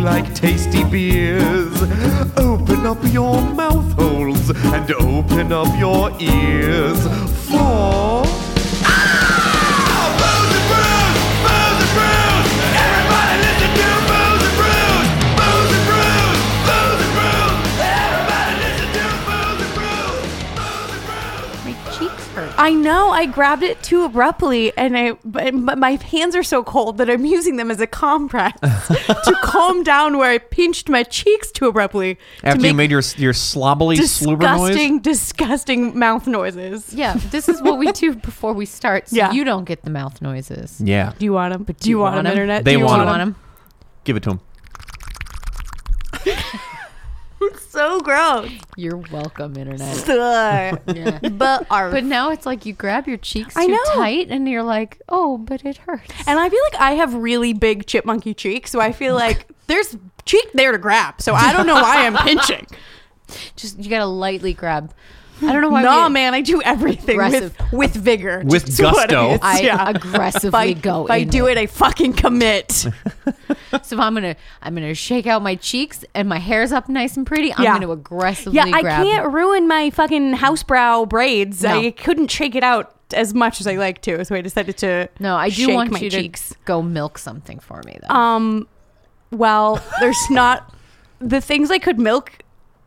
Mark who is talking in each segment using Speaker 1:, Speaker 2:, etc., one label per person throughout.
Speaker 1: like tasty beers. Open up your mouth holes and open up your ears for.
Speaker 2: My cheeks hurt.
Speaker 3: I know I grabbed it too abruptly, and I but, but my hands are so cold that I'm using them as a compress to calm down where I pinched my cheeks too abruptly to
Speaker 4: After you
Speaker 3: make
Speaker 4: made your your slobbly slubber noise,
Speaker 3: disgusting, disgusting mouth noises.
Speaker 2: Yeah, this is what we do before we start, so
Speaker 3: Yeah.
Speaker 2: you don't get the mouth noises.
Speaker 4: yeah,
Speaker 3: Do you want them? But do you, want 'em,
Speaker 2: 'em?
Speaker 3: Internet?
Speaker 4: They
Speaker 3: do you
Speaker 4: want
Speaker 2: Do you
Speaker 3: 'em?
Speaker 2: want
Speaker 4: give it to him.
Speaker 3: So gross.
Speaker 2: them? You're welcome, internet.
Speaker 3: Ugh. but are
Speaker 2: But now it's like you grab your cheeks
Speaker 3: I
Speaker 2: too
Speaker 3: know.
Speaker 2: tight, and you're like, oh, but it hurts.
Speaker 3: and I feel like I have really big chipmunky cheeks, so I feel like there's cheek there to grab. So I don't know why I'm pinching.
Speaker 2: Just you gotta lightly grab. I don't know why.
Speaker 3: nah,
Speaker 2: we,
Speaker 3: man, I do everything with,
Speaker 2: Aggressive.
Speaker 3: with vigor,
Speaker 4: With
Speaker 3: Just what it
Speaker 4: gusto.
Speaker 3: is.
Speaker 2: I
Speaker 3: Yeah.
Speaker 2: aggressively
Speaker 3: If I,
Speaker 2: go.
Speaker 3: if I
Speaker 2: in
Speaker 3: do it, I fucking commit.
Speaker 2: So if I'm gonna I'm gonna shake out my cheeks and my hair's up nice and pretty. I'm
Speaker 3: Yeah.
Speaker 2: gonna aggressively
Speaker 3: yeah, I
Speaker 2: grab
Speaker 3: can't ruin my fucking housebrow braids.
Speaker 2: No.
Speaker 3: I couldn't shake it out as much as I like to, so I decided to
Speaker 2: No, I do
Speaker 3: shake
Speaker 2: want
Speaker 3: my
Speaker 2: you
Speaker 3: cheeks.
Speaker 2: to go milk something for me though.
Speaker 3: Um, well, there's not the things I could milk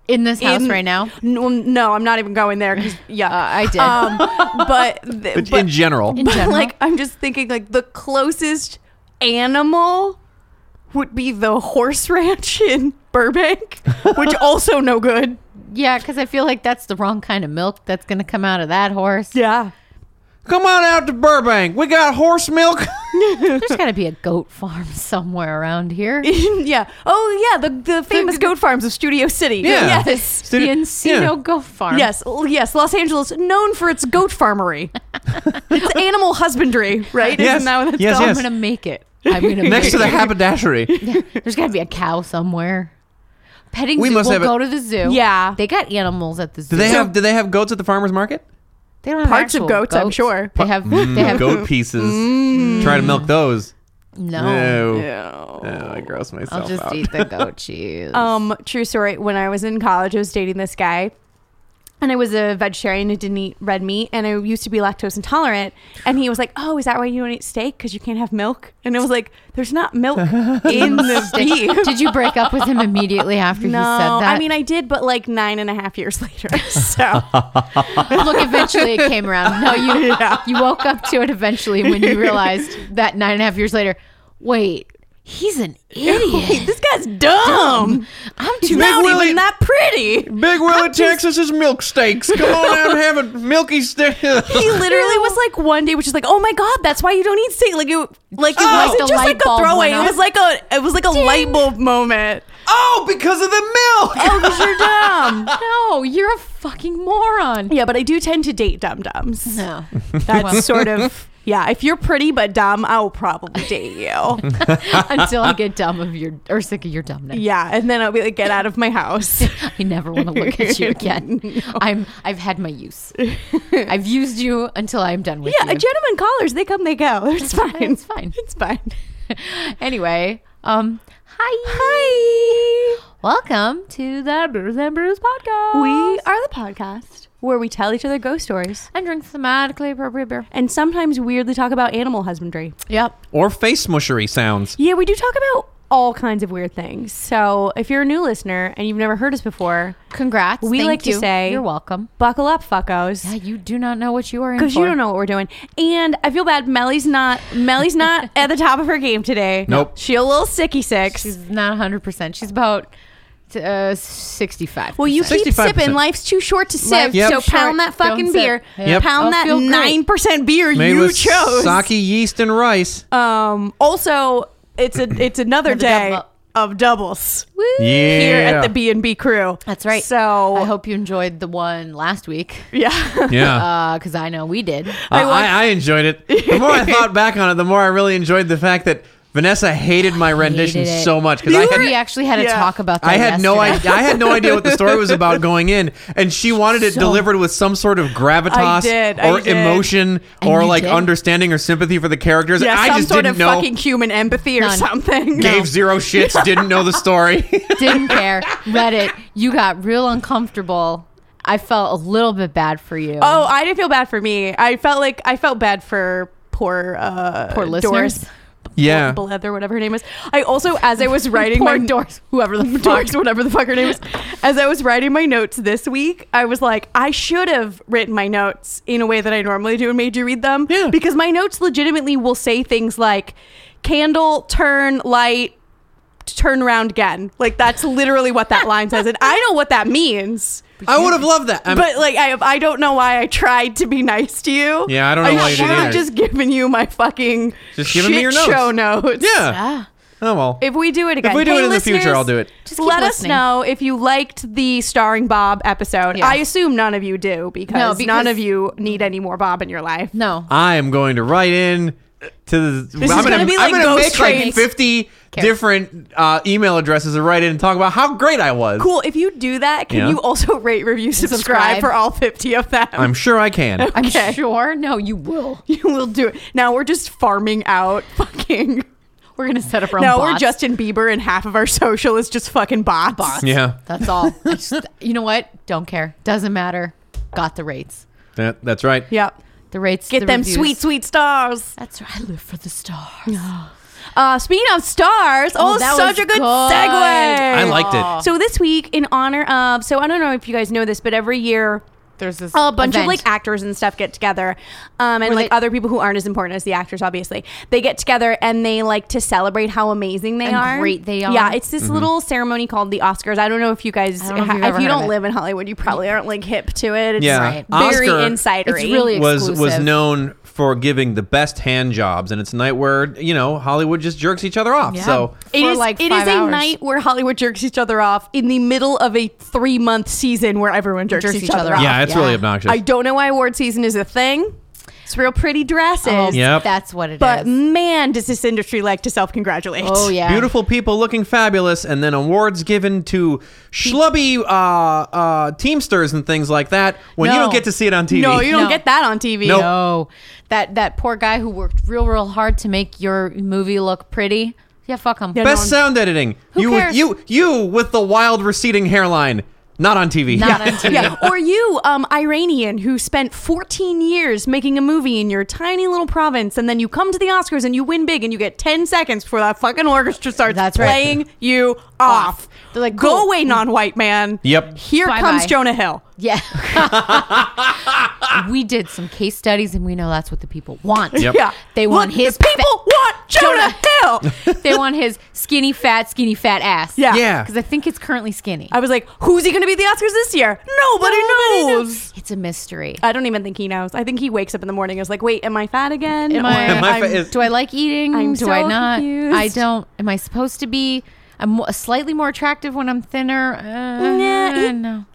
Speaker 2: in this house
Speaker 3: in- Uh,
Speaker 2: right now.
Speaker 3: No, no, I'm not even going there. 'cause- yeah,
Speaker 2: I did.
Speaker 3: Um, but th-
Speaker 4: But
Speaker 3: but-
Speaker 4: in general,
Speaker 2: In
Speaker 3: but,
Speaker 2: general.
Speaker 3: like I'm just thinking like the closest animal would be the horse ranch in Burbank, which also no good.
Speaker 2: yeah, because I feel like that's the wrong kind of milk that's gonna come out of that horse.
Speaker 3: Yeah.
Speaker 4: come on out to Burbank. We got horse milk.
Speaker 2: There's gotta be a goat farm somewhere around here.
Speaker 3: yeah. Oh yeah, the the famous goat farms of Studio City.
Speaker 4: Yeah.
Speaker 3: Yes.
Speaker 2: the
Speaker 4: Dude,
Speaker 2: Encino
Speaker 4: yeah.
Speaker 2: goat farm.
Speaker 3: Yes, L- yes, Los Angeles, known for its goat farmery. it's animal husbandry, right?
Speaker 4: Yes.
Speaker 3: Isn't that what it's
Speaker 4: Yes,
Speaker 3: called?
Speaker 2: I'm gonna make it. I'm gonna
Speaker 4: Next
Speaker 2: make
Speaker 4: to the
Speaker 2: it.
Speaker 4: haberdashery,
Speaker 2: There's got to be a cow somewhere. Petting
Speaker 4: We
Speaker 2: zoo.
Speaker 4: must
Speaker 2: we'll
Speaker 4: have a-
Speaker 2: go to the zoo.
Speaker 3: Yeah.
Speaker 2: they got animals at the
Speaker 4: do
Speaker 2: zoo.
Speaker 4: they have do they have goats at the farmers market?
Speaker 2: They don't have
Speaker 3: Parts of
Speaker 2: actual
Speaker 3: goats, I'm sure.
Speaker 2: They have. They have
Speaker 4: Mm, goat pieces. Try to milk those.
Speaker 2: no.
Speaker 4: No,
Speaker 3: Yeah.
Speaker 4: Oh, I gross myself
Speaker 2: I'll just
Speaker 4: out.
Speaker 2: eat the goat cheese.
Speaker 3: Um, true story. When I was in college, I was dating this guy, and I was a vegetarian and didn't eat red meat, and I used to be lactose intolerant. And he was like, "Oh, is that why you don't eat steak? Because you can't have milk?" And I was like, "There's not milk in the beef."
Speaker 2: Did you break up with him immediately after
Speaker 3: No,
Speaker 2: he said that?
Speaker 3: I mean I did, but like nine and a half years later. So
Speaker 2: look, eventually it came around. No, you
Speaker 3: Yeah.
Speaker 2: you woke up to it eventually when you realized that nine and a half years later. Wait, he's an idiot.
Speaker 3: this guy's dumb.
Speaker 2: I'm
Speaker 3: He's
Speaker 2: too.
Speaker 3: not
Speaker 4: Willie-
Speaker 3: even that pretty.
Speaker 4: Big Willie, Texas is milk steaks. Come on out and have a milky steak.
Speaker 3: He literally was like one day, which is like, oh my god, that's why you don't eat steak. Like it, like it
Speaker 2: Oh. Like
Speaker 3: wasn't
Speaker 2: the
Speaker 3: just
Speaker 2: light
Speaker 3: like a
Speaker 2: bulb
Speaker 3: throwaway.
Speaker 2: went
Speaker 3: It
Speaker 2: off.
Speaker 3: was like a, it was like a light bulb moment.
Speaker 4: oh, because of the milk.
Speaker 3: Oh, because you're dumb.
Speaker 2: No, you're a fucking moron.
Speaker 3: Yeah, but I do tend to date dum dums.
Speaker 2: No.
Speaker 3: That's sort of yeah. If you're pretty but dumb, I will probably date you.
Speaker 2: until I get dumb of your or sick of your dumbness.
Speaker 3: yeah, and then I'll be like, get out of my house.
Speaker 2: I never want to look at you again. I'm I've had my use. I've used you until I'm done with
Speaker 3: Yeah,
Speaker 2: you.
Speaker 3: gentleman callers, they come, they go. It's fine.
Speaker 2: It's fine.
Speaker 3: It's fine.
Speaker 2: anyway, um hi. Hi. Welcome to the Brews and Brews podcast.
Speaker 3: We are the podcast where we tell each other ghost stories
Speaker 2: and drink thematically appropriate beer.
Speaker 3: and sometimes weirdly talk about animal husbandry.
Speaker 2: Yep.
Speaker 4: Or face mushery sounds.
Speaker 3: Yeah, we do talk about all kinds of weird things. So if you're a new listener and you've never heard us before,
Speaker 2: Congrats.
Speaker 3: We
Speaker 2: Thank
Speaker 3: like to
Speaker 2: you.
Speaker 3: say-
Speaker 2: you're welcome.
Speaker 3: buckle up, fuckos.
Speaker 2: Yeah, you do not know what you are in
Speaker 3: because you
Speaker 2: for.
Speaker 3: don't know what we're doing. And I feel bad. Melly's not. Melly's not at the top of her game today.
Speaker 4: Nope.
Speaker 3: She a little sicky six.
Speaker 2: She's not 100%. She's about uh, 65.
Speaker 3: well, you keep
Speaker 4: 65%.
Speaker 3: sipping. Life's too short to sip.
Speaker 2: Life's
Speaker 4: Yep.
Speaker 3: So
Speaker 4: too
Speaker 3: pound
Speaker 2: short.
Speaker 3: that fucking
Speaker 2: Don't sip.
Speaker 3: beer.
Speaker 2: Yep.
Speaker 3: Pound
Speaker 2: I'll
Speaker 3: that
Speaker 2: feel great.
Speaker 3: nine percent beer
Speaker 4: Made
Speaker 3: you
Speaker 4: with
Speaker 3: chose.
Speaker 4: sake, yeast, and rice.
Speaker 3: Um. Also, it's a it's another
Speaker 2: Another
Speaker 3: day
Speaker 2: double.
Speaker 3: of doubles
Speaker 2: Woo.
Speaker 4: yeah.
Speaker 3: here at the B and B crew.
Speaker 2: That's right.
Speaker 3: So
Speaker 2: I hope you enjoyed the one last week
Speaker 3: yeah.
Speaker 4: yeah.
Speaker 2: because Uh, I know we did.
Speaker 4: I, I, I enjoyed it. The more I thought back on it, the more I really enjoyed the fact that Vanessa hated my rendition
Speaker 2: Hated it.
Speaker 4: so much because I had
Speaker 2: we actually had a
Speaker 3: Yeah.
Speaker 2: talk about that.
Speaker 4: I had no
Speaker 2: yesterday.
Speaker 4: idea. I had no idea what the story was about going in, and she wanted it
Speaker 2: So-
Speaker 4: delivered with some sort of gravitas
Speaker 3: I did, I
Speaker 4: or
Speaker 3: did.
Speaker 4: emotion
Speaker 2: And
Speaker 4: or
Speaker 2: you
Speaker 4: like
Speaker 2: did?
Speaker 4: understanding or sympathy for the characters.
Speaker 3: Yeah,
Speaker 4: I
Speaker 3: some
Speaker 4: just
Speaker 3: sort
Speaker 4: didn't
Speaker 3: of
Speaker 4: know.
Speaker 3: fucking human empathy or
Speaker 2: None.
Speaker 3: something.
Speaker 4: Gave zero shits. didn't know the story.
Speaker 2: Didn't care. Read it. You got real uncomfortable. I felt a little bit bad for you.
Speaker 3: Oh, I didn't feel bad for me. I felt like I felt bad for poor uh
Speaker 2: poor
Speaker 3: Doris
Speaker 2: listeners.
Speaker 4: yeah.
Speaker 3: Bleth or whatever her name is. I also, as I was writing
Speaker 2: Poor
Speaker 3: my
Speaker 2: Doris,
Speaker 3: whoever the Doris, whatever the fuck her name is, as I was writing my notes this week, I was like, I should have written my notes in a way that I normally do and made you read them.
Speaker 4: Yeah.
Speaker 3: Because my notes legitimately will say things like candle, turn, light, turn around again. Like that's literally what that line says, and I know what that means.
Speaker 4: I would have loved that. I'm-
Speaker 3: but like I, I don't know why I tried to be nice to you.
Speaker 4: Yeah, I don't know why you did
Speaker 3: should have
Speaker 4: either.
Speaker 3: just given you my fucking
Speaker 4: Just giving me
Speaker 3: shit
Speaker 4: your notes.
Speaker 3: show notes.
Speaker 4: yeah.
Speaker 2: Ah,
Speaker 4: Oh well.
Speaker 3: If we do it again,
Speaker 4: If we do
Speaker 3: Hey,
Speaker 4: it in the
Speaker 3: listeners,
Speaker 4: future, I'll do it.
Speaker 2: just keep
Speaker 3: Let
Speaker 2: listening.
Speaker 3: us know if you liked the starring Bob episode.
Speaker 2: Yeah.
Speaker 3: I assume none of you do because,
Speaker 2: No, because-
Speaker 3: none of you need any more Bob in your life.
Speaker 2: No.
Speaker 4: I am going to write in to the.
Speaker 3: is
Speaker 4: I'm
Speaker 3: gonna be
Speaker 4: I'm gonna
Speaker 3: like Ghost
Speaker 4: make
Speaker 3: Train.
Speaker 4: like 50
Speaker 2: Okay.
Speaker 4: different uh, email addresses and write in and talk about how great I was.
Speaker 3: Cool. If you do that, can
Speaker 4: Yeah.
Speaker 3: you also rate, review, subscribe,
Speaker 2: subscribe.
Speaker 3: for all 50 of them?
Speaker 4: I'm sure I can.
Speaker 2: I'm
Speaker 3: Okay.
Speaker 2: sure. No, you will.
Speaker 3: you will do it. Now we're just farming out fucking.
Speaker 2: We're gonna set up our own.
Speaker 3: Now we're
Speaker 2: bots.
Speaker 3: Justin Bieber and half of our social is just fucking bots.
Speaker 4: yeah.
Speaker 2: That's all. I just, you know what? Don't care. Doesn't matter. Got the rates.
Speaker 4: That, that's right.
Speaker 3: Yep.
Speaker 2: The rates.
Speaker 3: Get
Speaker 2: the
Speaker 3: them
Speaker 2: reviews.
Speaker 3: sweet, sweet stars.
Speaker 2: That's right. I live for the stars.
Speaker 3: Uh, speaking of stars, oh,
Speaker 2: that was
Speaker 3: such a good,
Speaker 2: good.
Speaker 3: segue.
Speaker 4: I liked it.
Speaker 3: So this week, in honor of, so I don't know if you guys know this, but every year
Speaker 2: There's this
Speaker 3: a bunch of
Speaker 2: event.
Speaker 3: like actors and stuff get together, um, and
Speaker 2: Were
Speaker 3: like
Speaker 2: they-
Speaker 3: other people who aren't as important as the actors, obviously, they get together and they like to celebrate how amazing they
Speaker 2: And
Speaker 3: are,
Speaker 2: great they are.
Speaker 3: Yeah, it's this
Speaker 4: Mm-hmm.
Speaker 3: little ceremony called the Oscars. I don't know if you guys,
Speaker 2: I don't know if you've ever
Speaker 3: if you
Speaker 2: heard of
Speaker 3: don't
Speaker 2: it.
Speaker 3: live in Hollywood, you probably aren't like hip to it. It's
Speaker 4: Yeah.
Speaker 2: Right.
Speaker 3: very
Speaker 4: Oscar
Speaker 3: insidery.
Speaker 2: It's really
Speaker 4: was
Speaker 2: exclusive.
Speaker 4: was known for giving the best hand jobs, and it's a night where you know Hollywood just jerks each other off.
Speaker 2: Yeah.
Speaker 4: So
Speaker 3: It
Speaker 2: for
Speaker 3: is.
Speaker 2: like
Speaker 3: it is
Speaker 2: five
Speaker 3: a
Speaker 2: hours.
Speaker 3: night where Hollywood jerks each other off in the middle of a three month season where everyone jerks, each, other off.
Speaker 4: yeah, it's
Speaker 2: Yeah.
Speaker 4: really obnoxious.
Speaker 3: I don't know why award season is a thing. It's real pretty dresses,
Speaker 2: Oh,
Speaker 4: Yep.
Speaker 2: That's what it is.
Speaker 3: but man, does this industry like to self congratulate.
Speaker 2: oh yeah.
Speaker 4: Beautiful people looking fabulous, and then awards given to schlubby uh, uh, teamsters and things like that. When you
Speaker 2: No.
Speaker 4: don't get to see it on TV,
Speaker 3: No, you don't
Speaker 2: No.
Speaker 3: get that on TV.
Speaker 4: Nope.
Speaker 2: No, that that poor guy who worked real, real hard to make your movie look pretty. Yeah, fuck him.
Speaker 3: Yeah,
Speaker 4: best
Speaker 3: no.
Speaker 4: sound editing.
Speaker 2: Who
Speaker 4: you
Speaker 2: cares?
Speaker 4: you you with the wild receding hairline, not on TV.
Speaker 2: Not on TV.
Speaker 3: Yeah. Or you, um, Iranian, who spent 14 years making a movie in your tiny little province, and then you come to the Oscars and you win big, and you get 10 seconds before that fucking orchestra starts
Speaker 2: That's right.
Speaker 3: playing you off.
Speaker 2: They're like,
Speaker 3: go
Speaker 2: cool.
Speaker 3: away, non-white man.
Speaker 4: Yep.
Speaker 3: Here
Speaker 2: Bye-bye.
Speaker 3: comes Jonah Hill.
Speaker 2: Yeah. we did some case studies and we know that's what the people want.
Speaker 4: Yep.
Speaker 3: Yeah.
Speaker 2: They
Speaker 3: Look,
Speaker 2: want his
Speaker 3: the people want Jonah, Hill.
Speaker 2: They want his skinny fat, skinny fat ass.
Speaker 3: Yeah.
Speaker 4: Yeah.
Speaker 2: Because I think it's currently skinny.
Speaker 3: I was like, who's he going to be at the Oscars this year? Nobody, knows.
Speaker 2: It's a mystery.
Speaker 3: I don't even think he knows. I think he wakes up in the morning and is like, wait, am I fat again?
Speaker 2: Am I- Am
Speaker 4: I
Speaker 3: I'm-
Speaker 4: fat- is-
Speaker 2: Do I like eating?
Speaker 3: I'm
Speaker 2: Do
Speaker 3: so
Speaker 2: I not?
Speaker 3: confused.
Speaker 2: I don't. Am I supposed to be? I'm mo- slightly more attractive when I'm thinner. Uh,
Speaker 3: Nah, he-
Speaker 2: no.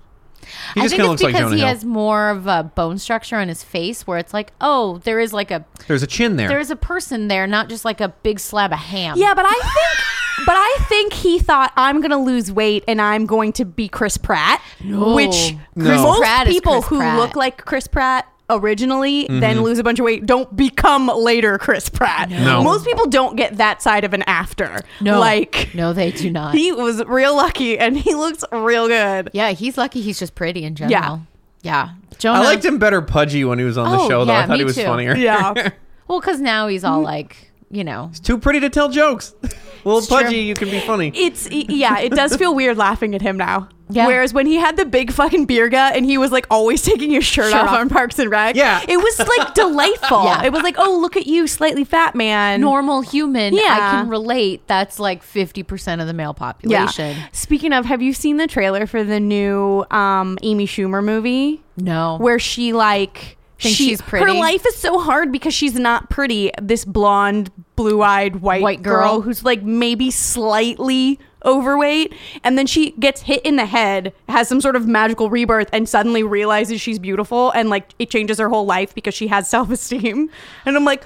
Speaker 4: He
Speaker 2: I
Speaker 4: just
Speaker 2: think
Speaker 4: kinda looks
Speaker 2: it's
Speaker 4: like
Speaker 2: because
Speaker 4: Jonah
Speaker 2: he
Speaker 4: Hill.
Speaker 2: has more of a bone structure on his face, where it's like, oh, there is like a
Speaker 4: There's a chin there.
Speaker 2: there is a person there, not just like a big slab of ham.
Speaker 3: Yeah, but I think, but I think he thought I'm going to lose weight and I'm going to be Chris Pratt,
Speaker 2: No.
Speaker 3: which
Speaker 2: No. Chris
Speaker 3: most
Speaker 2: Pratt is
Speaker 3: people
Speaker 2: Chris
Speaker 3: who
Speaker 2: Pratt.
Speaker 3: look like Chris Pratt originally then lose a bunch of weight don't become later Chris Pratt.
Speaker 4: No.
Speaker 3: Most people don't get that side of an after.
Speaker 2: no,
Speaker 3: Like
Speaker 2: no, they do not.
Speaker 3: he was real lucky and he looks real good.
Speaker 2: yeah, he's lucky. He's just pretty in general. Yeah, Jonah.
Speaker 4: I liked him better pudgy when he was on the
Speaker 2: um, Oh,
Speaker 4: show though. I
Speaker 2: yeah,
Speaker 4: thought
Speaker 2: me
Speaker 4: he was
Speaker 2: too.
Speaker 4: funnier.
Speaker 3: Yeah.
Speaker 2: Well, because now he's
Speaker 3: Mm-hmm.
Speaker 2: all like, you know,
Speaker 4: Too pretty to tell jokes. Little
Speaker 2: true.
Speaker 4: pudgy, you can be funny.
Speaker 3: It's y- yeah, it does feel weird laughing at him now.
Speaker 2: Yeah.
Speaker 3: Whereas when he had the big fucking beer gut and he was like always taking his shirt,
Speaker 2: Shirt
Speaker 3: off,
Speaker 2: off.
Speaker 3: on Parks and Rec,
Speaker 4: Yeah.
Speaker 3: it was like delightful.
Speaker 2: Yeah.
Speaker 3: It was like, oh look at you, slightly fat man.
Speaker 2: normal human. I
Speaker 3: Yeah.
Speaker 2: can relate. That's like fifty percent of the male
Speaker 3: yeah.
Speaker 2: population.
Speaker 3: Speaking of, have you seen the trailer for the new um, Amy Schumer movie
Speaker 2: No,
Speaker 3: where she like
Speaker 2: Thinks
Speaker 3: she-
Speaker 2: she's pretty?
Speaker 3: Her life is so hard because she's not pretty. This blonde, blue-eyed white,
Speaker 2: White
Speaker 3: girl.
Speaker 2: girl.
Speaker 3: who's like maybe slightly overweight, and then she gets hit in the head, has some sort of magical rebirth, and suddenly realizes she's beautiful, and like it changes her whole life because she has self-esteem. And I'm like.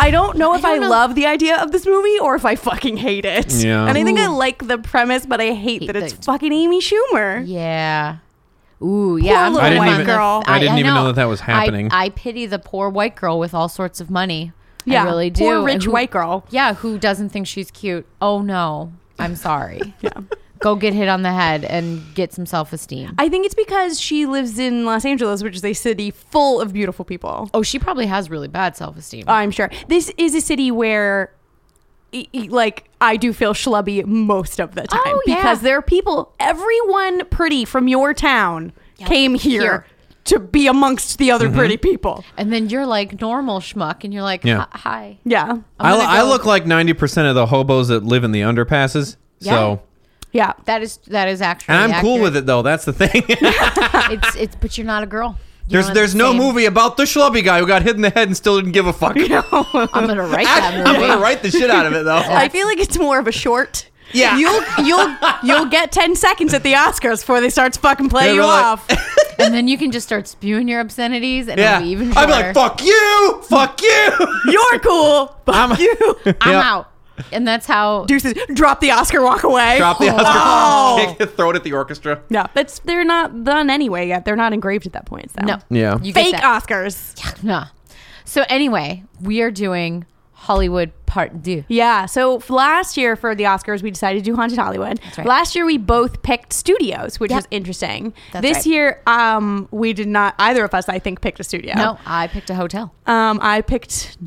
Speaker 3: I don't know if I,
Speaker 2: don't know.
Speaker 3: love the idea of this movie or if I fucking hate it.
Speaker 4: Yeah.
Speaker 3: And I think I like the premise, but I hate,
Speaker 2: Hate
Speaker 3: that it's
Speaker 2: that-
Speaker 3: fucking Amy Schumer.
Speaker 2: Yeah. Ooh, yeah.
Speaker 3: little I
Speaker 4: didn't even-
Speaker 2: pulling on the-
Speaker 3: girl.
Speaker 4: I didn't even know that that was
Speaker 2: I-
Speaker 4: happening.
Speaker 2: I, pity the poor white girl with all sorts of money.
Speaker 3: Yeah,
Speaker 2: I really do.
Speaker 3: poor
Speaker 2: And
Speaker 3: rich white girl.
Speaker 2: Yeah, who doesn't think she's cute? Oh no, I'm sorry. yeah. Go get hit on the head and get some self esteem.
Speaker 3: I think it's because she lives in Los Angeles, which is a city full of beautiful people.
Speaker 2: Oh, she probably has really bad self esteem.
Speaker 3: I'm sure. This is a city where, e- e- like, I do feel schlubby most of the time
Speaker 2: Oh, yeah.
Speaker 3: because there are people, everyone pretty from your town came here,
Speaker 2: Here.
Speaker 3: to be amongst the
Speaker 4: Mm-hmm.
Speaker 3: other pretty people.
Speaker 2: and then you're like normal schmuck, and you're like,
Speaker 4: Yeah.
Speaker 2: "Hi- hi.
Speaker 3: Yeah.
Speaker 4: I,
Speaker 2: gonna
Speaker 4: I
Speaker 2: go-
Speaker 4: look like 90% of the hobos that live in the underpasses. So,
Speaker 3: Yeah.
Speaker 2: That is that is actually.
Speaker 4: and I'm cool with it though. That's the thing.
Speaker 2: It's it's, but you're not a girl. You're
Speaker 4: there's
Speaker 2: not
Speaker 4: there's
Speaker 2: the
Speaker 4: no
Speaker 2: same.
Speaker 4: movie about the schlubby guy who got hit in the head and still didn't give a fuck.
Speaker 2: I'm gonna write
Speaker 4: I'm
Speaker 2: that
Speaker 4: going to
Speaker 2: movie.
Speaker 4: write the shit out of it though.
Speaker 3: I feel like it's more of a short.
Speaker 4: Yeah.
Speaker 3: You'll you'll you'll get ten seconds at the Oscars before they start to fucking play
Speaker 4: Yeah,
Speaker 3: you
Speaker 4: we're like-
Speaker 3: off.
Speaker 2: and then you can just start spewing your obscenities, and
Speaker 4: yeah.
Speaker 2: it'll be even.
Speaker 4: I'd be like,
Speaker 2: shorter.
Speaker 4: fuck you, fuck you.
Speaker 3: You're cool. Fuck
Speaker 4: I'm-
Speaker 3: you.
Speaker 2: I'm
Speaker 4: Yeah.
Speaker 2: out. And that's how.
Speaker 3: Deuces. Drop the Oscar. Walk away.
Speaker 4: Drop the Oscar.
Speaker 3: Oh.
Speaker 4: Kick it, throw it at the orchestra.
Speaker 3: No, that's they're not done anyway yet. They're not engraved at that point. So.
Speaker 2: no.
Speaker 4: Yeah.
Speaker 2: You get
Speaker 3: Fake
Speaker 2: that.
Speaker 3: Oscars.
Speaker 2: Nah. So anyway, we are doing Hollywood Part Deux.
Speaker 3: Yeah. So f- last year for the Oscars, we decided to do Haunted Hollywood.
Speaker 2: right.
Speaker 3: Last year we both picked studios, which
Speaker 2: Yep.
Speaker 3: was interesting.
Speaker 2: That's
Speaker 3: this
Speaker 2: right.
Speaker 3: year, um, we did not. Either of us, I think, picked a studio.
Speaker 2: No, I picked a hotel.
Speaker 3: Um, I picked.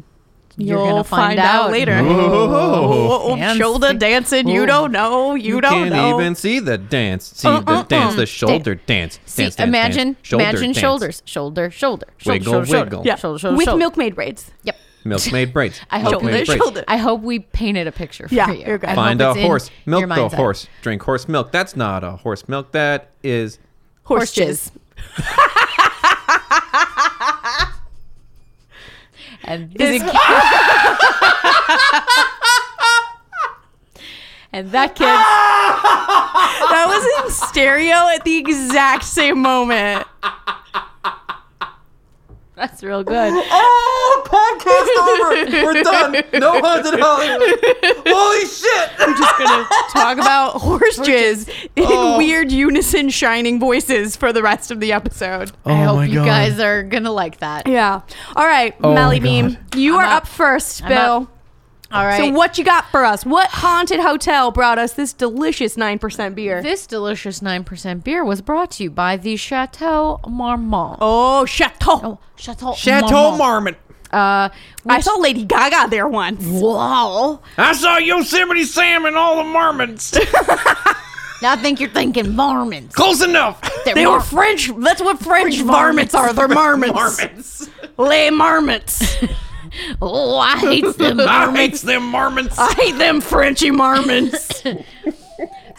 Speaker 2: You're
Speaker 3: You'll
Speaker 2: gonna
Speaker 3: find,
Speaker 2: find
Speaker 3: out,
Speaker 2: out.
Speaker 3: later.
Speaker 4: Oh.
Speaker 2: Fancy.
Speaker 3: shoulder dancing. You
Speaker 2: Ooh.
Speaker 3: don't know. You,
Speaker 4: You
Speaker 3: don't
Speaker 4: can't
Speaker 3: know.
Speaker 4: even see the dance. See
Speaker 3: Uh,
Speaker 4: the
Speaker 3: uh,
Speaker 4: dance,
Speaker 3: uh.
Speaker 4: the shoulder dance.
Speaker 2: See,
Speaker 4: dance, dance,
Speaker 2: imagine,
Speaker 4: dance, shoulder
Speaker 2: imagine
Speaker 4: dance.
Speaker 2: shoulders, shoulder, shoulder, shoulder,
Speaker 4: Wiggle,
Speaker 2: shoulder, shoulder,
Speaker 4: wiggle.
Speaker 3: yeah.
Speaker 2: shoulder, shoulder,
Speaker 3: With
Speaker 2: shoulder.
Speaker 3: milkmaid braids.
Speaker 2: Yep.
Speaker 4: Milkmaid braids.
Speaker 2: I hope
Speaker 4: Milkmaid
Speaker 3: Shoulder,
Speaker 4: braids.
Speaker 3: shoulder.
Speaker 2: I hope we painted a picture for
Speaker 3: Yeah,
Speaker 2: you.
Speaker 3: you're good.
Speaker 2: I hope
Speaker 4: Find a
Speaker 2: it's in
Speaker 4: horse.
Speaker 2: your
Speaker 4: Milk the
Speaker 2: mind's eye.
Speaker 4: horse. Drink horse milk. That's not a horse milk. That is.
Speaker 2: Horse jizz. And this and that kid.
Speaker 3: that was in stereo at the exact same moment.
Speaker 2: That's real good.
Speaker 4: Oh, podcast over. We're done. No haunted Hollywood. Holy shit.
Speaker 3: just gonna talk about horse jizz in
Speaker 4: Oh.
Speaker 3: weird unison shining voices for the rest of the episode.
Speaker 4: Oh
Speaker 2: I hope you guys are gonna like that.
Speaker 3: Yeah. All right,
Speaker 4: Oh
Speaker 3: Melly
Speaker 4: my
Speaker 3: Beam, you are up,
Speaker 2: up.
Speaker 3: first,
Speaker 2: I'm
Speaker 3: Bill.
Speaker 2: All right.
Speaker 3: So what you got for us? What haunted hotel brought us this delicious nine percent beer?
Speaker 2: This delicious 9% beer was brought to you by the Chateau Marmont.
Speaker 3: oh, chateau!
Speaker 2: Oh, Chateau,
Speaker 4: Chateau Marmot.
Speaker 2: Uh,
Speaker 3: I saw Lady Gaga there once.
Speaker 2: wow.
Speaker 4: I saw Yosemite Sam and all the marmots.
Speaker 2: Now I think you're thinking varmints.
Speaker 4: Close enough.
Speaker 3: They were French. That's what French, varmints are. They're marmots.
Speaker 4: Marmots.
Speaker 3: Les marmots.
Speaker 2: Oh, I hate them.
Speaker 4: I hate them marmots.
Speaker 3: I hate them Frenchy marmots.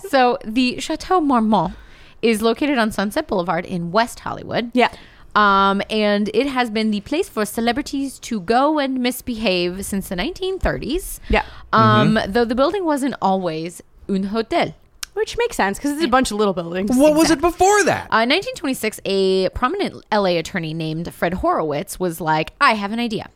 Speaker 2: so the Chateau Marmont is located on Sunset Boulevard in West Hollywood.
Speaker 3: yeah.
Speaker 2: Um, and it has been the place for celebrities to go and misbehave since the 1930s.
Speaker 3: Yeah.
Speaker 2: Um, Though the building wasn't always un hotel.
Speaker 3: Which makes sense because it's a bunch of little buildings.
Speaker 4: What was it before that?
Speaker 2: Uh, in 1926, a prominent LA attorney named Fred Horowitz was like, I have an idea.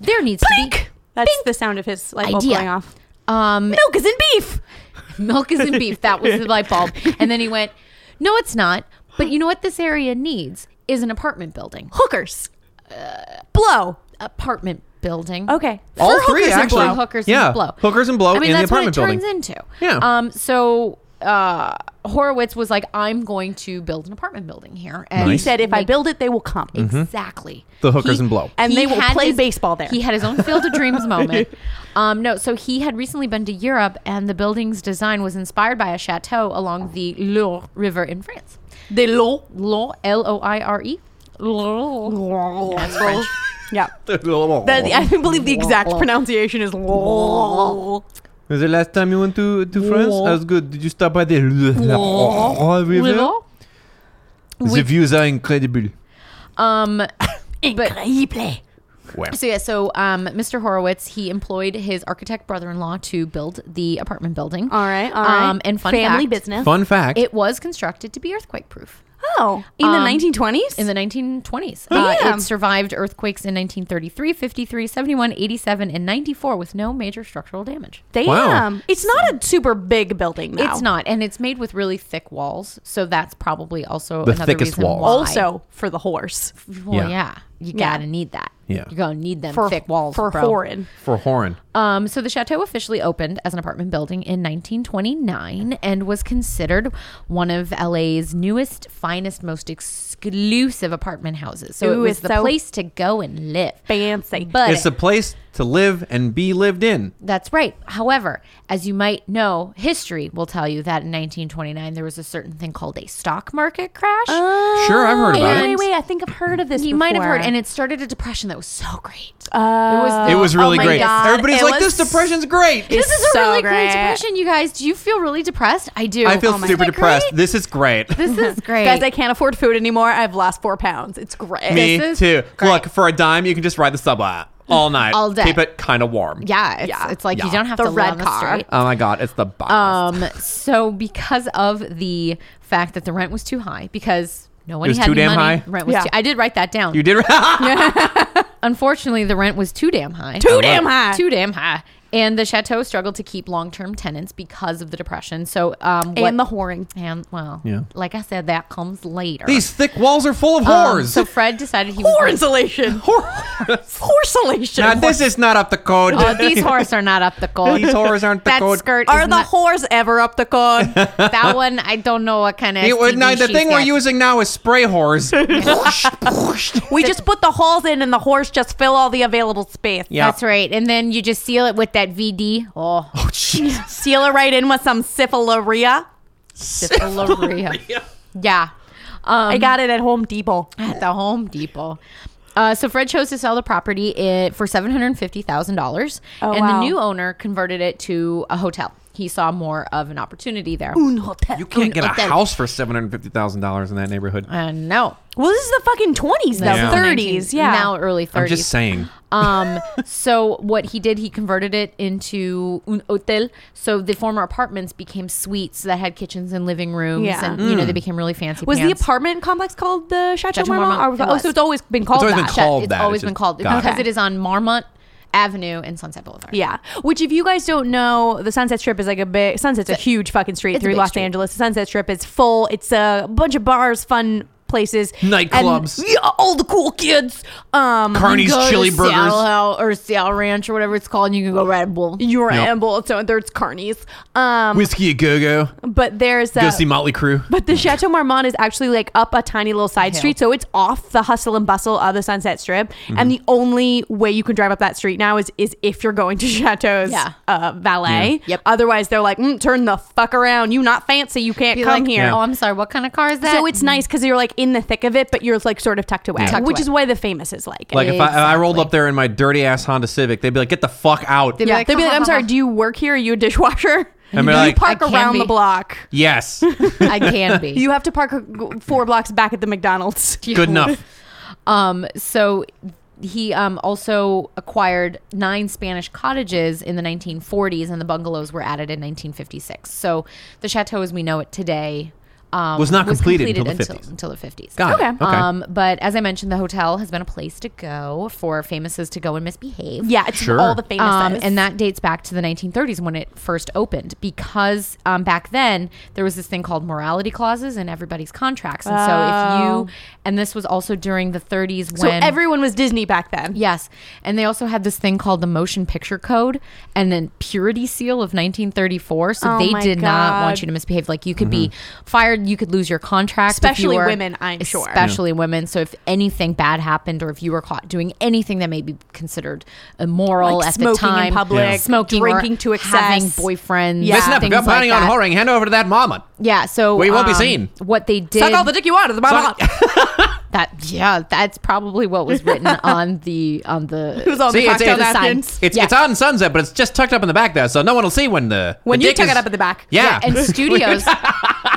Speaker 2: There needs to
Speaker 3: That's the sound of his light bulb
Speaker 2: Idea.
Speaker 3: going off.
Speaker 2: be um,
Speaker 3: Milk is in beef.
Speaker 2: milk is in beef. That was the light bulb. And then he went, No, it's not. But you know what this area needs is an apartment building.
Speaker 3: Hookers. Uh, Blow.
Speaker 2: Apartment building.
Speaker 3: Okay.
Speaker 4: all
Speaker 2: For
Speaker 4: three
Speaker 2: hookers
Speaker 4: actually.
Speaker 2: and blow. hookers
Speaker 4: yeah,
Speaker 2: and blow.
Speaker 4: hookers and blow
Speaker 2: I
Speaker 4: in
Speaker 2: mean, that's
Speaker 4: the apartment
Speaker 2: what it
Speaker 4: building.
Speaker 2: turns into.
Speaker 4: Yeah.
Speaker 2: Um. So uh, Horowitz was like, "I'm going to build an apartment building here,"
Speaker 4: Nice.
Speaker 2: and
Speaker 4: Mm. Mm-hmm.
Speaker 3: He said, if I
Speaker 2: Make-
Speaker 3: build it, they will come.
Speaker 2: exactly
Speaker 4: The hookers and blow.
Speaker 3: And
Speaker 2: he
Speaker 3: they will
Speaker 2: had
Speaker 3: play baseball there.
Speaker 2: He had his own field of dreams moment. Um, no, so he had recently been to Europe, and the building's design was inspired by a chateau along the Loire River in France.
Speaker 3: They low.
Speaker 2: Loire, L O I R E. Loire. That's French.
Speaker 3: Yeah. That-
Speaker 4: was
Speaker 3: I believe the exact pronunciation is low.
Speaker 4: the last time you went to, to France?
Speaker 2: Whoa.
Speaker 4: That was good. Did you stop by the river?
Speaker 2: Loire.
Speaker 4: The views are incredible.
Speaker 2: Um,
Speaker 3: Incredible.
Speaker 4: Wow.
Speaker 2: So yeah, so um, Mr. Horowitz he employed his architect brother-in-law to build the apartment building.
Speaker 3: All right. All right.
Speaker 2: Um, and fun
Speaker 3: family
Speaker 2: fact,
Speaker 3: business.
Speaker 4: Fun fact.
Speaker 2: It was constructed to be earthquake-proof.
Speaker 3: Wow. In
Speaker 2: Um,
Speaker 3: the 1920s?
Speaker 2: in the 1920s.
Speaker 3: Oh,
Speaker 2: Uh,
Speaker 3: yeah.
Speaker 2: It survived earthquakes in 1933, 53, 71, 87, and 94 with no major structural damage.
Speaker 3: Damn.
Speaker 4: Wow.
Speaker 3: It's not a super big building now.
Speaker 2: It's not, and it's made with really thick walls, so that's probably also
Speaker 4: The
Speaker 2: another
Speaker 4: thickest
Speaker 2: reason
Speaker 4: walls.
Speaker 2: why.
Speaker 3: Also for the horse.
Speaker 2: well,
Speaker 4: Yeah.
Speaker 2: yeah, you
Speaker 3: Yeah.
Speaker 2: gotta need that.
Speaker 4: Yeah.
Speaker 2: you're gonna need them
Speaker 3: For
Speaker 2: thick walls
Speaker 3: For
Speaker 2: bro.
Speaker 3: foreign.
Speaker 4: for Horan.
Speaker 2: Um, so the chateau officially opened as an apartment building in 1929 and was considered one of LA's newest, finest, most exclusive apartment houses. So
Speaker 3: Ooh,
Speaker 2: it was
Speaker 3: it's
Speaker 2: the
Speaker 3: so-
Speaker 2: place to go and live.
Speaker 3: Fancy.
Speaker 2: But
Speaker 4: It's a place to live and be lived in.
Speaker 2: That's right. However, as you might know, history will tell you that in 1929 there was a certain thing called a stock market crash.
Speaker 3: Oh,
Speaker 2: Ah,
Speaker 4: Sure, I've heard about
Speaker 3: wait,
Speaker 4: it.
Speaker 3: wait, wait. I think I've heard of this.
Speaker 2: you might have heard, and
Speaker 3: it,
Speaker 2: it started a depression that was so great.
Speaker 3: uh,
Speaker 4: It was really
Speaker 3: oh my
Speaker 4: great.
Speaker 3: God,
Speaker 4: Everybody's
Speaker 3: it
Speaker 4: like, this
Speaker 3: was-
Speaker 4: depression's great.
Speaker 3: It's
Speaker 2: this is a
Speaker 3: so
Speaker 2: really
Speaker 3: great.
Speaker 2: great depression, you guys. Do you feel really depressed? I do.
Speaker 4: I feel
Speaker 2: Oh my-
Speaker 4: super
Speaker 2: Isn't it
Speaker 4: depressed.
Speaker 2: great?
Speaker 4: This is great.
Speaker 2: This is great.
Speaker 3: Guys, I can't afford food anymore. I've lost four pounds. It's great.
Speaker 4: Me
Speaker 2: This is
Speaker 4: too.
Speaker 2: great.
Speaker 4: Look, for a dime, you can just ride the subway all night.
Speaker 2: All day.
Speaker 4: Keep it kind of warm.
Speaker 2: yeah, it's,
Speaker 3: Yeah.
Speaker 2: it's like
Speaker 4: Yeah.
Speaker 2: you don't have
Speaker 3: The
Speaker 2: to
Speaker 3: red
Speaker 2: live on the
Speaker 3: car.
Speaker 2: street.
Speaker 4: Oh my God, it's the best.
Speaker 2: Um, so because of the fact that the rent was too high, because no one
Speaker 4: It was
Speaker 2: had
Speaker 4: too
Speaker 2: any
Speaker 4: damn
Speaker 2: money,
Speaker 4: high?
Speaker 2: rent was
Speaker 3: Yeah.
Speaker 2: too, I did write that down.
Speaker 4: you did.
Speaker 2: Unfortunately, the rent was too damn high.
Speaker 3: Too damn
Speaker 4: it.
Speaker 3: high.
Speaker 2: too damn high. And the chateau struggled to keep long-term tenants because of the depression. So, um, what,
Speaker 3: and the whoring.
Speaker 2: and well,
Speaker 4: Yeah.
Speaker 2: like I said, that comes later.
Speaker 4: These thick walls are full of
Speaker 2: Um,
Speaker 4: whores.
Speaker 2: so Fred decided he
Speaker 3: Whore
Speaker 2: was.
Speaker 3: insulation. Horselation.
Speaker 4: now, this is not up to code.
Speaker 2: Oh, these whores are not up the code.
Speaker 4: These whores aren't the
Speaker 2: that
Speaker 4: code.
Speaker 2: skirt
Speaker 3: Are
Speaker 2: is
Speaker 3: the
Speaker 2: not-
Speaker 3: whores ever up the code?
Speaker 2: that one? I don't know what kind of.
Speaker 4: It-
Speaker 2: STD
Speaker 4: no, the
Speaker 2: she's
Speaker 4: thing we're
Speaker 2: got.
Speaker 4: using now is spray whores.
Speaker 3: we just put the holes in and the horse just fill all the available space.
Speaker 4: Yeah.
Speaker 2: That's right. And then you just seal it with that VD. Oh,
Speaker 4: Oh, jeez.
Speaker 3: Seal it right in with some syphilaria.
Speaker 2: syphilaria. yeah. Um,
Speaker 3: I got it at Home Depot.
Speaker 2: at the Home Depot. Uh, so Fred chose to sell the property i- for seven hundred fifty thousand dollars,
Speaker 3: Oh,
Speaker 2: and
Speaker 3: wow.
Speaker 2: the new owner converted it to a hotel. He saw more of an opportunity there.
Speaker 4: You can't get a
Speaker 2: Okay.
Speaker 4: house for seven hundred fifty thousand dollars in that neighborhood.
Speaker 2: Uh, no,
Speaker 3: Well, this is the fucking 20s, though.
Speaker 4: Yeah.
Speaker 3: 30s, yeah.
Speaker 2: now early
Speaker 4: I'm
Speaker 2: thirties.
Speaker 4: just saying.
Speaker 2: Um, so what he did, he converted it into un hotel. So the former apartments became suites that had kitchens and living rooms,
Speaker 3: Yeah.
Speaker 2: and you know they
Speaker 4: Mm.
Speaker 2: became really fancy.
Speaker 3: was the
Speaker 2: pants.
Speaker 3: apartment complex called the Chateau,
Speaker 2: Chateau
Speaker 3: Marmont?
Speaker 2: Marmont.
Speaker 3: Or-
Speaker 2: It
Speaker 3: oh,
Speaker 2: was.
Speaker 3: so it's always been called
Speaker 4: It's always
Speaker 3: that.
Speaker 4: been called
Speaker 2: Ah, it's
Speaker 4: that.
Speaker 2: always
Speaker 4: It's
Speaker 2: been
Speaker 4: just
Speaker 2: called
Speaker 4: got
Speaker 2: because it
Speaker 3: it.
Speaker 2: is on Marmont Avenue and Sunset Boulevard.
Speaker 3: Yeah, which if you guys don't know, the Sunset Strip is like a big Sunset's a huge fucking street
Speaker 2: It's a
Speaker 3: through
Speaker 2: big
Speaker 3: Los
Speaker 2: street.
Speaker 3: Angeles. The Sunset Strip is full. It's a bunch of bars, fun places,
Speaker 4: Nightclubs.
Speaker 3: and, yeah, all the cool kids. Um,
Speaker 4: Carney's
Speaker 2: go
Speaker 4: chili
Speaker 2: to
Speaker 4: burgers.
Speaker 2: Seattle Hell or Seattle Ranch or whatever it's called, and you can go Red Bull.
Speaker 3: you're
Speaker 4: Yep.
Speaker 3: and Bullets, so there's Carney's. Um,
Speaker 4: Whiskey a go go.
Speaker 3: but there's
Speaker 4: Go
Speaker 3: uh,
Speaker 4: see Motley Crue.
Speaker 3: But the Chateau Marmont is actually like up a tiny little side
Speaker 2: Hill.
Speaker 3: street, so it's off the hustle and bustle of the Sunset Strip.
Speaker 2: Mm-hmm.
Speaker 3: And the only way you can drive up that street now is is if you're going to Chateau's
Speaker 2: Yeah.
Speaker 3: uh, valet.
Speaker 2: Yep.
Speaker 3: Otherwise, they're like, mm, turn the fuck around. You not fancy. You can't
Speaker 2: Be
Speaker 3: come
Speaker 2: like,
Speaker 3: here.
Speaker 2: Oh, I'm sorry. What kind of car is that?
Speaker 3: So it's nice because you're like in the thick of it, but you're like sort of tucked away,
Speaker 2: Tucked
Speaker 3: which
Speaker 2: away.
Speaker 3: is why the famous is like. it.
Speaker 4: Like if I, if I rolled
Speaker 2: Exactly.
Speaker 4: up there in my dirty ass Honda Civic, they'd be like, "Get the fuck out!"
Speaker 2: They'd be
Speaker 3: yeah,
Speaker 2: like,
Speaker 3: they'd be like,
Speaker 2: "Ha,
Speaker 3: "I'm
Speaker 2: ha,
Speaker 3: sorry,
Speaker 2: ha."
Speaker 3: do you work here? Are you a dishwasher?
Speaker 4: And be
Speaker 3: you
Speaker 4: like-
Speaker 2: I
Speaker 3: park
Speaker 2: can
Speaker 3: around
Speaker 2: be.
Speaker 3: the block.
Speaker 4: yes,
Speaker 2: I can be.
Speaker 3: You have to park uh, four blocks back at the McDonald's.
Speaker 4: good enough.
Speaker 2: Um, so he um, also acquired nine Spanish cottages in the 1940s, and the bungalows were added in 1956. So the chateau as we know it today um,
Speaker 4: Was not completed until the 50s.
Speaker 2: Until, the 50s.
Speaker 4: God.
Speaker 3: Okay.
Speaker 4: Okay.
Speaker 2: Um, but as I mentioned, the hotel has been a place to go for famouses to go and misbehave.
Speaker 3: Yeah, it's
Speaker 4: Sure.
Speaker 3: all the famous.
Speaker 2: Um, and that dates back to the 1930s when it first opened, because um, back then there was this thing called morality clauses in everybody's contracts, and so if you, and this was also during the 30s
Speaker 3: Oh. So
Speaker 2: when
Speaker 3: everyone was Disney back then.
Speaker 2: Yes. And they also had this thing called the Motion Picture Code and then Purity Seal of 1934. So
Speaker 3: Oh
Speaker 2: they
Speaker 3: my
Speaker 2: did not want
Speaker 3: God.
Speaker 2: you to misbehave. Like you could be
Speaker 4: Mm-hmm.
Speaker 2: fired, you could lose your contract. if
Speaker 3: Especially
Speaker 2: you were-
Speaker 3: women, I'm sure.
Speaker 2: Especially women. So if anything bad happened or if you were caught doing anything that may be considered immoral
Speaker 3: Like
Speaker 2: at
Speaker 3: smoking
Speaker 2: the
Speaker 3: in
Speaker 2: time,
Speaker 3: public, Yeah.
Speaker 2: smoking, or
Speaker 3: drinking to
Speaker 2: having
Speaker 3: excess.
Speaker 2: boyfriends,
Speaker 3: Yeah.
Speaker 4: Listen up.
Speaker 2: things
Speaker 4: Go
Speaker 2: like
Speaker 4: planning on
Speaker 2: that.
Speaker 4: whoring. Hand over to that mama.
Speaker 2: Yeah, so um,
Speaker 4: We won't be seen.
Speaker 2: What they did,
Speaker 3: Suck all the dick you want at the
Speaker 4: Suck-
Speaker 3: bottom.
Speaker 2: that yeah, that's probably what was written on the on the
Speaker 3: Who's on
Speaker 4: See,
Speaker 3: the
Speaker 4: it's-
Speaker 3: cocktail
Speaker 4: it's-
Speaker 3: napkin?
Speaker 2: it's-
Speaker 4: It's
Speaker 2: Yeah.
Speaker 4: it's on Sunset, but it's just tucked up in the back there, so no one will see when the
Speaker 3: When
Speaker 4: the
Speaker 3: you
Speaker 4: dick
Speaker 3: tuck
Speaker 4: is-
Speaker 3: it up at the back.
Speaker 4: Yeah.
Speaker 2: and studios.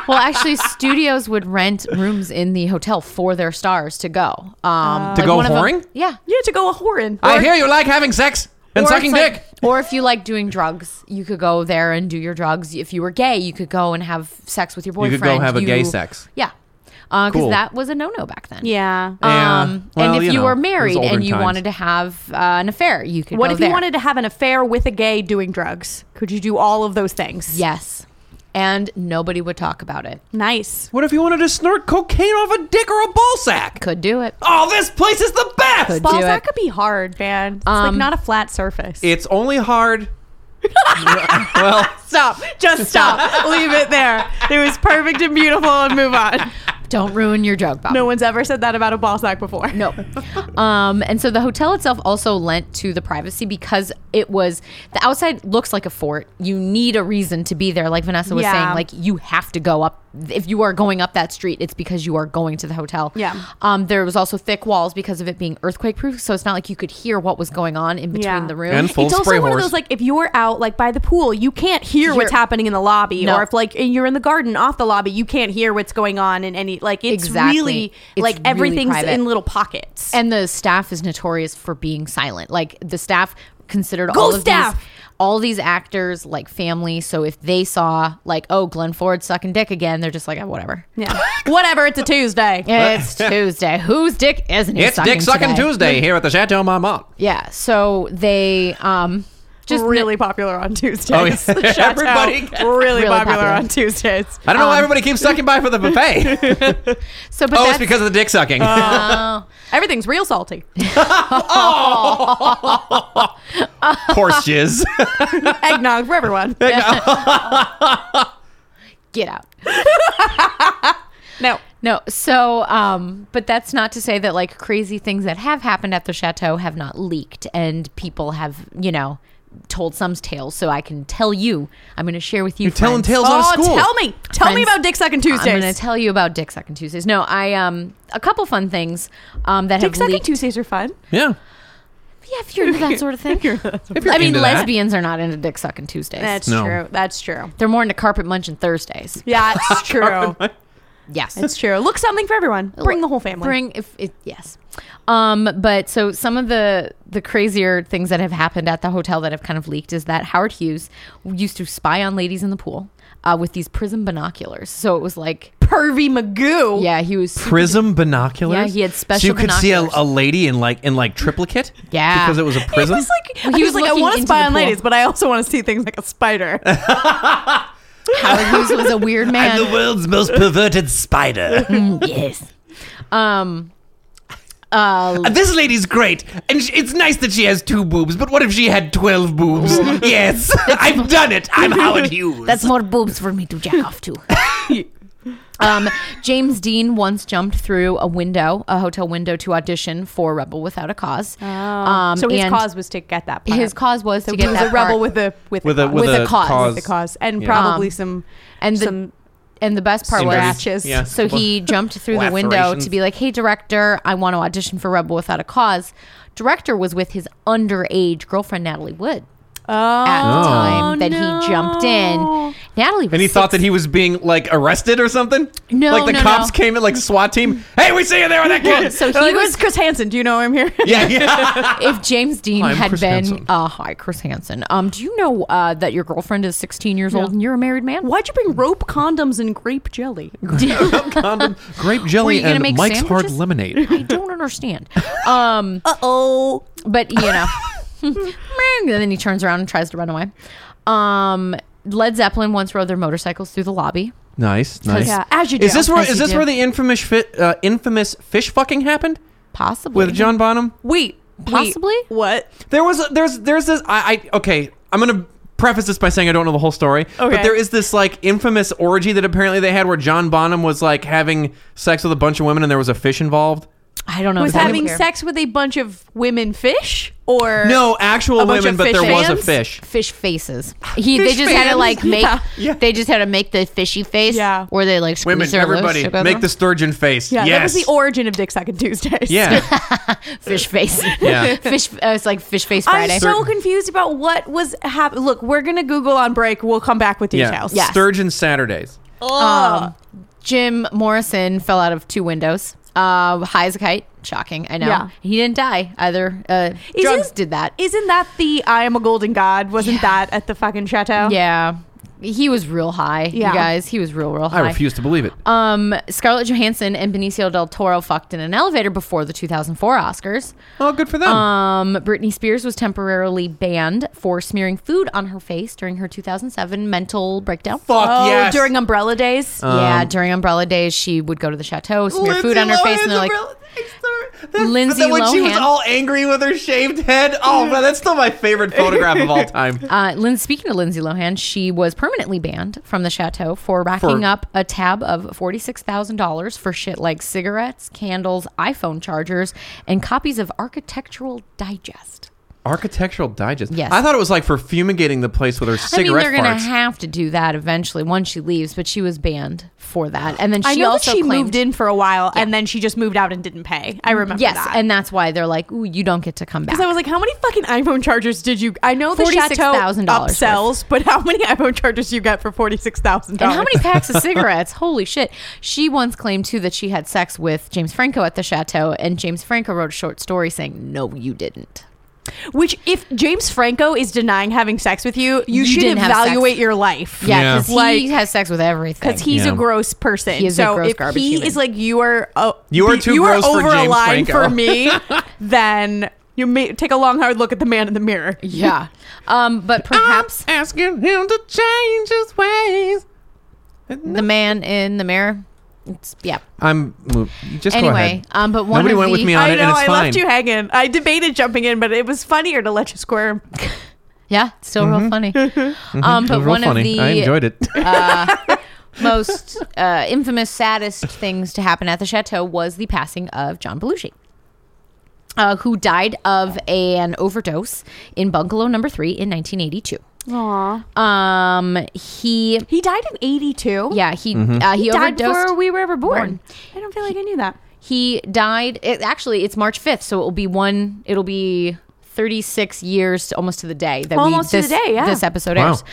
Speaker 2: well, actually, studios would rent rooms in the hotel for their stars to go. Um,
Speaker 4: To
Speaker 2: like
Speaker 4: go
Speaker 2: one of them-
Speaker 4: whoring?
Speaker 2: yeah.
Speaker 3: You had to go a whoring.
Speaker 4: I hear you like having sex and
Speaker 2: Or if,
Speaker 4: sucking
Speaker 2: like-
Speaker 4: dick.
Speaker 2: Or if you like doing drugs, you could go there and do your drugs. If you were gay, you could go and have sex with your
Speaker 4: You
Speaker 2: boyfriend.
Speaker 4: could go have a gay sex.
Speaker 2: Yeah. because
Speaker 4: Cool.
Speaker 2: that was a no-no back then.
Speaker 3: Yeah.
Speaker 4: Yeah.
Speaker 2: Um,
Speaker 4: Well,
Speaker 2: and if
Speaker 4: you
Speaker 2: you,
Speaker 4: know, it
Speaker 2: were
Speaker 4: was
Speaker 2: married
Speaker 4: older
Speaker 2: and you
Speaker 4: times.
Speaker 2: wanted to have uh, an affair, you could.
Speaker 3: what
Speaker 2: go
Speaker 3: if
Speaker 2: there.
Speaker 3: you wanted to have an affair with a gay doing drugs? Could you do all of those things?
Speaker 2: Yes, and nobody would talk about it.
Speaker 3: Nice.
Speaker 4: What if you wanted to snort cocaine off a dick or a ball sack?
Speaker 2: Could do it.
Speaker 4: Oh, this place is the best.
Speaker 2: Could-
Speaker 3: Balls,
Speaker 2: Do
Speaker 3: that
Speaker 2: it.
Speaker 3: could be hard, man. It's like
Speaker 2: Um,
Speaker 3: not a flat surface.
Speaker 4: It's only hard. well,
Speaker 3: stop. Just stop. Leave it there. It was perfect and beautiful and move on.
Speaker 2: Don't ruin your joke, Bob.
Speaker 3: No one's ever said that about a ball sack before.
Speaker 2: No. Um, and so the hotel itself also lent to the privacy because it was the outside looks like a fort. You need a reason to be there. Like Vanessa was
Speaker 3: Yeah.
Speaker 2: saying, like you have to go up. If you are going up that street, it's because you are going to the hotel.
Speaker 3: Yeah.
Speaker 2: Um, there was also thick walls because of it being earthquake proof. So it's not like you could hear what was going on in between
Speaker 3: Yeah.
Speaker 2: the room.
Speaker 4: And full
Speaker 3: it's also
Speaker 4: spray
Speaker 3: one
Speaker 4: horse.
Speaker 3: of those like if you're out like by the pool, you can't hear what's
Speaker 2: You're-
Speaker 3: happening in the lobby,
Speaker 2: No.
Speaker 3: or if like you're in the garden off the lobby, you can't hear what's going on in any like it's
Speaker 2: Exactly.
Speaker 3: really
Speaker 2: It's
Speaker 3: like
Speaker 2: really
Speaker 3: everything's
Speaker 2: private.
Speaker 3: in little pockets.
Speaker 2: And the staff is notorious for being silent. Like the staff considered
Speaker 3: Go
Speaker 2: all of
Speaker 3: staff!
Speaker 2: these all these actors like family. So if they saw like, oh, Glenn Ford sucking dick again, they're just like, oh, whatever.
Speaker 3: yeah, whatever. It's a Tuesday.
Speaker 2: It's Tuesday. Whose dick isn't he
Speaker 4: it's
Speaker 2: sucking
Speaker 4: Dick Sucking
Speaker 2: today?
Speaker 4: Tuesday here at the Chateau Marmont.
Speaker 2: Yeah. So they um just
Speaker 3: Just really popular on Tuesdays.
Speaker 4: Oh, yeah.
Speaker 3: The Chateau,
Speaker 4: Everybody
Speaker 3: really,
Speaker 4: gets-
Speaker 2: Really
Speaker 3: popular,
Speaker 2: popular.
Speaker 3: on Tuesdays.
Speaker 4: I don't know why everybody keeps sucking by for the buffet.
Speaker 2: so but
Speaker 4: oh,
Speaker 2: that's
Speaker 4: it's because of the dick sucking.
Speaker 3: Everything's real salty.
Speaker 4: Horse jizz.
Speaker 3: Eggnog for everyone.
Speaker 2: get out.
Speaker 3: no.
Speaker 2: No, so um but that's not to say that like crazy things that have happened at the chateau have not leaked and people have, you know, told some tales. So I can tell you. I'm going to share with you. You're
Speaker 4: telling tales out of
Speaker 3: Oh,
Speaker 4: school.
Speaker 3: tell me. Tell me
Speaker 2: Friends,
Speaker 3: about Dick Sucking
Speaker 2: I'm going
Speaker 3: Tuesdays.
Speaker 2: to tell you about Dick Sucking Tuesdays. No, I um a couple fun things um that
Speaker 3: Dick
Speaker 2: have
Speaker 3: Sucking
Speaker 2: leaked.
Speaker 3: Tuesdays are fun.
Speaker 4: Yeah.
Speaker 2: yeah, if you're into that sort of thing.
Speaker 4: If you're
Speaker 2: I mean,
Speaker 4: into that.
Speaker 2: lesbians are not into Dick Sucking Tuesdays.
Speaker 3: That's
Speaker 4: No.
Speaker 3: true. That's true.
Speaker 2: They're more into carpet munching Thursdays.
Speaker 3: Yeah, it's true.
Speaker 2: Yes.
Speaker 3: It's true. Look something for everyone. Bring the whole family.
Speaker 2: Bring if it, yes. Um, but so some of the the crazier things that have happened at the hotel that have kind of leaked is that Howard Hughes used to spy on ladies in the pool uh, with these prism binoculars. So it was like
Speaker 3: Pervy Magoo.
Speaker 2: yeah, he was super-
Speaker 4: prism binoculars.
Speaker 2: Yeah, he had
Speaker 4: So you
Speaker 2: special
Speaker 4: could see a,
Speaker 2: binoculars.
Speaker 4: a lady in like in like triplicate.
Speaker 2: Yeah.
Speaker 4: because it was a
Speaker 3: It
Speaker 4: prism.
Speaker 3: was like
Speaker 2: Well,
Speaker 3: he
Speaker 2: he
Speaker 3: was,
Speaker 2: was
Speaker 3: like I
Speaker 2: looking
Speaker 3: want to
Speaker 2: into
Speaker 3: spy
Speaker 2: the
Speaker 3: on
Speaker 2: pool.
Speaker 3: ladies, but I also want to see things like a spider.
Speaker 2: Howard Hughes was a weird man.
Speaker 4: world's most perverted spider.
Speaker 2: yes. Um. Uh,
Speaker 4: this lady's great, and sh- it's nice that she has two boobs. But what if she had twelve boobs? yes, I've done it. I'm Howard Hughes.
Speaker 2: That's more boobs for me to jack off to. um, James Dean once jumped through a window, a hotel window, to audition for Rebel Without a Cause. Um,
Speaker 3: Oh. so his
Speaker 2: and
Speaker 3: cause was to get that. Part.
Speaker 2: his cause was
Speaker 3: So
Speaker 2: to
Speaker 3: he
Speaker 2: get
Speaker 3: was
Speaker 2: that
Speaker 3: a rebel
Speaker 2: part.
Speaker 3: with a with,
Speaker 4: With a-
Speaker 3: cause.
Speaker 4: with
Speaker 2: With a a cause. cause.
Speaker 3: With a cause, and
Speaker 4: Yeah.
Speaker 3: probably
Speaker 2: Um,
Speaker 3: some
Speaker 2: and the-
Speaker 3: some
Speaker 2: and the best part was
Speaker 3: scratches.
Speaker 4: Yeah.
Speaker 2: So he jumped through the window
Speaker 4: Lacerations.
Speaker 2: to be like, "Hey, director, I want to audition for Rebel Without a Cause." Director was with his underage girlfriend Natalie Wood at
Speaker 3: oh,
Speaker 2: the time that he jumped in. Natalie, was
Speaker 4: And he thought
Speaker 2: six-
Speaker 4: that he was being like arrested or something.
Speaker 2: No,
Speaker 4: like the
Speaker 2: no,
Speaker 4: cops
Speaker 2: no.
Speaker 4: came in, like SWAT team. Hey, we see you there with that kid.
Speaker 2: So he
Speaker 3: Like,
Speaker 2: was
Speaker 3: where's Chris Hansen? Do you know him here?
Speaker 4: yeah, yeah.
Speaker 2: if James Dean
Speaker 4: Hi, I'm
Speaker 2: had
Speaker 4: Chris
Speaker 2: been
Speaker 4: Hansen.
Speaker 2: uh hi Chris Hansen. Um do you know uh that your girlfriend is 16 years old and you're a married man?
Speaker 3: Why'd you bring rope condoms and grape jelly?
Speaker 4: Condom, grape
Speaker 2: Were
Speaker 4: jelly,
Speaker 2: you gonna
Speaker 4: and
Speaker 2: make
Speaker 4: Mike's hard
Speaker 2: sandwiches?
Speaker 4: lemonade.
Speaker 2: I don't understand. Um
Speaker 3: Uh oh.
Speaker 2: but you know. and then he turns around and tries to run away. Um Led Zeppelin once rode their motorcycles through the lobby.
Speaker 4: Nice, nice.
Speaker 3: Yeah, as you do.
Speaker 4: Is this where
Speaker 2: As
Speaker 4: is
Speaker 2: you
Speaker 4: this
Speaker 2: do.
Speaker 4: where the infamous fit, uh, infamous fish fucking happened
Speaker 2: Possibly.
Speaker 4: with John Bonham?
Speaker 3: Wait,
Speaker 2: Possibly?
Speaker 3: wait, what?
Speaker 4: There was a, there's there's this I, I okay I'm gonna preface this by saying I don't know the whole story
Speaker 3: Okay.
Speaker 4: but there is this like infamous orgy that apparently they had where John Bonham was like having sex with a bunch of women and there was a fish involved.
Speaker 2: I don't know.
Speaker 3: was
Speaker 2: Does anyone
Speaker 3: having
Speaker 2: care?
Speaker 3: sex with a bunch of women fish or
Speaker 4: No actual
Speaker 3: Er, A bunch
Speaker 4: women,
Speaker 3: of
Speaker 4: but
Speaker 3: fish
Speaker 4: there was a
Speaker 3: fans?
Speaker 4: fish.
Speaker 2: Fish faces. He they
Speaker 4: Fish
Speaker 2: just had to
Speaker 4: fans?
Speaker 2: like make
Speaker 3: Yeah.
Speaker 4: Yeah.
Speaker 2: they just had to make the fishy face.
Speaker 3: Yeah.
Speaker 2: Where they like squeeze
Speaker 4: Women,
Speaker 2: their lips
Speaker 4: everybody,
Speaker 2: together.
Speaker 4: make the sturgeon face.
Speaker 3: Yeah, that was
Speaker 4: yes.
Speaker 3: the origin of Dick Sucking Tuesdays.
Speaker 4: yeah,
Speaker 2: fish face.
Speaker 4: Yeah.
Speaker 2: fish. Uh, it's like fish face
Speaker 3: I'm
Speaker 2: Friday.
Speaker 3: so confused about what was happening. Look, we're gonna Google on break. We'll come back with
Speaker 4: yeah.
Speaker 3: details.
Speaker 2: Yes.
Speaker 4: Sturgeon Saturdays.
Speaker 2: Um, Jim Morrison fell out of two windows, uh, high as a kite. Shocking, I know.
Speaker 3: Yeah.
Speaker 2: He didn't die either. Uh,
Speaker 3: Is
Speaker 2: drugs
Speaker 3: it-
Speaker 2: did that.
Speaker 3: Isn't that the I am a golden god? Wasn't that at the fucking chateau?
Speaker 2: yeah. He was real high,
Speaker 3: Yeah.
Speaker 2: you guys. He was real, real
Speaker 4: I
Speaker 2: high.
Speaker 4: refuse to believe it.
Speaker 3: Uh,
Speaker 2: Um, Scarlett Johansson and Benicio del Toro fucked in an elevator before the 2004 Oscars.
Speaker 4: oh, good for them.
Speaker 3: uh,
Speaker 2: Um, Britney Spears was temporarily banned for smearing food on her face during her 2007 mental breakdown.
Speaker 4: Fuck
Speaker 3: Oh,
Speaker 4: yes. Uh,
Speaker 3: during umbrella days.
Speaker 2: yeah, during Umbrella Days, she would go to the chateau, smear
Speaker 4: Lindsay
Speaker 2: food on her face,
Speaker 4: Lohan's
Speaker 2: and they're like,
Speaker 4: umbrella- That- that-
Speaker 2: Lindsay
Speaker 4: that when she was
Speaker 2: Lohan.
Speaker 4: all angry with her shaved head. Oh man, that's still my favorite photograph of all time.
Speaker 2: Uh, Lin- speaking of Lindsay Lohan, she was permanently banned from the chateau for racking
Speaker 4: For-
Speaker 2: up a tab of forty-six thousand dollars for shit like cigarettes, candles, iPhone chargers, and copies of Architectural Digest.
Speaker 4: Architectural Digest.
Speaker 2: Yes.
Speaker 4: I thought it was like for fumigating the place with her cigarette
Speaker 2: I mean, they're
Speaker 4: farts.
Speaker 2: gonna have to do that eventually once she leaves, but she was banned for that, and then she
Speaker 3: I know that
Speaker 2: also
Speaker 3: she
Speaker 2: claimed- Mm-hmm.
Speaker 3: moved in for a while and then she just moved out and didn't pay. I remember
Speaker 2: Yes,
Speaker 3: that.
Speaker 2: and that's why they're like, "Ooh, you don't get to come back."
Speaker 3: Because I was like, how many fucking iPhone chargers did you? I know the chateau
Speaker 2: $46,000 worth.
Speaker 3: upsells, but how many iPhone chargers you get for forty six thousand
Speaker 2: And
Speaker 3: dollars?
Speaker 2: how many packs of cigarettes? Holy shit. She once claimed, too, that she had sex with James Franco at the chateau, and James Franco wrote a short story saying, No, you didn't.
Speaker 3: Which, if James Franco is denying having sex with you, you,
Speaker 2: You
Speaker 3: should
Speaker 2: didn't have sex.
Speaker 3: evaluate your life.
Speaker 4: Yeah.
Speaker 2: Yeah, because
Speaker 3: Like-
Speaker 2: he has sex with everything.
Speaker 3: Because he's
Speaker 4: Yeah.
Speaker 3: a gross person.
Speaker 2: He is a
Speaker 3: so
Speaker 2: gross
Speaker 3: if
Speaker 2: garbage
Speaker 3: he
Speaker 2: human.
Speaker 3: is like you are, uh,
Speaker 4: You are too
Speaker 3: you
Speaker 4: gross
Speaker 3: are
Speaker 4: for
Speaker 3: over
Speaker 4: James
Speaker 3: a line
Speaker 4: Franco.
Speaker 3: for me. then you may take a long hard look at the man in the mirror.
Speaker 2: yeah. Um, but perhaps
Speaker 4: asking him to change his ways.
Speaker 2: the man in the mirror. It's, yeah.
Speaker 4: I'm mo- just go
Speaker 2: Anyway,
Speaker 4: ahead.
Speaker 2: um, but one
Speaker 4: Nobody
Speaker 2: of
Speaker 4: went
Speaker 2: the,
Speaker 4: with me on
Speaker 3: I
Speaker 4: it,
Speaker 3: know.
Speaker 4: and it's
Speaker 3: I
Speaker 4: fine.
Speaker 3: left you hanging. I debated jumping in, but it was funnier to let you squirm.
Speaker 2: Yeah, it's still real funny. Um,
Speaker 4: It
Speaker 2: but
Speaker 4: was Mm-hmm. real
Speaker 2: one
Speaker 4: funny.
Speaker 2: of the
Speaker 4: I enjoyed it.
Speaker 2: Uh, most uh, infamous, saddest things to happen at the chateau was the passing of John Belushi. Uh, who died of an overdose in bungalow number three in 1982?
Speaker 3: Aww.
Speaker 2: Um, he,
Speaker 3: He died in 82.
Speaker 2: yeah, he uh, he,
Speaker 3: Died
Speaker 2: overdosed.
Speaker 3: before we were ever born.
Speaker 2: Born.
Speaker 3: I don't feel like I knew that.
Speaker 2: he died. It, actually, it's March 5th, so it will be one. It'll be 36 years, to, almost to the day that
Speaker 3: Almost to
Speaker 2: we
Speaker 3: the
Speaker 2: this,
Speaker 3: day, yeah.
Speaker 2: this episode
Speaker 4: Wow.
Speaker 2: airs.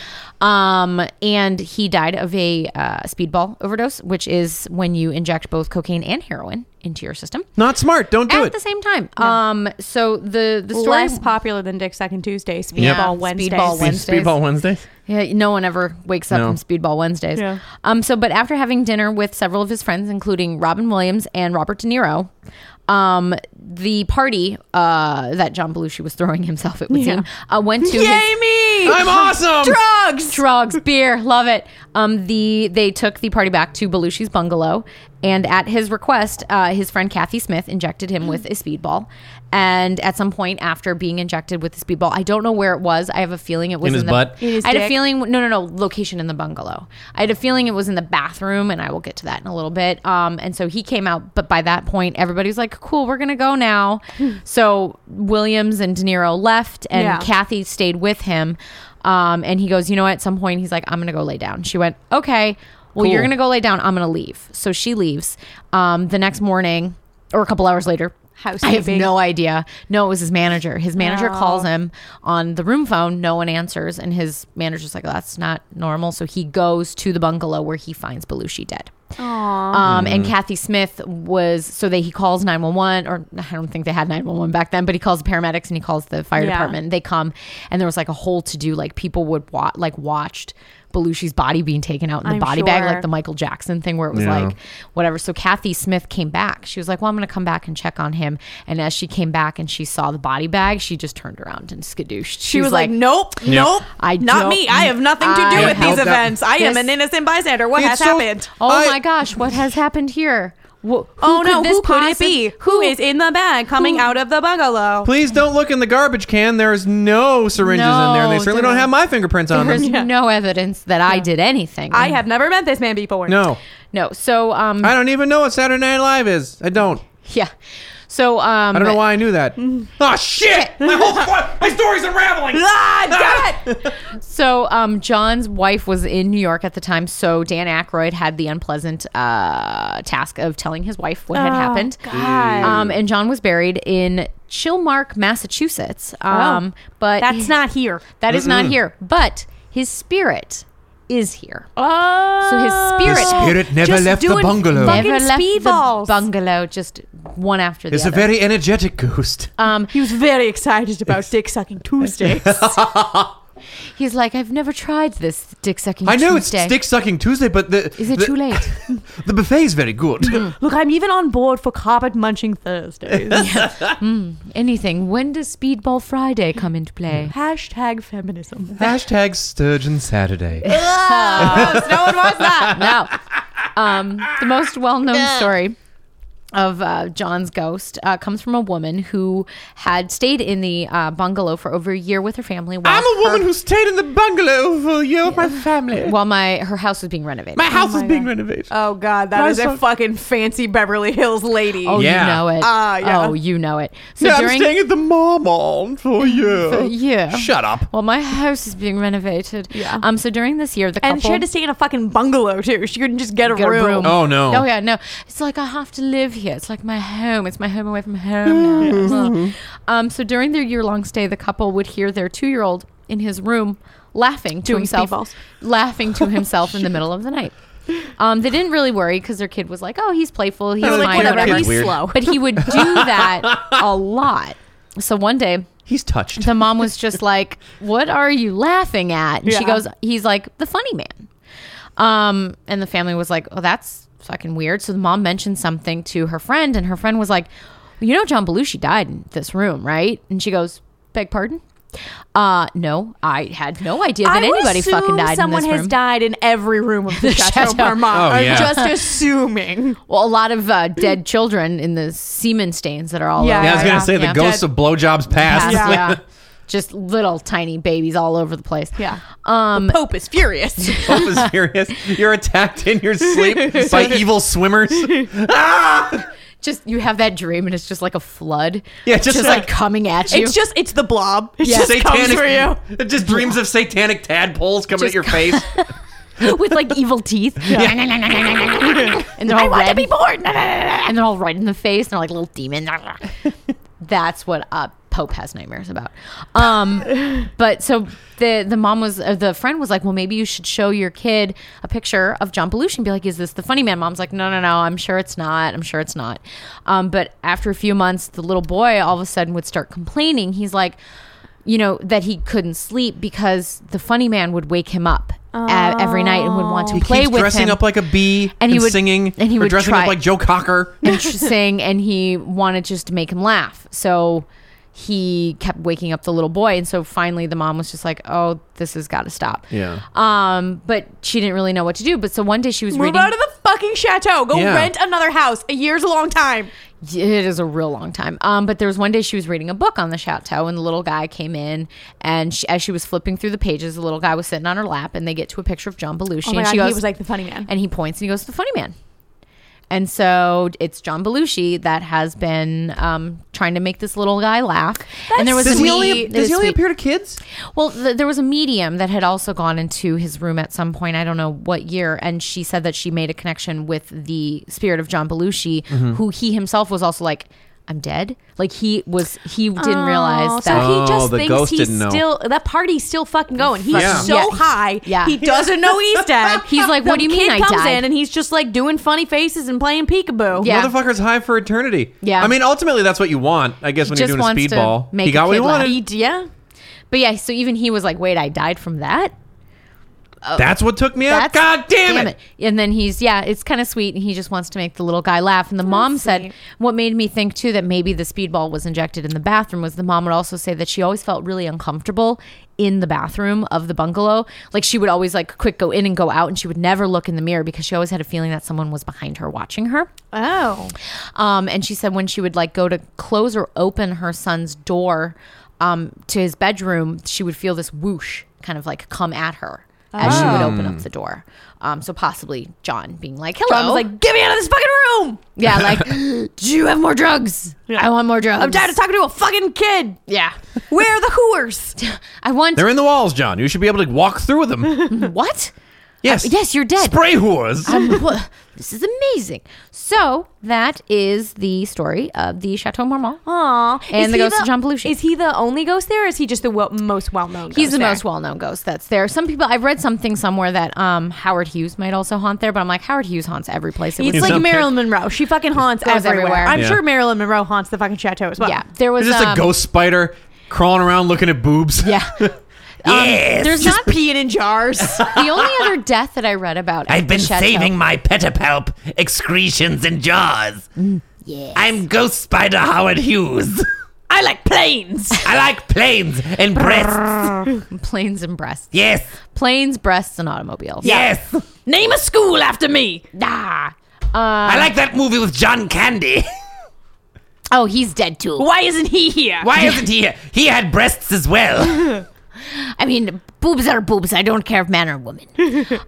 Speaker 2: Um, and he died of a uh, speedball overdose, which is when you inject both cocaine and heroin into your system
Speaker 4: Not smart. Don't do
Speaker 2: at
Speaker 4: it.
Speaker 2: the same time. Um, so the the story.
Speaker 3: Less popular than Dick Second Tuesday. Speedball
Speaker 2: Yeah.
Speaker 3: Wednesdays.
Speaker 2: Speedball Wednesday. Wednesdays.
Speaker 4: Speedball Wednesdays.
Speaker 2: Yeah, no one ever wakes up
Speaker 4: No.
Speaker 2: from Speedball Wednesdays.
Speaker 3: Yeah.
Speaker 2: Um. So, but after having dinner with several of his friends, including Robin Williams and Robert De Niro, um, the party uh that John Belushi was throwing himself, it would
Speaker 3: Yeah.
Speaker 2: seem, uh, went to his
Speaker 3: Yay me!
Speaker 4: I'm awesome.
Speaker 3: Drugs.
Speaker 2: drugs, beer, love it. Um, the they took the party back to Belushi's bungalow, and at his request, uh, his friend Kathy Smith injected him with a speedball. And at some point after being injected with the speedball, I don't know where it was. I have a feeling it
Speaker 4: In
Speaker 2: was in,
Speaker 4: his
Speaker 2: the.
Speaker 4: butt?
Speaker 3: In his
Speaker 2: I had
Speaker 3: dick?
Speaker 2: a feeling. No, no, no. Location in the bungalow. I had a feeling it was in the bathroom, and I will get to that in a little bit. Um, and so he came out, but by that point, everybody was like, "Cool, we're gonna go now." so Williams and De Niro left, and
Speaker 3: Yeah.
Speaker 2: Kathy. Kathy stayed with him. Um, and he goes, you know, what? at some point he's like, I'm going to go lay down. She went, okay, well, you're
Speaker 4: Cool.
Speaker 2: going to go lay down. I'm going to leave. So she leaves. Um, the next morning or a couple hours later, I have
Speaker 3: Housekeeping.
Speaker 2: no idea. No, it was his manager. His manager
Speaker 3: Oh.
Speaker 2: calls him on the room phone. No one answers. And his manager's like, that's not normal. So he goes to the bungalow where he finds Belushi dead. Um,
Speaker 4: Mm-hmm.
Speaker 2: and Kathy Smith was so that he calls 911, or I don't think they had 911 back then, but he calls the paramedics and he calls the fire
Speaker 3: Yeah.
Speaker 2: department. They come, and there was like a whole to do. Like people would wa- like watched Belushi's body being taken out in the
Speaker 3: I'm
Speaker 2: body bag,
Speaker 3: sure.
Speaker 2: like the Michael Jackson thing, where it was
Speaker 4: Yeah.
Speaker 2: like whatever. So Kathy Smith came back. She was like, "Well, I'm going to come back and check on him." And as she came back and she saw the body bag, she just turned around and skadooshed. She,
Speaker 3: She was like, "Nope, nope,
Speaker 2: I
Speaker 3: not
Speaker 2: don't-
Speaker 3: me. I have nothing to do
Speaker 2: I
Speaker 3: with these
Speaker 4: helped out.
Speaker 3: events. I am
Speaker 2: This-
Speaker 3: an innocent bystander. What
Speaker 4: It's
Speaker 3: has
Speaker 4: so-
Speaker 3: happened?
Speaker 2: "Oh
Speaker 4: I-
Speaker 2: my gosh, what has happened here?" Wh- who
Speaker 3: Oh no,
Speaker 2: could this
Speaker 3: who could it
Speaker 2: possi-
Speaker 3: be? who is in the bag coming out of the bungalow?
Speaker 4: Please don't look in the garbage can. There's no syringes in there, and they
Speaker 2: No,
Speaker 4: certainly
Speaker 2: there-
Speaker 4: don't have my fingerprints on
Speaker 2: There's
Speaker 4: them.
Speaker 3: Yeah.
Speaker 2: no evidence that I did anything.
Speaker 3: I have never met this man before.
Speaker 4: No,
Speaker 2: no. So um,
Speaker 4: I don't even know what Saturday Night Live is. I don't.
Speaker 2: yeah. So um,
Speaker 4: I don't know why I knew that.
Speaker 2: Mm-hmm.
Speaker 4: oh shit! My whole fu- my story's unraveling.
Speaker 3: Ah, damn it!
Speaker 2: So um, John's wife was in New York at the time. So Dan Aykroyd had the unpleasant uh, task of telling his wife what had happened.
Speaker 3: God.
Speaker 2: Um, and John was buried in Chilmark, Massachusetts. Um, but
Speaker 3: That's not here.
Speaker 2: that is not here. But his spirit is here.
Speaker 3: Oh.
Speaker 2: So his spirit- His
Speaker 4: spirit never
Speaker 3: Just
Speaker 4: left the
Speaker 3: doing
Speaker 4: bungalow.
Speaker 3: fucking
Speaker 2: Never left
Speaker 3: speedballs.
Speaker 2: the bungalow, just one after the
Speaker 4: It's a
Speaker 2: other. Um,
Speaker 4: very energetic ghost.
Speaker 3: he was very excited about dick sucking Tuesdays.
Speaker 2: He's like, I've never tried this dick sucking.
Speaker 4: I know
Speaker 2: Tuesday.
Speaker 4: it's Dick Sucking Tuesday, but the
Speaker 2: Is it
Speaker 4: the-
Speaker 2: too late? Mm.
Speaker 4: The buffet's very good.
Speaker 3: Look, I'm even on board for carpet munching Thursdays.
Speaker 2: Anything? When does Speedball Friday come into play?
Speaker 3: Hashtag feminism.
Speaker 4: Hashtag Sturgeon Saturday.
Speaker 2: Oh, no one wants that. No. Um, the most well-known story of uh, John's ghost uh, comes from a woman who had stayed in the uh, bungalow for over a year with her family. While
Speaker 4: I'm a woman
Speaker 2: her,
Speaker 4: who stayed in the bungalow for a year with my family.
Speaker 2: while my her house was being renovated.
Speaker 4: My house is being renovated.
Speaker 2: Uh,
Speaker 3: Oh God, that
Speaker 4: My
Speaker 3: is
Speaker 4: son-
Speaker 3: a fucking fancy Beverly Hills lady.
Speaker 2: oh,
Speaker 4: Yeah.
Speaker 2: you know it.
Speaker 3: Ah, yeah.
Speaker 2: Oh, you know it. So
Speaker 4: yeah, I'm
Speaker 2: during
Speaker 4: staying at the Marmont for a year.
Speaker 2: yeah.
Speaker 4: Shut up.
Speaker 2: Well, my house is being renovated.
Speaker 3: Yeah.
Speaker 2: Um. So during this year, the couple
Speaker 3: and she had to stay in a fucking bungalow too. She couldn't just get a
Speaker 2: Get a
Speaker 3: room.
Speaker 2: room.
Speaker 4: Oh no.
Speaker 2: Oh yeah, no. It's like I have to live here. It's like my home. It's my home away from home. now. um, so during their year-long stay, the couple would hear their two-year-old in his room laughing to
Speaker 3: Doing
Speaker 2: himself,
Speaker 3: speedballs.
Speaker 2: laughing to himself in the middle of the night. Um, they didn't really worry because their kid was like, "Oh, he's playful. He's
Speaker 4: Oh,
Speaker 2: fine,
Speaker 4: like, whatever,
Speaker 2: whatever."
Speaker 4: he's Weird.
Speaker 3: slow.
Speaker 2: But he would do that a lot. So one day,
Speaker 4: He's touched.
Speaker 2: the mom was just like, "What are you laughing at?" And she
Speaker 3: Yeah.
Speaker 2: goes, "He's like the funny man." Um, and the family was like, "Oh, that's fucking weird." So the mom mentioned something to her friend, and her friend was like, "You know, John Belushi died in this room, right?" And she goes, "Beg pardon." Uh, no, I had no idea that
Speaker 3: I would
Speaker 2: anybody fucking
Speaker 3: assume
Speaker 2: died in
Speaker 3: someone
Speaker 2: this room.
Speaker 3: has died in every room of the Chateau,
Speaker 2: Chateau.
Speaker 3: Marmont.
Speaker 4: Oh,
Speaker 3: I'm
Speaker 4: yeah.
Speaker 3: just assuming.
Speaker 2: well, a lot of uh, dead children in the semen stains that are all
Speaker 3: Yeah,
Speaker 2: over.
Speaker 4: yeah, I was gonna
Speaker 3: yeah,
Speaker 4: say
Speaker 2: yeah.
Speaker 4: the ghosts of blowjobs past.
Speaker 2: Yeah.
Speaker 3: Yeah.
Speaker 2: Just little tiny babies all over the place.
Speaker 3: Yeah.
Speaker 2: Um,
Speaker 3: Pope is furious.
Speaker 4: Pope is furious. You're attacked in your sleep by evil swimmers. Ah!
Speaker 2: just you have that dream and it's just like a flood.
Speaker 4: Yeah, just
Speaker 2: like,
Speaker 4: like-
Speaker 2: coming at you.
Speaker 3: it's just it's the blob. It
Speaker 2: Yeah.
Speaker 3: just comes for you.
Speaker 4: It just dreams of satanic tadpoles coming at
Speaker 2: Just-
Speaker 4: your face.
Speaker 2: with like evil teeth. and they're all red. and they're all red in the face. And they're like little demons. That's what uh, Pope has nightmares about. Um, but so the the mom was uh, the friend was like, well, maybe you should show your kid a picture of John Belushi and be like, is this the funny man? Mom's like, no, no, no. I'm sure it's not. I'm sure it's not. Um, but after a few months, the little boy all of a sudden would start complaining. He's like. You know that he couldn't sleep because the funny man would wake him up uh, every night and would want to
Speaker 4: He
Speaker 2: play
Speaker 4: keeps
Speaker 2: with
Speaker 4: dressing
Speaker 2: him.
Speaker 4: up like a bee and,
Speaker 2: And he would-
Speaker 4: singing
Speaker 2: and he
Speaker 4: or
Speaker 2: would
Speaker 4: dressing
Speaker 2: try-
Speaker 4: up like Joe Cocker.
Speaker 2: interesting and he wanted just to make him laugh. So he kept waking up the little boy and so finally the mom was just like, "Oh, this has got to stop."
Speaker 4: Yeah.
Speaker 2: Um, but she didn't really know what to do, but so one day she was
Speaker 3: Move
Speaker 2: reading
Speaker 3: out of the fucking chateau. Go
Speaker 4: Yeah.
Speaker 3: rent another house. A year's a long time.
Speaker 2: it is a real long time. Um, but there was one day she was reading a book on the chateau, and the little guy came in, and she, as she was flipping through the pages, the little guy was sitting on her lap, and they get to a picture of John Belushi,
Speaker 3: Oh my
Speaker 2: and
Speaker 3: God,
Speaker 2: she goes,
Speaker 3: he was like the funny man.
Speaker 2: and he points and he goes, "The funny man." And so it's John Belushi that has been um, trying to make this little guy laugh. and there was
Speaker 4: Does
Speaker 2: a
Speaker 4: he only,
Speaker 2: me-
Speaker 4: does he only
Speaker 2: sweet-
Speaker 4: appear to kids?
Speaker 2: well, th- there was a medium that had also gone into his room at some point. I don't know what year, and she said that she made a connection with the spirit of John Belushi, who he himself was also like, "I'm dead." Like he was, he didn't
Speaker 3: Oh,
Speaker 2: realize
Speaker 3: so
Speaker 2: that.
Speaker 4: Oh,
Speaker 3: he just
Speaker 4: the
Speaker 3: thinks
Speaker 4: ghost
Speaker 3: he's
Speaker 4: didn't know.
Speaker 3: still that party's still fucking going. He's
Speaker 4: Yeah.
Speaker 3: so
Speaker 2: Yeah.
Speaker 3: high,
Speaker 2: Yeah.
Speaker 3: he doesn't know he's dead.
Speaker 2: He's like,
Speaker 3: The
Speaker 2: "What do you mean
Speaker 3: kid
Speaker 2: I
Speaker 3: comes
Speaker 2: died?"
Speaker 3: in and he's just like doing funny faces and playing peekaboo.
Speaker 2: Yeah.
Speaker 4: Motherfucker's high for eternity.
Speaker 2: Yeah.
Speaker 4: I mean, ultimately, that's what you want, I guess, when you're
Speaker 2: just
Speaker 4: doing a
Speaker 2: wants to
Speaker 4: speedball.
Speaker 2: make
Speaker 4: He
Speaker 2: a
Speaker 4: got what he
Speaker 2: kid laugh.
Speaker 4: wanted.
Speaker 3: He- yeah.
Speaker 2: But yeah, so even he was like, "Wait, I died from that."
Speaker 4: That's what took me out.
Speaker 2: oh. That's-
Speaker 4: God damn, it.
Speaker 2: And then he's yeah, it's kind of sweet, and he just wants to make the little guy laugh. And the mom said,
Speaker 3: sweet.
Speaker 2: what made me think too that maybe the speedball was injected in the bathroom was the mom would also say that she always felt really uncomfortable in the bathroom of the bungalow. Like she would always like quick go in and go out, and she would never look in the mirror because she always had a feeling that someone was behind her watching her.
Speaker 3: Oh.
Speaker 2: Um, and she said when she would like go to close or open her son's door um, to his bedroom, she would feel this whoosh kind of like come at her as she would open up the door. Um, so possibly John being like, "Hello,"
Speaker 3: I was like, get me out of this fucking room.
Speaker 2: "Yeah, like, do you have more drugs? I want more drugs.
Speaker 3: I'm tired of talking to a fucking kid.
Speaker 2: yeah,
Speaker 3: Where are the hooers?
Speaker 2: I want
Speaker 4: They're in the walls, John. You should be able to walk through them.
Speaker 2: what?
Speaker 4: yes.
Speaker 2: Yes, you're dead.
Speaker 4: Spray whores.
Speaker 2: Um, wha- this is amazing. So that is the story of the Chateau Marmont.
Speaker 3: Aw.
Speaker 2: And
Speaker 3: Is
Speaker 2: the
Speaker 3: he
Speaker 2: ghost of John Belushi.
Speaker 3: Is he the only ghost there? Or is he just the wel- most well known?
Speaker 2: He's the most well-known ghost that's there. Some people I've read something somewhere that um, Howard Hughes might also haunt there, but I'm like Howard Hughes haunts every place. It
Speaker 3: He's
Speaker 2: was-
Speaker 3: like
Speaker 4: not
Speaker 3: Marilyn Monroe. She fucking haunts
Speaker 2: Goes
Speaker 3: everywhere.
Speaker 2: everywhere.
Speaker 3: I'm
Speaker 4: Yeah.
Speaker 3: sure Marilyn Monroe haunts the fucking chateau as well.
Speaker 2: yeah, there was
Speaker 4: It's just
Speaker 2: um,
Speaker 4: a ghost spider crawling around looking at boobs.
Speaker 2: Yeah.
Speaker 5: Yes.
Speaker 2: Um, there's
Speaker 5: Just
Speaker 2: not
Speaker 3: peeing in jars.
Speaker 2: the only other death that I read about. at
Speaker 5: I've been
Speaker 2: the chateau-
Speaker 5: saving my petapalp excretions and jaws.
Speaker 2: Yes.
Speaker 5: I'm Ghost Spider Howard Hughes.
Speaker 3: I like planes.
Speaker 5: I like planes and breasts.
Speaker 2: planes and breasts.
Speaker 5: Yes.
Speaker 2: Planes, breasts, and automobiles.
Speaker 5: Yes.
Speaker 3: Name a school after me.
Speaker 2: Nah.
Speaker 5: I like that movie with John Candy.
Speaker 2: Oh, he's dead too.
Speaker 3: Why isn't he here?
Speaker 5: Why isn't he here? He had breasts as well.
Speaker 2: I mean, boobs are boobs. I don't care if man or woman.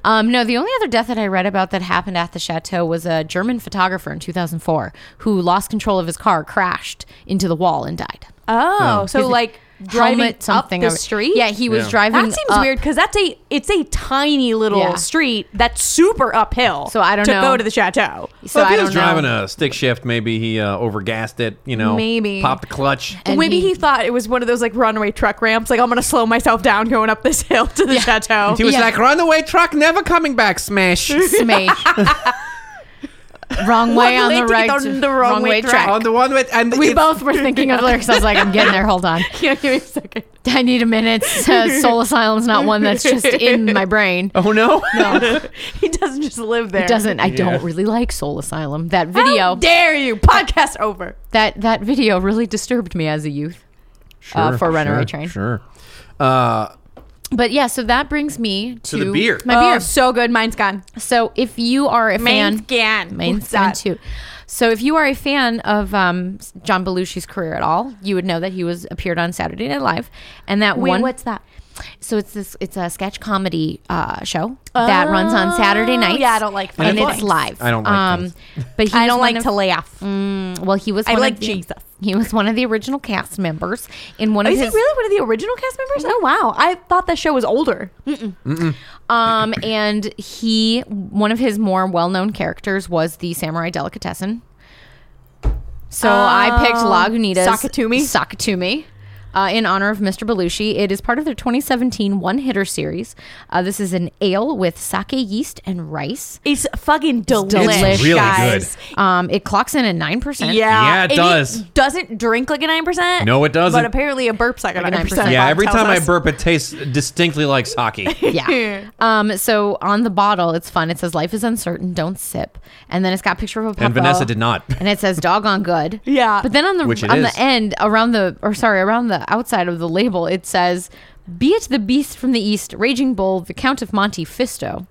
Speaker 2: um, no, the only other death that I read about that happened at the chateau was a German photographer in 2004 who lost control of his car, crashed into the wall, and died.
Speaker 3: Oh, so
Speaker 2: His
Speaker 3: like driving
Speaker 2: helmet, something
Speaker 3: up
Speaker 2: of
Speaker 3: the
Speaker 2: it.
Speaker 3: street.
Speaker 2: Yeah, he was
Speaker 4: Yeah.
Speaker 2: driving.
Speaker 3: that seems
Speaker 2: up.
Speaker 3: weird because that's a it's a tiny little
Speaker 2: uh, Yeah.
Speaker 3: street that's super uphill.
Speaker 2: So I don't
Speaker 3: to
Speaker 2: know.
Speaker 3: go to the chateau.
Speaker 2: So
Speaker 4: well, if
Speaker 2: I
Speaker 4: he
Speaker 2: don't
Speaker 4: was driving
Speaker 2: know.
Speaker 4: a stick shift, maybe he uh, overgassed it. You know,
Speaker 2: Maybe.
Speaker 4: popped the clutch.
Speaker 2: And
Speaker 3: Maybe
Speaker 2: he-
Speaker 3: he, thought it was one of those like runaway truck ramps. Like I'm gonna slow myself down going up this hill to the chateau.
Speaker 4: He was
Speaker 2: Yeah.
Speaker 4: like, "Runaway truck, never coming back." Smash
Speaker 2: Smash. wrong way on
Speaker 3: One
Speaker 2: the
Speaker 3: lady
Speaker 2: right.
Speaker 3: on the wrong way track.
Speaker 4: on the one with and
Speaker 2: We
Speaker 4: it's-
Speaker 2: both were thinking of lyrics. I was like, I'm getting there. Hold on.
Speaker 3: Yeah, give me a second.
Speaker 2: I need a minute. Uh, Soul Asylum's not one that's just in my brain.
Speaker 4: Oh no!
Speaker 2: Uh,
Speaker 3: He doesn't just live there.
Speaker 2: It doesn't. I don't really like Soul Asylum. That video.
Speaker 3: How dare you? Podcast over.
Speaker 2: that that video really disturbed me as a youth. uh, for Runaway Train.
Speaker 4: Sure. Uh,
Speaker 2: But yeah, so that brings me to,
Speaker 4: the beer.
Speaker 2: My
Speaker 3: oh,
Speaker 2: beer.
Speaker 3: so good. Mine's gone.
Speaker 2: So if you are a fan,
Speaker 3: scan.
Speaker 2: main
Speaker 3: What's
Speaker 2: fan
Speaker 3: that?
Speaker 2: too. So if you are a fan of um, John Belushi's career at all, you would know that he was appeared on Saturday Night Live, and that
Speaker 3: Wait,
Speaker 2: one.
Speaker 3: what's that?
Speaker 2: So it's this. It's a sketch comedy uh, show that runs on Saturday nights.
Speaker 3: Oh, yeah, I don't like
Speaker 2: and
Speaker 3: funny
Speaker 2: it's
Speaker 3: things.
Speaker 2: live. Um,
Speaker 4: I don't like
Speaker 2: but he
Speaker 3: I
Speaker 2: was one
Speaker 3: don't like
Speaker 2: of- Mm,
Speaker 3: to laugh.
Speaker 2: Well, he was.
Speaker 3: I
Speaker 2: one of
Speaker 3: like
Speaker 2: the-
Speaker 3: Jesus.
Speaker 2: He was one of the original cast members in one
Speaker 3: Oh,
Speaker 2: of
Speaker 3: is he
Speaker 2: his.
Speaker 3: really one of the original cast members? Oh wow, I thought that show was older.
Speaker 2: Um, and he, one of his more well-known characters was the samurai delicatessen. So I picked Lagunitas
Speaker 3: Oh, Sakatumi?
Speaker 2: Sakatumi. Uh, in honor of Mr. Belushi, it is part of their 2017 One Hitter series. Uh, this is an ale with sake yeast and rice.
Speaker 3: It's fucking delicious.
Speaker 2: delish. really
Speaker 3: guys.
Speaker 2: Um, it clocks in at nine percent.
Speaker 3: Yeah,
Speaker 4: Yeah, it
Speaker 3: and
Speaker 4: does.
Speaker 3: It doesn't drink like a nine percent.
Speaker 4: No, it doesn't.
Speaker 3: But apparently, a burp's like a
Speaker 2: a
Speaker 3: nine
Speaker 2: 9%.
Speaker 3: percent.
Speaker 4: yeah, every time I burp, it tastes distinctly like sake.
Speaker 2: yeah. Um, so on the bottle, it's fun. It says "Life is uncertain, don't sip," and then it's got a picture of a
Speaker 4: and
Speaker 2: puppo.
Speaker 4: Vanessa did not.
Speaker 2: and it says doggone good.
Speaker 3: Yeah.
Speaker 2: But then on the
Speaker 4: Which it
Speaker 2: on
Speaker 4: is.
Speaker 2: the end around the or sorry, around the outside of the label it says be it the beast from the east, raging bull, the count of Monte Fisto,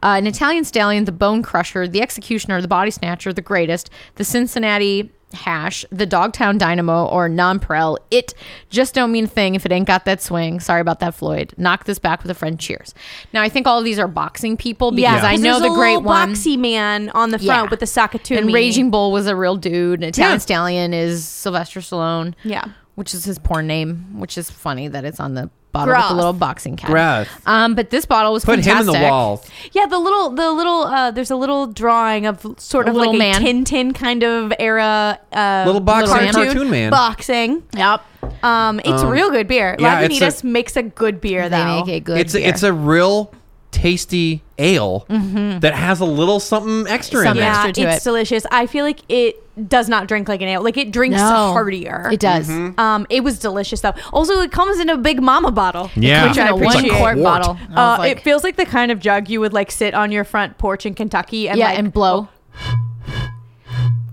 Speaker 2: uh, an Italian stallion, the bone crusher, the executioner, the body snatcher, the greatest, the Cincinnati hash, the Dogtown Dynamo or Nonpareil. It just don't mean a thing if it ain't got that swing. Sorry about that, Floyd. Knock this back with a friend. Cheers. Now I think all of these are boxing people because I know the great one.
Speaker 3: boxy man on the front with the Sakatumi
Speaker 2: And Raging Bull was a real dude. And Italian
Speaker 4: Yeah.
Speaker 2: Stallion is Sylvester Stallone.
Speaker 3: Yeah.
Speaker 2: Which is his porn name, which is funny that it's on the bottle with
Speaker 3: Gross.
Speaker 2: the little boxing cap.
Speaker 4: Gross.
Speaker 2: Um, but this bottle was
Speaker 4: Put him in the
Speaker 2: fantastic.
Speaker 4: wall.
Speaker 3: Yeah, the little, the little. Uh, there's a little drawing of sort of
Speaker 2: Little
Speaker 3: like
Speaker 2: man.
Speaker 3: a Tintin kind of era. Uh,
Speaker 4: Little boxing
Speaker 3: cartoon,
Speaker 4: cartoon man.
Speaker 3: boxing.
Speaker 2: Yep.
Speaker 3: Um, it's real good beer.
Speaker 4: yeah, it's
Speaker 3: Lagunitas
Speaker 4: a-
Speaker 3: makes a good beer
Speaker 2: They
Speaker 3: though.
Speaker 2: make a good.
Speaker 4: It's a,
Speaker 2: beer.
Speaker 4: it's a real tasty ale that has a little something extra
Speaker 2: Mm-hmm. Something
Speaker 4: in it.
Speaker 2: extra.
Speaker 3: yeah,
Speaker 2: to
Speaker 3: it's
Speaker 2: it.
Speaker 3: delicious. I feel like it does not drink like an ale. Like it drinks
Speaker 2: No.
Speaker 3: heartier.
Speaker 2: It does.
Speaker 4: Mm-hmm.
Speaker 3: Um, it was delicious though. Also, it comes in a big mama bottle.
Speaker 4: Yeah.
Speaker 3: which
Speaker 2: In
Speaker 3: I
Speaker 2: a one
Speaker 3: appreciate.
Speaker 2: quart
Speaker 4: Quart.
Speaker 2: bottle. I was
Speaker 3: Uh,
Speaker 2: like-
Speaker 3: it feels like the kind of jug you would like sit on your front porch in Kentucky and
Speaker 2: yeah,
Speaker 3: like oh.
Speaker 2: and blow.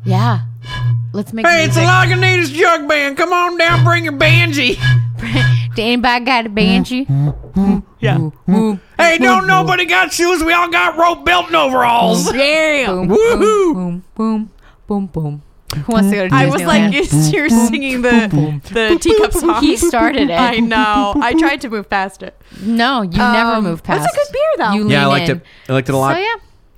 Speaker 2: Yeah. Let's make
Speaker 4: Hey, it's a
Speaker 2: music.
Speaker 4: Lagunitas jug band. Come on down, bring your banji.
Speaker 2: Did anybody got a banshee?
Speaker 3: yeah.
Speaker 4: Hey, don't nobody got shoes. We all got rope belt and overalls.
Speaker 2: Boom,
Speaker 4: Woohoo.
Speaker 2: boom, boom, boom, boom. Who wants to go to Disneyland?
Speaker 3: I was like, it's- you're singing the the teacup song.
Speaker 2: He started it.
Speaker 3: I know. I tried to move past it.
Speaker 2: No, you never
Speaker 3: Um,
Speaker 2: move past.
Speaker 3: that's a good beer, though.
Speaker 2: You
Speaker 4: Yeah, I
Speaker 2: lean
Speaker 4: liked
Speaker 2: in.
Speaker 4: it. I liked it a lot.
Speaker 2: So yeah,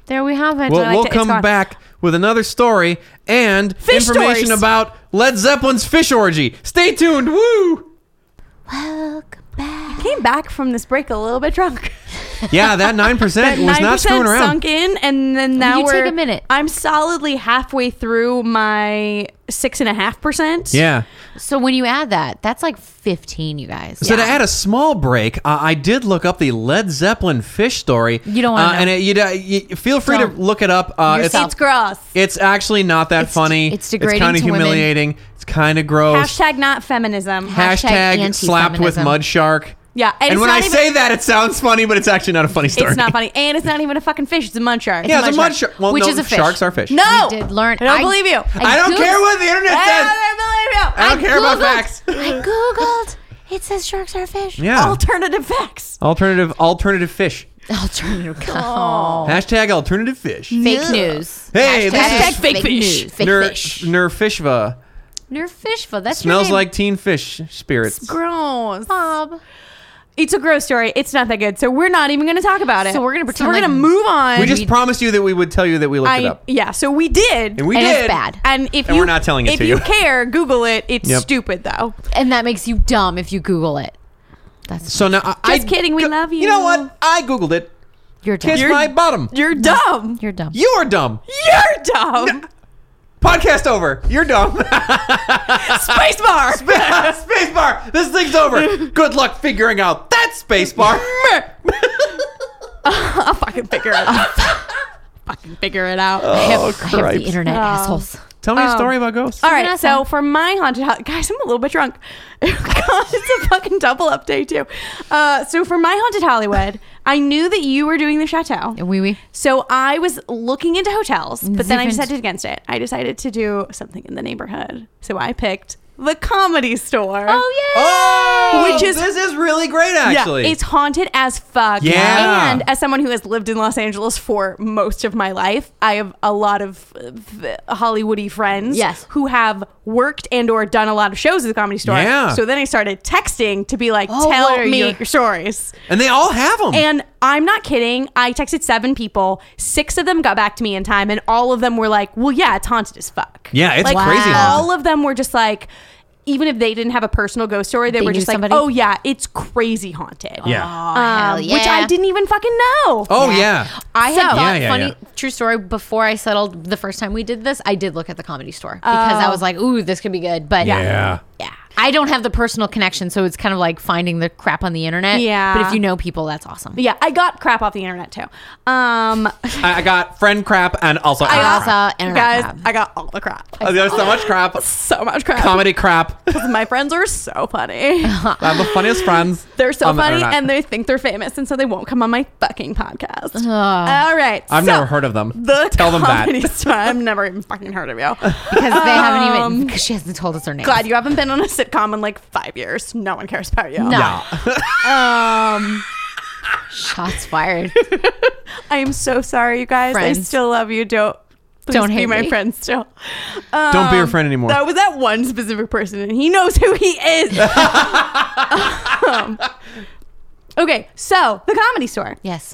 Speaker 2: there we have it.
Speaker 4: Well,
Speaker 3: I
Speaker 4: we'll
Speaker 3: liked it. It's
Speaker 4: come
Speaker 3: gone.
Speaker 4: back with another story and
Speaker 3: Fish
Speaker 4: information
Speaker 3: stories.
Speaker 4: about Led Zeppelin's fish orgy. Stay tuned. Woo!
Speaker 2: Welcome back.
Speaker 3: Came back from this break a little bit drunk.
Speaker 4: Yeah, that 9% was not screwing around.
Speaker 3: sunk in, and then now
Speaker 2: you
Speaker 3: we're
Speaker 2: take a minute?
Speaker 3: I'm solidly halfway through my six and a half percent.
Speaker 4: Yeah.
Speaker 2: So when you add that, that's like fifteen, you guys.
Speaker 4: So to add a small break, uh, I did look up the Led Zeppelin fish story.
Speaker 2: You don't wanna
Speaker 4: uh,
Speaker 2: know.
Speaker 4: And it, you, uh, you, feel free
Speaker 2: Don't.
Speaker 4: to look it up. Uh,
Speaker 2: Yourself.
Speaker 3: It's gross.
Speaker 4: It's actually not that
Speaker 2: It's-
Speaker 4: funny.
Speaker 2: it's degrading
Speaker 4: kind of
Speaker 2: to women.
Speaker 4: humiliating. It's kind of gross.
Speaker 3: Hashtag not feminism.
Speaker 2: Hashtag
Speaker 4: Hashtag slapped with
Speaker 2: anti-feminism.
Speaker 4: mud shark.
Speaker 3: Yeah, and,
Speaker 4: And
Speaker 3: it's
Speaker 4: when
Speaker 3: not
Speaker 4: I
Speaker 3: even,
Speaker 4: say that, it sounds funny, but it's actually not a funny story.
Speaker 3: it's not funny, and it's not even a fucking fish; it's a muncher.
Speaker 4: Yeah, it's a mud
Speaker 2: mud
Speaker 4: shark.
Speaker 2: shark.
Speaker 4: Well,
Speaker 2: Which
Speaker 4: no,
Speaker 2: is a fish.
Speaker 4: Sharks are fish.
Speaker 3: No,
Speaker 2: We did learn.
Speaker 3: I don't believe you.
Speaker 4: I don't care what the internet says.
Speaker 3: I don't believe
Speaker 4: I
Speaker 3: you.
Speaker 4: don't care about facts.
Speaker 2: I googled. It says sharks are fish.
Speaker 4: Yeah.
Speaker 3: Alternative facts.
Speaker 4: alternative alternative fish.
Speaker 2: Alternative. Oh.
Speaker 4: Hashtag alternative fish.
Speaker 2: Fake news.
Speaker 4: Hey, this
Speaker 3: Hashtag
Speaker 4: is
Speaker 3: fake fish.
Speaker 2: News. Fake
Speaker 4: Ner,
Speaker 2: fish.
Speaker 4: Nerfishva.
Speaker 2: Nerfishva. That's your
Speaker 4: Smells
Speaker 2: name,
Speaker 4: like teen fish spirits.
Speaker 3: Gross.
Speaker 2: Bob.
Speaker 3: It's a gross story. It's not that good. So we're not even going to talk about it.
Speaker 2: So we're gonna pretend
Speaker 3: we're
Speaker 2: like-
Speaker 3: gonna move on.
Speaker 4: We just promised you that we would tell you that we looked it
Speaker 3: I,
Speaker 4: up.
Speaker 3: yeah. So we did.
Speaker 4: And we
Speaker 2: And
Speaker 4: did.
Speaker 2: it's bad.
Speaker 3: And if
Speaker 4: And
Speaker 3: you,
Speaker 4: we're not telling it
Speaker 3: if
Speaker 4: to you.
Speaker 3: you care, Google it. It's
Speaker 4: Yep.
Speaker 3: stupid though.
Speaker 2: And that makes you dumb if you Google it. That's
Speaker 4: So now I
Speaker 3: Just kidding, we love you.
Speaker 4: You know what? I googled it.
Speaker 2: you're dumb.
Speaker 4: Kiss
Speaker 2: You're,
Speaker 4: my bottom.
Speaker 3: You're dumb.
Speaker 2: dumb.
Speaker 4: You are dumb.
Speaker 3: You're dumb.
Speaker 4: Podcast over. You're dumb.
Speaker 3: Space bar.
Speaker 4: spacebar. This thing's over. Good luck figuring out that spacebar.
Speaker 3: I'll fucking figure it out. fucking figure it out.
Speaker 4: Oh.
Speaker 2: I have, I have the
Speaker 4: cripes.
Speaker 2: internet
Speaker 3: Oh.
Speaker 2: assholes.
Speaker 4: Tell me a story about ghosts.
Speaker 3: Um, All right,
Speaker 2: awesome.
Speaker 3: so for my haunted house, guys, I'm a little bit drunk. God, it's a fucking double update too. Uh, so for my haunted Hollywood, I knew that you were doing the chateau.
Speaker 2: Wee wee.
Speaker 3: So I was looking into hotels, but then I
Speaker 2: Different-
Speaker 3: decided against it. I decided to do something in the neighborhood. So I picked the comedy store.
Speaker 2: Oh yeah.
Speaker 4: Oh,
Speaker 3: Which is-
Speaker 4: this is really great, actually.
Speaker 3: Yeah, it's haunted as fuck.
Speaker 4: Yeah.
Speaker 3: And as someone who has lived in Los Angeles for most of my life, I have a lot of uh, f- Hollywoody friends
Speaker 2: Yes.
Speaker 3: who have worked and or done a lot of shows at the Comedy Store.
Speaker 4: Yeah.
Speaker 3: So then I started texting to be like,
Speaker 2: Oh, what
Speaker 3: tell
Speaker 2: are
Speaker 3: me
Speaker 2: your-
Speaker 3: your stories.
Speaker 4: and they all have them.
Speaker 3: And I'm not kidding. I texted seven people. Six of them got back to me in time, and all of them were like, "Well, yeah, it's haunted as fuck."
Speaker 4: Yeah, it's
Speaker 3: like,
Speaker 4: crazy Wow. haunted.
Speaker 3: All of them were just like, even if they didn't have a personal ghost story, they,
Speaker 2: They
Speaker 3: were
Speaker 2: knew
Speaker 3: just like,
Speaker 2: somebody?
Speaker 3: "Oh yeah, it's crazy haunted."
Speaker 4: yeah.
Speaker 2: Oh,
Speaker 3: Um,
Speaker 2: hell
Speaker 3: which I
Speaker 2: yeah.
Speaker 3: didn't even fucking know.
Speaker 4: Oh yeah.
Speaker 2: I had
Speaker 3: So-
Speaker 2: thought
Speaker 4: Yeah, yeah,
Speaker 2: funny
Speaker 4: yeah.
Speaker 2: true story before I settled the first time we did this. I did look at the comedy store because
Speaker 3: Oh.
Speaker 2: I was like, "Ooh, this could be good," but
Speaker 4: Yeah.
Speaker 2: yeah. I don't have the personal connection, so it's kind of like finding the crap on the internet.
Speaker 3: Yeah.
Speaker 2: but if you know people, that's awesome.
Speaker 3: Yeah, I got crap off the internet too. Um,
Speaker 4: I, I got friend crap and also
Speaker 3: I
Speaker 4: internet
Speaker 3: got
Speaker 4: crap.
Speaker 2: Also, internet
Speaker 3: guys,
Speaker 2: crap.
Speaker 3: I got all the crap.
Speaker 4: Oh, There's so much crap.
Speaker 3: So much crap.
Speaker 4: Comedy crap.
Speaker 3: My friends are so funny.
Speaker 4: I have the funniest friends.
Speaker 3: They're so
Speaker 4: on the
Speaker 3: funny,
Speaker 4: internet.
Speaker 3: and they think they're famous, and so they won't come on my fucking podcast.
Speaker 2: Ugh.
Speaker 3: All right,
Speaker 4: I've
Speaker 3: so-
Speaker 4: never heard of them.
Speaker 3: the
Speaker 4: Tell them that.
Speaker 3: comedy store. I've never even fucking heard of you.
Speaker 2: because they haven't even
Speaker 3: Um,
Speaker 2: because she hasn't told us her name.
Speaker 3: Glad you haven't been on a sitcom in like five years. No one cares about you.
Speaker 2: No.
Speaker 4: Yeah.
Speaker 3: Um,
Speaker 2: Shots fired.
Speaker 3: I am so sorry, you guys. I
Speaker 2: Friends.
Speaker 3: still love you. Don't please
Speaker 2: Don't
Speaker 3: be
Speaker 2: hate
Speaker 3: my
Speaker 2: me.
Speaker 3: friend still.
Speaker 4: Don't be your
Speaker 3: Um,
Speaker 4: friend anymore.
Speaker 3: That was that one specific person, and he knows who he is. Um, okay, so the comedy store
Speaker 2: yes.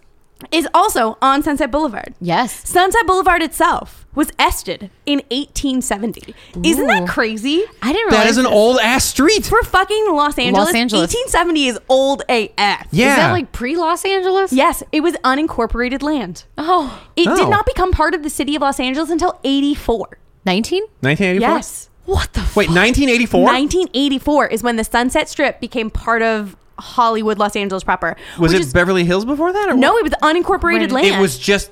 Speaker 3: is also on Sunset Boulevard.
Speaker 2: Yes.
Speaker 3: Sunset Boulevard itself was ested in 1870. Isn't that
Speaker 2: Ooh.
Speaker 3: crazy?
Speaker 2: I didn't realize
Speaker 4: that is an
Speaker 2: this.
Speaker 4: old ass street.
Speaker 3: For fucking Los Angeles,
Speaker 2: Angeles.
Speaker 3: 1870 is old AF.
Speaker 4: Yeah.
Speaker 2: Is that like pre Los Angeles?
Speaker 3: Yes, it was unincorporated land.
Speaker 2: Oh.
Speaker 3: It
Speaker 4: Oh.
Speaker 3: did not become part of the city of Los Angeles until 84.
Speaker 2: 19?
Speaker 4: 1984.
Speaker 3: Yes.
Speaker 2: What the
Speaker 4: Wait, 1984.
Speaker 3: 1984 is when the Sunset Strip became part of Hollywood, Los Angeles proper.
Speaker 4: was
Speaker 3: which
Speaker 4: it
Speaker 3: is-
Speaker 4: Beverly Hills before that? Or
Speaker 3: No,
Speaker 4: what?
Speaker 3: it was
Speaker 2: When-
Speaker 3: unincorporated land.
Speaker 2: it
Speaker 4: It was just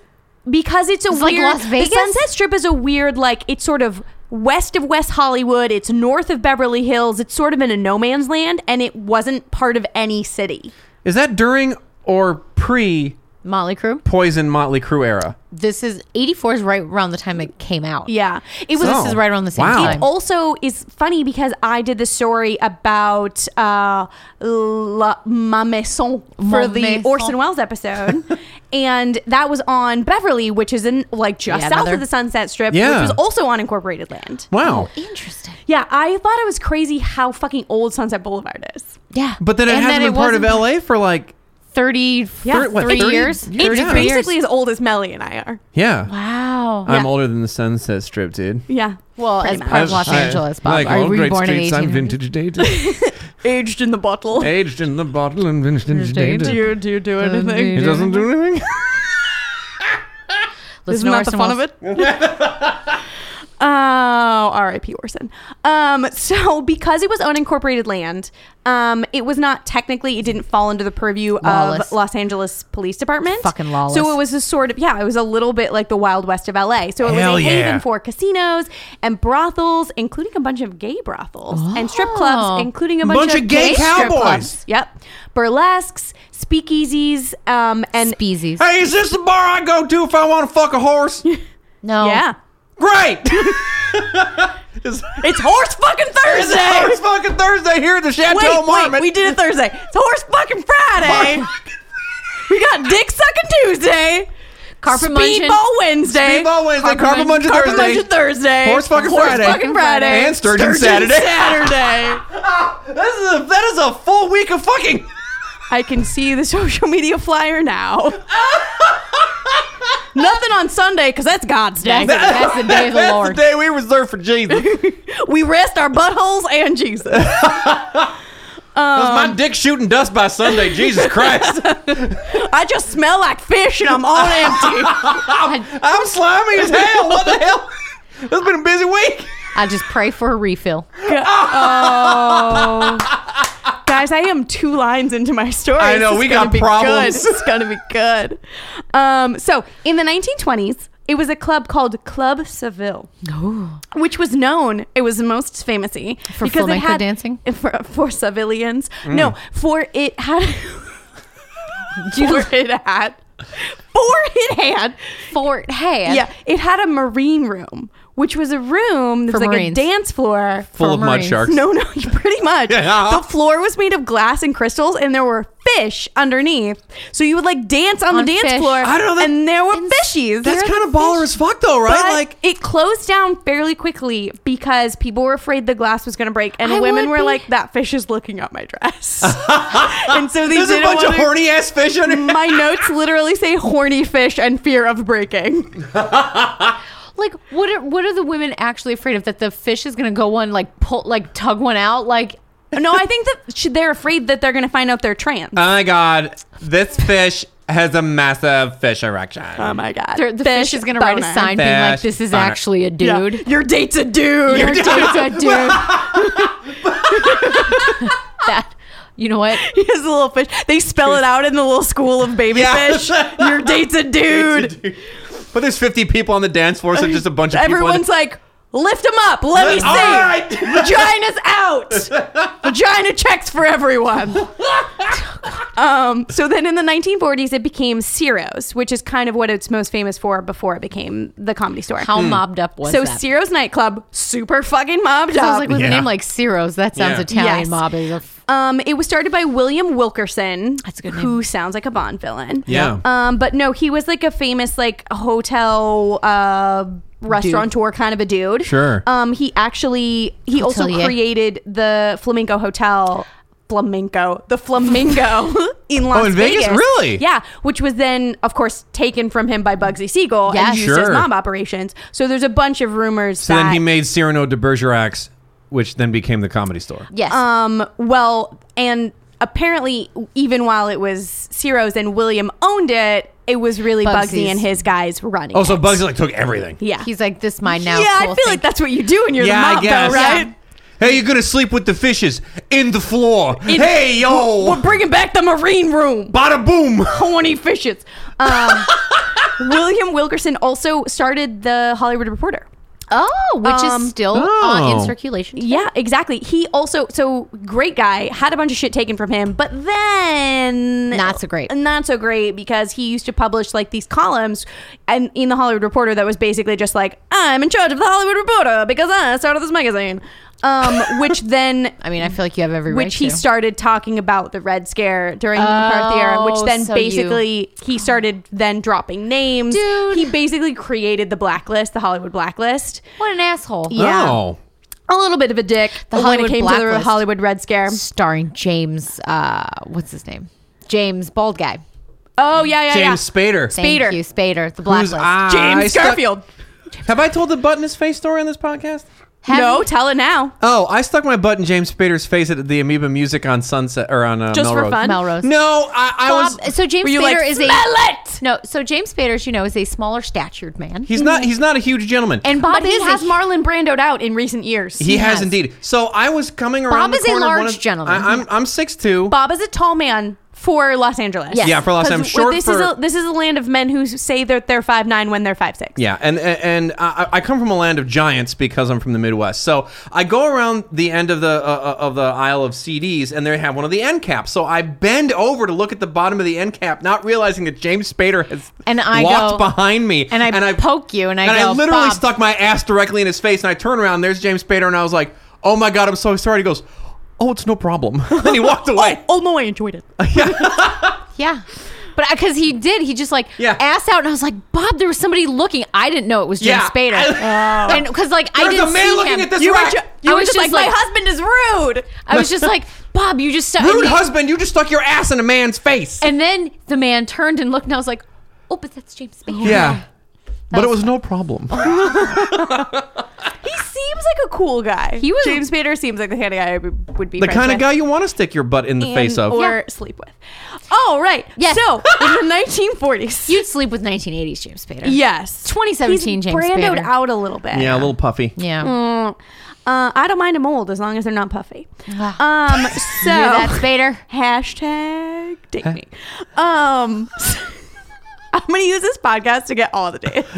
Speaker 3: because it's a
Speaker 2: It's like
Speaker 3: weird
Speaker 2: Las Vegas?
Speaker 3: The Sunset Strip is a weird like it's sort of west of West Hollywood, it's north of Beverly Hills, it's sort of in a no man's land and it wasn't part of any city.
Speaker 4: Is that during or pre
Speaker 2: Motley Crue?
Speaker 4: Poison Motley Crue era?
Speaker 2: This is 84 is right around the time it came out.
Speaker 3: Yeah. It was
Speaker 4: So-
Speaker 2: This is right around the same
Speaker 4: Oh, Wow.
Speaker 2: time.
Speaker 3: also is funny because I did the story about uh, La, Ma Maison for
Speaker 2: Ma
Speaker 3: the
Speaker 2: Maison.
Speaker 3: Orson Welles episode, and that was on Beverly, which is in like just
Speaker 2: Yeah,
Speaker 3: south
Speaker 2: another-
Speaker 3: of the Sunset Strip,
Speaker 4: Yeah.
Speaker 3: which was also on incorporated land.
Speaker 4: Wow.
Speaker 2: e- Interesting.
Speaker 3: Yeah, I thought it was crazy how fucking old Sunset Boulevard is.
Speaker 2: Yeah.
Speaker 4: But then it
Speaker 2: And
Speaker 4: hasn't been part of
Speaker 2: wasn't
Speaker 4: LA for like
Speaker 2: 30,
Speaker 3: Yeah,
Speaker 4: what,
Speaker 2: 30
Speaker 4: 30
Speaker 2: years?
Speaker 4: years?
Speaker 3: It's
Speaker 4: Yeah.
Speaker 3: basically as old as Melly and I are.
Speaker 4: yeah.
Speaker 2: Wow.
Speaker 4: I'm
Speaker 3: Yeah.
Speaker 4: older than the Sunset Strip, dude.
Speaker 3: Yeah,
Speaker 2: well,
Speaker 3: pretty
Speaker 2: as
Speaker 3: much.
Speaker 2: part of Los Angeles, Bob.
Speaker 4: Like
Speaker 2: Are
Speaker 4: all
Speaker 2: you
Speaker 4: great
Speaker 2: reborn in
Speaker 4: streets, I'm
Speaker 2: 18?
Speaker 4: vintage dated,
Speaker 3: aged in the bottle.
Speaker 4: aged in the bottle and vintage
Speaker 3: Do
Speaker 4: dated.
Speaker 3: you do, you do anything?
Speaker 4: It doesn't do anything.
Speaker 2: Listen
Speaker 3: Isn't
Speaker 2: to
Speaker 3: that the
Speaker 2: Orson
Speaker 3: fun of
Speaker 2: Welles.
Speaker 3: it? Oh, R.I.P. Orson. Um, so because it was unincorporated land, um, it was not technically. It didn't fall under the purview
Speaker 2: Lawless.
Speaker 3: of Los Angeles Police Department.
Speaker 2: Fucking lawless.
Speaker 3: So it was a sort of yeah. It was a little bit like the Wild West of L.A. So it
Speaker 5: Hell
Speaker 3: was a
Speaker 5: yeah.
Speaker 3: haven for casinos and brothels, including a bunch of gay brothels and strip clubs,
Speaker 2: Oh.
Speaker 3: including a bunch,
Speaker 4: Bunch of gay
Speaker 3: strip
Speaker 4: cowboys.
Speaker 3: clubs. Yep, burlesques, speakeasies, um, and
Speaker 2: Speezies.
Speaker 4: Hey, is this the bar I go to if I want to fuck a horse?
Speaker 2: No.
Speaker 3: yeah.
Speaker 4: Great.
Speaker 3: It's horse fucking
Speaker 4: It's
Speaker 3: Thursday.
Speaker 4: Horse fucking Thursday here at the Chateau
Speaker 3: Wait,
Speaker 4: Marmot.
Speaker 3: wait, we did it Thursday. It's horse fucking Friday. we got dick sucking Tuesday.
Speaker 2: Carpet munching.
Speaker 3: Speedball Wednesday.
Speaker 4: Speedball Wednesday, Carpet
Speaker 2: Carpet
Speaker 4: Munch
Speaker 2: Munch-
Speaker 3: Carpet
Speaker 4: Thursday.
Speaker 3: Munch Thursday.
Speaker 4: Horse fucking Friday.
Speaker 3: fucking Friday.
Speaker 4: And Sturgeon Saturday.
Speaker 3: Saturday.
Speaker 4: This is a, that is a full week of fucking.
Speaker 3: I can see the social media flyer now. Nothing on Sunday because that's God's day.
Speaker 2: That's, that's the day of the
Speaker 4: That's
Speaker 2: Lord.
Speaker 4: the day we reserve for Jesus. That's
Speaker 3: We rest our buttholes and Jesus.
Speaker 4: my dick shooting dust by Sunday. Jesus Christ.
Speaker 3: I just smell like fish and I'm all empty.
Speaker 2: I,
Speaker 4: I'm slimy as hell. What the hell? It's been a busy week.
Speaker 2: I just pray for a refill.
Speaker 3: Guys, I am two lines into my story.
Speaker 4: I know,
Speaker 3: This is
Speaker 4: we
Speaker 3: gonna
Speaker 4: got
Speaker 3: be good.
Speaker 4: problems.
Speaker 3: This is gonna be good. Um, so in the 1920s, it was a club called Club Seville, which was known. It was the most famousy
Speaker 2: For flamenco dancing?
Speaker 3: for, for civilians.
Speaker 4: Mm.
Speaker 3: No, for it had. for it had. For it had.
Speaker 2: Fort Hey.
Speaker 3: Yeah, it had a marine room, which was a room that
Speaker 2: For
Speaker 3: was like
Speaker 2: Marines.
Speaker 3: a dance floor
Speaker 4: Full of mud
Speaker 2: Marines.
Speaker 4: sharks.
Speaker 3: no, no, pretty much.
Speaker 4: Yeah. uh-huh.
Speaker 3: The floor was made of glass and crystals, and there were fish underneath. So you would like dance on,
Speaker 2: On
Speaker 3: the dance
Speaker 2: fish.
Speaker 3: floor,
Speaker 4: I don't know, that-
Speaker 3: and there were
Speaker 2: And
Speaker 3: fishies.
Speaker 4: That's kind of baller as fuck, though, right?
Speaker 3: But
Speaker 4: like,
Speaker 3: it closed down fairly quickly because people were afraid the glass was going to break, and
Speaker 2: I
Speaker 3: women
Speaker 2: would
Speaker 3: were
Speaker 2: be-
Speaker 3: like, "That fish is looking up my dress," and so they
Speaker 4: there's a
Speaker 3: didn't
Speaker 4: bunch of
Speaker 3: wanna-
Speaker 4: horny ass fish on it.
Speaker 3: My notes literally say "horny fish" and fear of breaking.
Speaker 2: Like what are what are the women actually afraid of? That the fish is gonna go one like pull like tug one out? Like
Speaker 3: No, I think that sh- they're afraid that they're going to find out they're trans.
Speaker 4: Oh my god, this fish has a massive fish erection.
Speaker 3: oh my god,
Speaker 2: they're- the fish, is gonna write a
Speaker 3: boner.
Speaker 2: sign being like,
Speaker 4: Fish
Speaker 2: This is
Speaker 4: boner.
Speaker 2: actually a
Speaker 3: Yeah.
Speaker 2: dude.
Speaker 3: Your date's a dude.
Speaker 2: Your dude's a dude. that you know what?
Speaker 3: He has a little fish. They spell it out in the little school of baby
Speaker 4: Yeah.
Speaker 3: fish. Your date's a dude.
Speaker 4: But there's 50 people on the dance floor, so just a bunch of
Speaker 3: Everyone's
Speaker 4: people.
Speaker 3: like, lift him up. Let me see.
Speaker 4: All right.
Speaker 3: Vagina's out. Vagina checks for everyone. um, so then in the 1940s, it became Ciro's, which is kind of what it's most famous for before it became the comedy store.
Speaker 2: How mobbed up was
Speaker 3: so
Speaker 2: that?
Speaker 3: Ciro's nightclub, super fucking mobbed
Speaker 2: Sounds
Speaker 3: up.
Speaker 2: like with
Speaker 5: Yeah.
Speaker 2: a name like Ciro's. That sounds
Speaker 4: Yeah.
Speaker 2: Italian
Speaker 3: Yes.
Speaker 2: mob. is a f-
Speaker 3: Um, it was started by William Wilkerson.
Speaker 2: That's a good
Speaker 3: Who sounds like a Bond villain.
Speaker 4: Yeah.
Speaker 3: Um, but no, he was like a famous like hotel uh restaurateur kind of a dude.
Speaker 4: Sure.
Speaker 3: Um, he actually he also
Speaker 2: Hotelier.
Speaker 3: created the Flamingo Hotel. Flamingo, the Flamingo in Las
Speaker 4: Oh, in Vegas? Really?
Speaker 3: Yeah, which was then, of course, taken from him by Bugsy Siegel
Speaker 2: Yes.
Speaker 3: and used as
Speaker 4: Sure.
Speaker 3: mob operations. So there's a bunch of rumors.
Speaker 4: So
Speaker 3: that
Speaker 4: then he made Cyrano de Bergerac's, which then became the comedy store.
Speaker 2: yes.
Speaker 3: Um, well, and apparently, even while it was Ciro's and William owned it, it was really Bugsy
Speaker 2: Bugsy's.
Speaker 3: and his guys running.
Speaker 4: Oh, so
Speaker 3: it.
Speaker 4: Bugsy like took everything.
Speaker 3: yeah,
Speaker 2: He's like this my now.
Speaker 3: yeah. I
Speaker 2: cool
Speaker 3: feel
Speaker 2: thing.
Speaker 3: like that's what you do when you're
Speaker 4: Yeah, I
Speaker 3: the mob,
Speaker 4: guess.
Speaker 3: though, right?
Speaker 2: Yeah.
Speaker 4: Hey, you're gonna sleep with the fishes in the floor. hey, yo,
Speaker 3: We're bringing back the marine room.
Speaker 4: bada boom.
Speaker 3: Horny fishes. Um, William Wilkerson also started the Hollywood Reporter.
Speaker 2: Oh, which
Speaker 3: Um,
Speaker 2: is still
Speaker 4: Oh.
Speaker 2: uh, in circulation.
Speaker 3: Yeah, exactly. He also so great guy had a bunch of shit taken from him, but then
Speaker 2: Not so great.
Speaker 3: not so great because he used to publish like these columns and in the Hollywood Reporter that was basically just like I'm in charge of the Hollywood Reporter because I started this magazine, um, which then.
Speaker 2: I mean, I feel like you have every right
Speaker 3: Which he
Speaker 2: to.
Speaker 3: started talking about the Red Scare during the McCarthy era, which
Speaker 2: Oh,
Speaker 3: then
Speaker 2: so you-
Speaker 3: basically he started then dropping names.
Speaker 2: Dude.
Speaker 3: He basically created the blacklist, the Hollywood blacklist.
Speaker 2: What an asshole.
Speaker 3: Yeah.
Speaker 4: Oh.
Speaker 3: A little bit of a dick
Speaker 2: The
Speaker 3: when it
Speaker 2: Hollywood
Speaker 3: came to the
Speaker 2: blacklist.
Speaker 3: Hollywood Red Scare.
Speaker 2: Starring James, uh, what's his name? James, bald guy.
Speaker 3: Oh yeah, yeah,
Speaker 4: James
Speaker 3: yeah.
Speaker 4: Spader.
Speaker 2: Thank
Speaker 3: Spader.
Speaker 2: you, Spader. The blacklist.
Speaker 4: Whose eye
Speaker 3: James
Speaker 4: stuck-
Speaker 3: Garfield.
Speaker 4: Have I told the button his face story on this podcast?
Speaker 2: Have
Speaker 3: no,
Speaker 2: you-
Speaker 3: tell it now.
Speaker 4: Oh, I stuck my butt in James Spader's face at the Amoeba Music on Sunset or on uh,
Speaker 3: Just for
Speaker 4: Melrose.
Speaker 3: fun?
Speaker 2: Melrose.
Speaker 4: No, I, I
Speaker 2: Bob, uh,
Speaker 4: was.
Speaker 2: so James
Speaker 3: Were you
Speaker 2: Spader
Speaker 3: like,
Speaker 2: is a
Speaker 3: "Smell it!"
Speaker 2: no. So James Spader, as you know, is a smaller statured man,
Speaker 4: He's not. He's not a huge gentleman.
Speaker 2: and Bob
Speaker 3: But he
Speaker 2: is a
Speaker 3: has Marlon Brandoed out in recent years.
Speaker 4: he, has,
Speaker 2: has.
Speaker 4: indeed. So I was coming around. the
Speaker 2: is a
Speaker 4: corner of one
Speaker 2: large
Speaker 4: of-
Speaker 2: gentleman.
Speaker 4: I, I'm I'm six two.
Speaker 3: Bob is a tall man for Los Angeles.
Speaker 2: Yes.
Speaker 4: Yeah, for Los
Speaker 3: 'Cause
Speaker 4: Angeles. Short
Speaker 3: this
Speaker 4: for
Speaker 3: is a, this is a land of men who say that they're five nine when they're five six.
Speaker 4: Yeah, and and, and I, I come from a land of giants because I'm from the Midwest. So I go around the end of the uh, of the aisle of CDs, and they have one of the end caps. So I bend over to look at the bottom of the end cap, not realizing that James Spader has
Speaker 2: And I
Speaker 4: walked
Speaker 2: go-
Speaker 4: behind me,
Speaker 2: and I poke you, and I go,
Speaker 4: literally
Speaker 2: "Bob."
Speaker 4: stuck my ass directly in his face, and I turn around, there's James Spader, and I was like, "Oh my god, I'm so sorry." He goes, "Oh, it's no problem," and he walked away.
Speaker 3: Oh no, I enjoyed it.
Speaker 2: yeah. But because he did, he just like
Speaker 4: Yeah.
Speaker 2: ass out, and I was like, Bob, there was somebody looking. I didn't know it was James
Speaker 4: Yeah.
Speaker 2: Spader, and because like I
Speaker 4: There's
Speaker 2: didn't
Speaker 4: a man
Speaker 2: see
Speaker 4: looking
Speaker 2: him.
Speaker 4: at this
Speaker 2: You were
Speaker 4: rack.
Speaker 2: ju-
Speaker 3: You
Speaker 2: I
Speaker 3: were
Speaker 2: was
Speaker 3: just like, my husband is rude.
Speaker 2: I was just like, Bob, you just stuck.
Speaker 4: Rude
Speaker 2: and,
Speaker 4: husband, you just stuck your ass in a man's face.
Speaker 2: and then the man turned and looked, and I was like, oh, but that's James Spader.
Speaker 4: yeah. But it
Speaker 2: was
Speaker 4: was no problem.
Speaker 3: He seems like a cool guy. He
Speaker 2: was-
Speaker 3: James Spader seems like the kind of guy I would would be
Speaker 4: the
Speaker 3: friends
Speaker 4: kind of
Speaker 3: with
Speaker 4: guy you want to stick your butt in the
Speaker 3: and-
Speaker 4: face of.
Speaker 3: or
Speaker 2: Yeah.
Speaker 3: sleep with. Oh right.
Speaker 2: Yes.
Speaker 3: So in the 1940s.
Speaker 2: You'd sleep with 1980s James Spader.
Speaker 3: yes.
Speaker 2: 2017
Speaker 3: He's
Speaker 2: James
Speaker 3: Brandoed
Speaker 2: Spader.
Speaker 3: out a little bit.
Speaker 4: yeah, a little puffy.
Speaker 2: Yeah.
Speaker 3: Mm. Uh, I don't mind them old as long as they're not puffy.
Speaker 2: Ah.
Speaker 3: um. So
Speaker 2: Hear that, Spader?
Speaker 3: Hashtag date me. Um, I'm gonna use this podcast to get all the dates.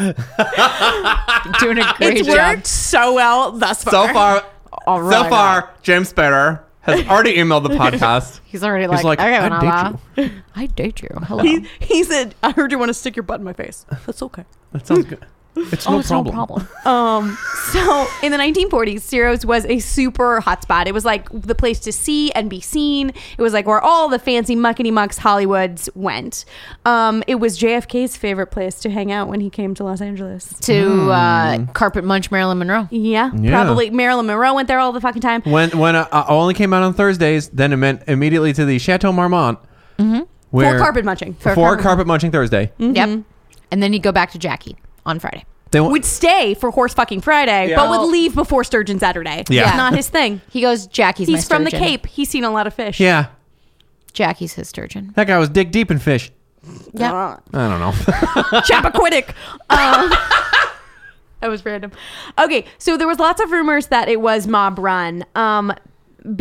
Speaker 2: Doing a great
Speaker 3: It's
Speaker 2: job.
Speaker 3: worked so well thus far.
Speaker 4: So far,
Speaker 2: All
Speaker 4: so
Speaker 2: right.
Speaker 4: far, James Spader has already emailed the podcast.
Speaker 2: He's already like,
Speaker 4: He's like,
Speaker 2: okay,
Speaker 4: "I
Speaker 2: Manala,
Speaker 4: date
Speaker 2: I date you. Hello.
Speaker 3: He, he said, "I heard you want to stick your butt in my face. That's okay."
Speaker 4: That sounds good. It's, no,
Speaker 2: Oh, it's
Speaker 4: problem.
Speaker 3: Um, so in the 1940s, Ciro's was a super hot spot. It was like the place to see and be seen. It was like where all the fancy muckety mucks Hollywoods went. Um, it was JFK's favorite place to hang out when he came to Los Angeles.
Speaker 2: To
Speaker 4: Mm.
Speaker 2: uh, carpet munch Marilyn Monroe.
Speaker 3: Yeah,
Speaker 4: Yeah.
Speaker 3: probably Marilyn Monroe went there all the fucking time.
Speaker 4: When when uh, I only came out on Thursdays, then it meant immediately to the Chateau Marmont. Where,
Speaker 3: For carpet munching.
Speaker 4: for carpet, munching Thursday.
Speaker 2: Yep. And then you go back to Jackie on Friday.
Speaker 4: They won't-
Speaker 3: Would stay for Horse Fucking Friday,
Speaker 4: Yeah.
Speaker 3: but would leave before Sturgeon Saturday.
Speaker 4: Yeah.
Speaker 3: It's not his thing.
Speaker 2: He goes, Jackie's my
Speaker 3: He's from the
Speaker 2: sturgeon."
Speaker 3: Cape. He's seen a lot of fish.
Speaker 4: yeah,
Speaker 2: Jackie's his sturgeon.
Speaker 4: that guy was dick deep in fish.
Speaker 2: Yeah.
Speaker 4: I don't know.
Speaker 3: Chappaquiddick. Um, that was random. Okay, so there was lots of rumors that it was mob run um,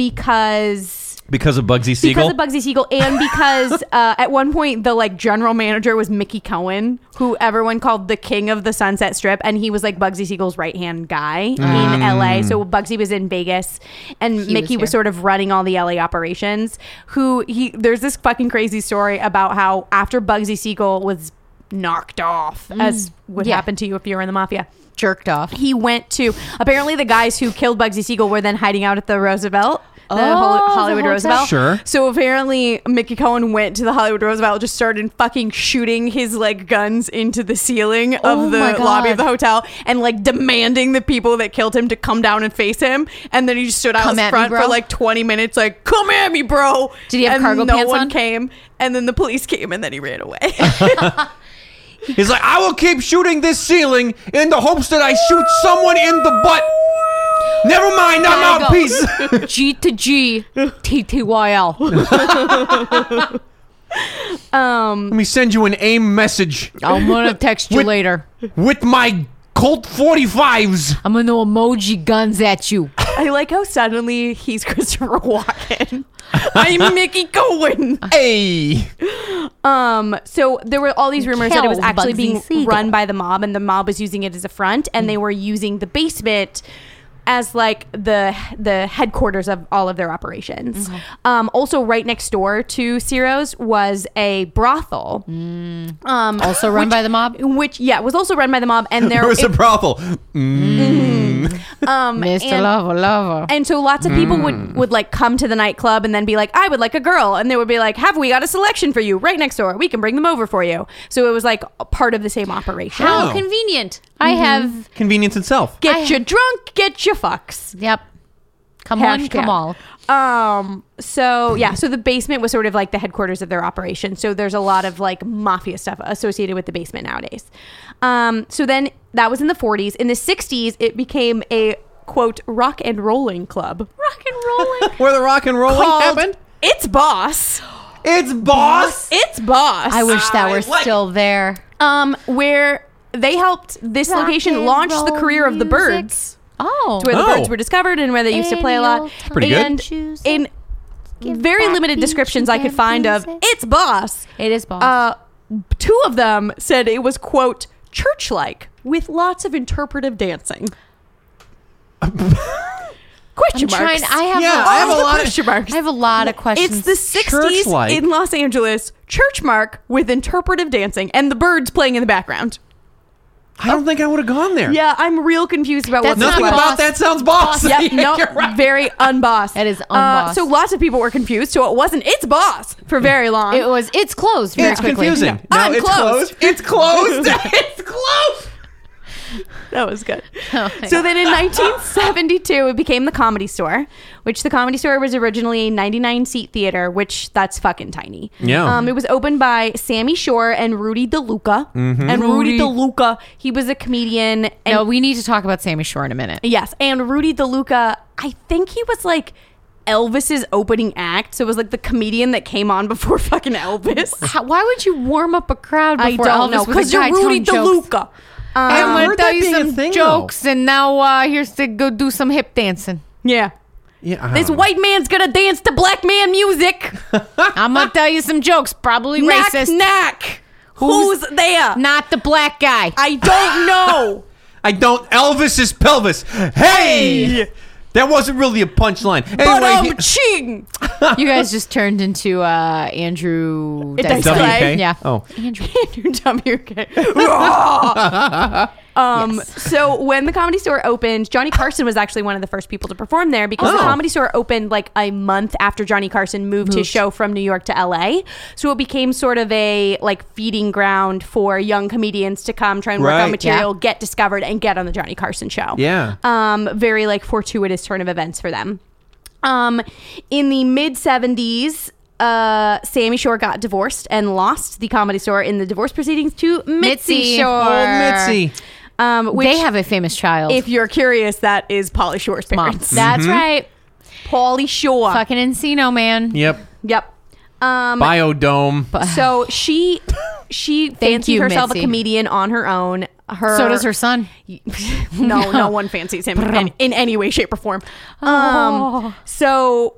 Speaker 3: because
Speaker 4: because of Bugsy
Speaker 3: because of Bugsy Siegel and because uh, at one point the like general manager was Mickey Cohen, who everyone called the king of the Sunset Strip, and he was like Bugsy Siegel's right hand guy in L.A. So Bugsy was in Vegas, and Mickey
Speaker 2: was here.
Speaker 3: was, sort of running all the LA operations. Who he? There's this fucking crazy story about how after Bugsy Siegel was knocked off, as would
Speaker 2: Mm. Yeah.
Speaker 3: happen to you if you were in the mafia.
Speaker 2: Jerked off.
Speaker 3: He went to apparently the guys who killed Bugsy Siegel were then hiding out at the Roosevelt. The
Speaker 2: Oh,
Speaker 3: Hol-
Speaker 2: the
Speaker 3: Hollywood
Speaker 2: hotel.
Speaker 3: Roosevelt.
Speaker 4: Sure.
Speaker 3: So apparently, Mickey Cohen went to the Hollywood Roosevelt, just started fucking shooting his like guns into the ceiling of
Speaker 2: Oh my
Speaker 3: the
Speaker 2: God.
Speaker 3: lobby of the hotel, and like demanding the people that killed him to come down and face him. And then he just stood out
Speaker 2: Come at me,
Speaker 3: in front
Speaker 2: bro.
Speaker 3: for like twenty minutes, like "Come at me, bro."
Speaker 2: Did he have
Speaker 3: and
Speaker 2: cargo
Speaker 3: no
Speaker 2: pants
Speaker 3: one
Speaker 2: on?
Speaker 3: Came, and then the police came, and then he ran away.
Speaker 4: He's like, I will keep shooting this ceiling in the hopes that I shoot someone in the butt. Never mind, I'm out.
Speaker 2: Gotta
Speaker 4: Peace.
Speaker 2: go. G to G, T T Y L.
Speaker 3: um,
Speaker 4: Let me send you an aim message
Speaker 2: I'm gonna text you
Speaker 4: With-
Speaker 2: later.
Speaker 4: with my Colt 45s.
Speaker 2: I'm gonna emoji guns at you.
Speaker 3: I like how suddenly he's Christopher Walken. I'm Mickey Cohen.
Speaker 2: Uh-huh.
Speaker 4: Hey.
Speaker 3: Um, so there were all these rumors that it was
Speaker 2: Killed
Speaker 3: actually
Speaker 2: Bugsy
Speaker 3: being
Speaker 2: Siegel. Mm.
Speaker 3: run by the mob, and the mob was using it as a front, and they were using the basement as like the the headquarters of all of their operations.
Speaker 2: Mm-hmm.
Speaker 3: Um, also, right next door to Ciro's was a brothel, um,
Speaker 2: Also run
Speaker 3: which-
Speaker 2: by the mob?
Speaker 3: which yeah was also run by the mob, and there
Speaker 4: There was a brothel.
Speaker 3: um,
Speaker 2: Mr.
Speaker 3: and-
Speaker 2: Lover, Lover.
Speaker 3: And so lots of people would would like come to the nightclub and then be like, I would like a girl. And they would be like, Have we got a selection for you right next door? We can bring them over for you. So it was like a part of the same operation.
Speaker 2: How
Speaker 4: Oh.
Speaker 2: convenient. I
Speaker 3: Mm-hmm.
Speaker 2: have.
Speaker 4: Convenience itself.
Speaker 3: Get
Speaker 2: I-
Speaker 3: you drunk, get you fucks.
Speaker 2: Yep. Come on,
Speaker 3: Hashtag.
Speaker 2: come all.
Speaker 3: Um, so yeah, so the basement was sort of like the headquarters of their operation. So there's a lot of like mafia stuff associated with the basement nowadays. Um, so then that was in the 40s. In the 60s, it became a quote rock and rolling club
Speaker 2: Rock and rolling.
Speaker 4: Where the rock and rolling
Speaker 3: called
Speaker 4: happened?
Speaker 3: It's Boss.
Speaker 4: It's boss.
Speaker 3: It's Boss.
Speaker 2: I wish that
Speaker 4: I
Speaker 2: were
Speaker 4: like it.
Speaker 2: still there.
Speaker 3: um where they helped this
Speaker 2: Rock
Speaker 3: location
Speaker 2: and
Speaker 3: launch the
Speaker 2: roll
Speaker 3: career of the
Speaker 2: music.
Speaker 3: birds.
Speaker 2: Oh,
Speaker 3: to where the
Speaker 4: Oh.
Speaker 3: birds were discovered and where they used to play a lot.
Speaker 2: That's
Speaker 4: pretty good.
Speaker 3: and
Speaker 2: Choose
Speaker 3: in very
Speaker 2: back
Speaker 3: limited
Speaker 2: beach
Speaker 3: descriptions
Speaker 2: and
Speaker 3: I could
Speaker 2: damn
Speaker 3: find of
Speaker 2: music.
Speaker 3: it's boss.
Speaker 2: it is boss.
Speaker 3: Uh, two of them said it was quote church like with lots of interpretive dancing.
Speaker 2: I'm
Speaker 3: question
Speaker 2: trying.
Speaker 3: marks.
Speaker 2: I have.
Speaker 4: Yeah,
Speaker 2: a,
Speaker 4: I have a
Speaker 2: lot-
Speaker 4: lot of-
Speaker 3: question marks.
Speaker 2: I have a lot of questions.
Speaker 3: It's the 60s
Speaker 4: Church-like.
Speaker 3: in Los Angeles, church mark with interpretive dancing and the birds playing in the background.
Speaker 4: I don't think I would have gone there.
Speaker 3: Yeah, I'm real confused about
Speaker 2: That's
Speaker 3: what's
Speaker 4: Nothing
Speaker 2: not
Speaker 4: about
Speaker 2: boss.
Speaker 4: that sounds boss.
Speaker 3: Yep, no,
Speaker 4: You're right.
Speaker 3: very unbossed.
Speaker 2: That is
Speaker 3: Uh,
Speaker 2: unbossed.
Speaker 3: so lots of people were confused. So it wasn't its boss for very long.
Speaker 2: It was. It's closed. Very
Speaker 4: It's
Speaker 2: quickly.
Speaker 4: confusing. No,
Speaker 3: Ah, I'm
Speaker 4: it's
Speaker 3: closed.
Speaker 4: closed. It's closed. it's closed.
Speaker 3: that was good.
Speaker 2: Oh my
Speaker 3: so then in 1972, it became the Comedy Store, which the Comedy Store was originally a 99 seat theater, which that's fucking tiny.
Speaker 4: Yeah.
Speaker 3: Um, it was opened by Sammy Shore and Rudy DeLuca.
Speaker 4: Mm-hmm.
Speaker 3: And Rudy,
Speaker 4: Rudy.
Speaker 3: DeLuca, he was a comedian. And
Speaker 2: No, we need to talk about Sammy Shore in a minute.
Speaker 3: Yes, and Rudy DeLuca, I think he was like Elvis's opening act. So it was like the comedian that came on before fucking Elvis.
Speaker 2: How, why would you warm up a crowd
Speaker 3: I
Speaker 2: before
Speaker 3: don't
Speaker 2: Elvis
Speaker 3: know
Speaker 2: was a
Speaker 3: because you're
Speaker 2: guy telling
Speaker 3: Rudy
Speaker 2: jokes?
Speaker 3: DeLuca.
Speaker 2: I'm
Speaker 3: Um,
Speaker 4: I've
Speaker 2: gonna
Speaker 4: heard
Speaker 2: tell
Speaker 4: that
Speaker 2: you
Speaker 4: being a
Speaker 2: some
Speaker 4: thing,
Speaker 2: jokes, and now uh, here's to go do some hip dancing.
Speaker 3: yeah,
Speaker 4: Yeah. I
Speaker 3: this
Speaker 4: don't know.
Speaker 3: white man's gonna dance to black man music.
Speaker 2: I'm gonna tell you some jokes, probably
Speaker 3: Knock
Speaker 2: racist.
Speaker 3: knock. Who's, there?
Speaker 2: Not the black guy.
Speaker 3: I don't know.
Speaker 4: I don't. Elvis is pelvis. Hey. That wasn't really a punchline.
Speaker 3: but
Speaker 4: Anyway,
Speaker 3: um,
Speaker 4: he-
Speaker 3: ching.
Speaker 2: you guys just turned into uh, Andrew.
Speaker 3: Dice
Speaker 2: Dice Clay.
Speaker 3: Clay.
Speaker 2: Yeah.
Speaker 4: Oh.
Speaker 2: Andrew.
Speaker 3: You're dumb. You're okay. um, So when the Comedy Store opened, Johnny Carson was actually one of the first people to perform there because the
Speaker 4: Oh.
Speaker 3: Comedy Store opened like a month after Johnny Carson moved, his show from New York to LA. So it became sort of a like feeding ground for young comedians to come, try and work on
Speaker 4: Right.
Speaker 3: material,
Speaker 2: Yeah.
Speaker 3: get discovered, and get on the Johnny Carson show
Speaker 4: Yeah.
Speaker 3: um, very like fortuitous turn of events for them. Um, in the mid 70s, uh, Sammy Shore got divorced and lost the comedy store in the divorce proceedings to Mitzi,
Speaker 2: Mitzi.
Speaker 3: Shore.
Speaker 4: Old Mitzi.
Speaker 3: Um, which,
Speaker 2: They have a famous child.
Speaker 3: if you're curious, that is Polly Shore's
Speaker 2: Mom.
Speaker 3: parents.
Speaker 2: That's right.
Speaker 3: Polly Shore.
Speaker 2: Fucking Encino man.
Speaker 4: Yep.
Speaker 3: Yep. Um,
Speaker 4: Biodome.
Speaker 3: so she she fancied
Speaker 2: you,
Speaker 3: herself
Speaker 2: Mitzi.
Speaker 3: a comedian on her own. Her
Speaker 2: So does her son.
Speaker 3: no, no, one fancies him in, in any way, shape, or form. Um, so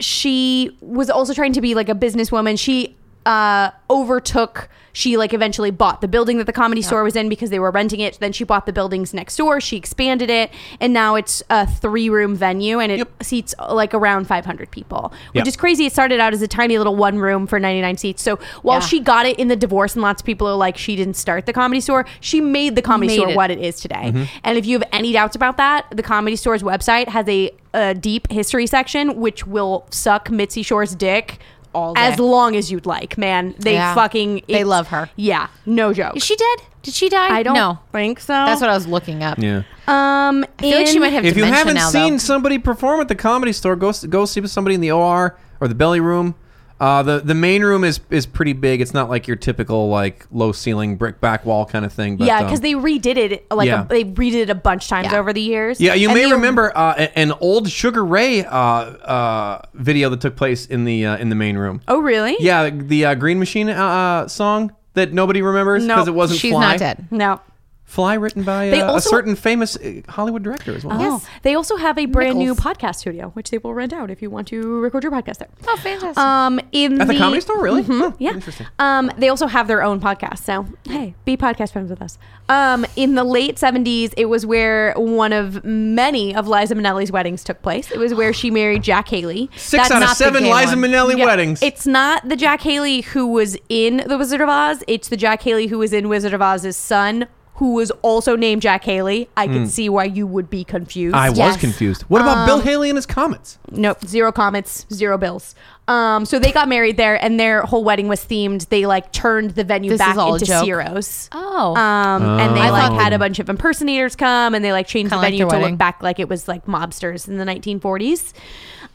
Speaker 3: she was also trying to be like a businesswoman. She uh, overtook. She like eventually bought the building that the comedy store was in because they were renting it. Then she bought the buildings next door. She expanded it, and now it's a three-room venue and it
Speaker 4: Yep.
Speaker 3: seats uh, like around 500 people, which
Speaker 4: Yeah.
Speaker 3: is crazy. It started out as a tiny little one room for 99 seats. So while
Speaker 2: Yeah.
Speaker 3: she got it in the divorce, and lots of people are like, she didn't start the comedy store. She made the comedy
Speaker 2: Made
Speaker 3: store
Speaker 2: it.
Speaker 3: what it is today.
Speaker 4: Mm-hmm.
Speaker 3: And if you have any doubts about that, the Comedy Store's website has a, a deep history section, which will suck Mitzi Shore's dick
Speaker 2: All
Speaker 3: as
Speaker 2: day.
Speaker 3: long as you'd like, man. They
Speaker 2: Yeah.
Speaker 3: fucking
Speaker 2: They
Speaker 3: it's-
Speaker 2: love her.
Speaker 3: Yeah, no joke.
Speaker 2: Is she dead? Did she die?
Speaker 3: I don't
Speaker 2: know.
Speaker 3: think so.
Speaker 2: That's what I was looking up.
Speaker 4: Yeah.
Speaker 3: Um, I
Speaker 2: I feel like she might have
Speaker 4: if you
Speaker 2: dementia
Speaker 4: haven't
Speaker 2: now,
Speaker 4: seen
Speaker 2: though.
Speaker 4: somebody perform at the comedy store, go s- go see somebody in the OR or the belly room. Uh, the the main room is is pretty big. It's not like your typical like low ceiling brick back wall kind of thing. But,
Speaker 3: Yeah,
Speaker 4: um,
Speaker 3: because they redid it like
Speaker 4: Yeah.
Speaker 3: a, they redid it a bunch times
Speaker 2: Yeah.
Speaker 3: over the years.
Speaker 4: Yeah, you
Speaker 3: And
Speaker 4: may
Speaker 3: they-
Speaker 4: remember uh, a- an old Sugar Ray uh, uh, video that took place in the uh, in the main room.
Speaker 3: Oh, really?
Speaker 4: Yeah, the uh, Green Machine uh, uh, song that nobody remembers
Speaker 3: No.
Speaker 4: because it wasn't
Speaker 2: She's
Speaker 4: Fly.
Speaker 2: not dead.
Speaker 3: No.
Speaker 4: Fly written by
Speaker 3: They
Speaker 4: uh,
Speaker 3: also- Oh.
Speaker 4: a certain famous uh, Hollywood director
Speaker 2: Oh.
Speaker 4: as well.
Speaker 3: Yes. They also have a brand
Speaker 2: Nichols.
Speaker 3: new podcast studio, which they will rent out if you want to record your podcast there.
Speaker 2: Oh, fantastic.
Speaker 3: Um, in Mm-hmm.
Speaker 4: At the, comedy store, really? Huh,
Speaker 3: Yeah.
Speaker 4: Interesting.
Speaker 3: Um, they also have their own podcast. So, hey, be podcast friends with us. Um, in the late 70s, it was where one of many of Liza Minnelli's weddings took place. It was where she married Jack Haley.
Speaker 4: Six out of
Speaker 2: not the
Speaker 4: seven
Speaker 2: gay
Speaker 4: Liza
Speaker 2: one.
Speaker 4: Minnelli weddings.
Speaker 3: It's not the Jack Haley who was in The Wizard of Oz. It's the Jack Haley who was in Wizard of Oz's son, who was also named Jack Haley. I can see why you would be confused.
Speaker 4: Hmm. I
Speaker 2: Yes.
Speaker 4: was confused. What about
Speaker 3: Um,
Speaker 4: Bill Haley and his comments?
Speaker 3: Nope, zero comments, zero bills. Um, so they got married there, and their whole wedding was themed. They like turned the venue
Speaker 2: This
Speaker 3: back
Speaker 2: is all a
Speaker 3: into
Speaker 2: joke.
Speaker 3: Ciro's.
Speaker 2: oh.
Speaker 3: Um, and they
Speaker 2: I
Speaker 3: like
Speaker 2: thought-
Speaker 3: had a bunch of impersonators come, and they like changed
Speaker 2: Kinda
Speaker 3: the
Speaker 2: like
Speaker 3: venue
Speaker 2: your
Speaker 3: to
Speaker 2: wedding.
Speaker 3: look back like it was like mobsters in the 1940s.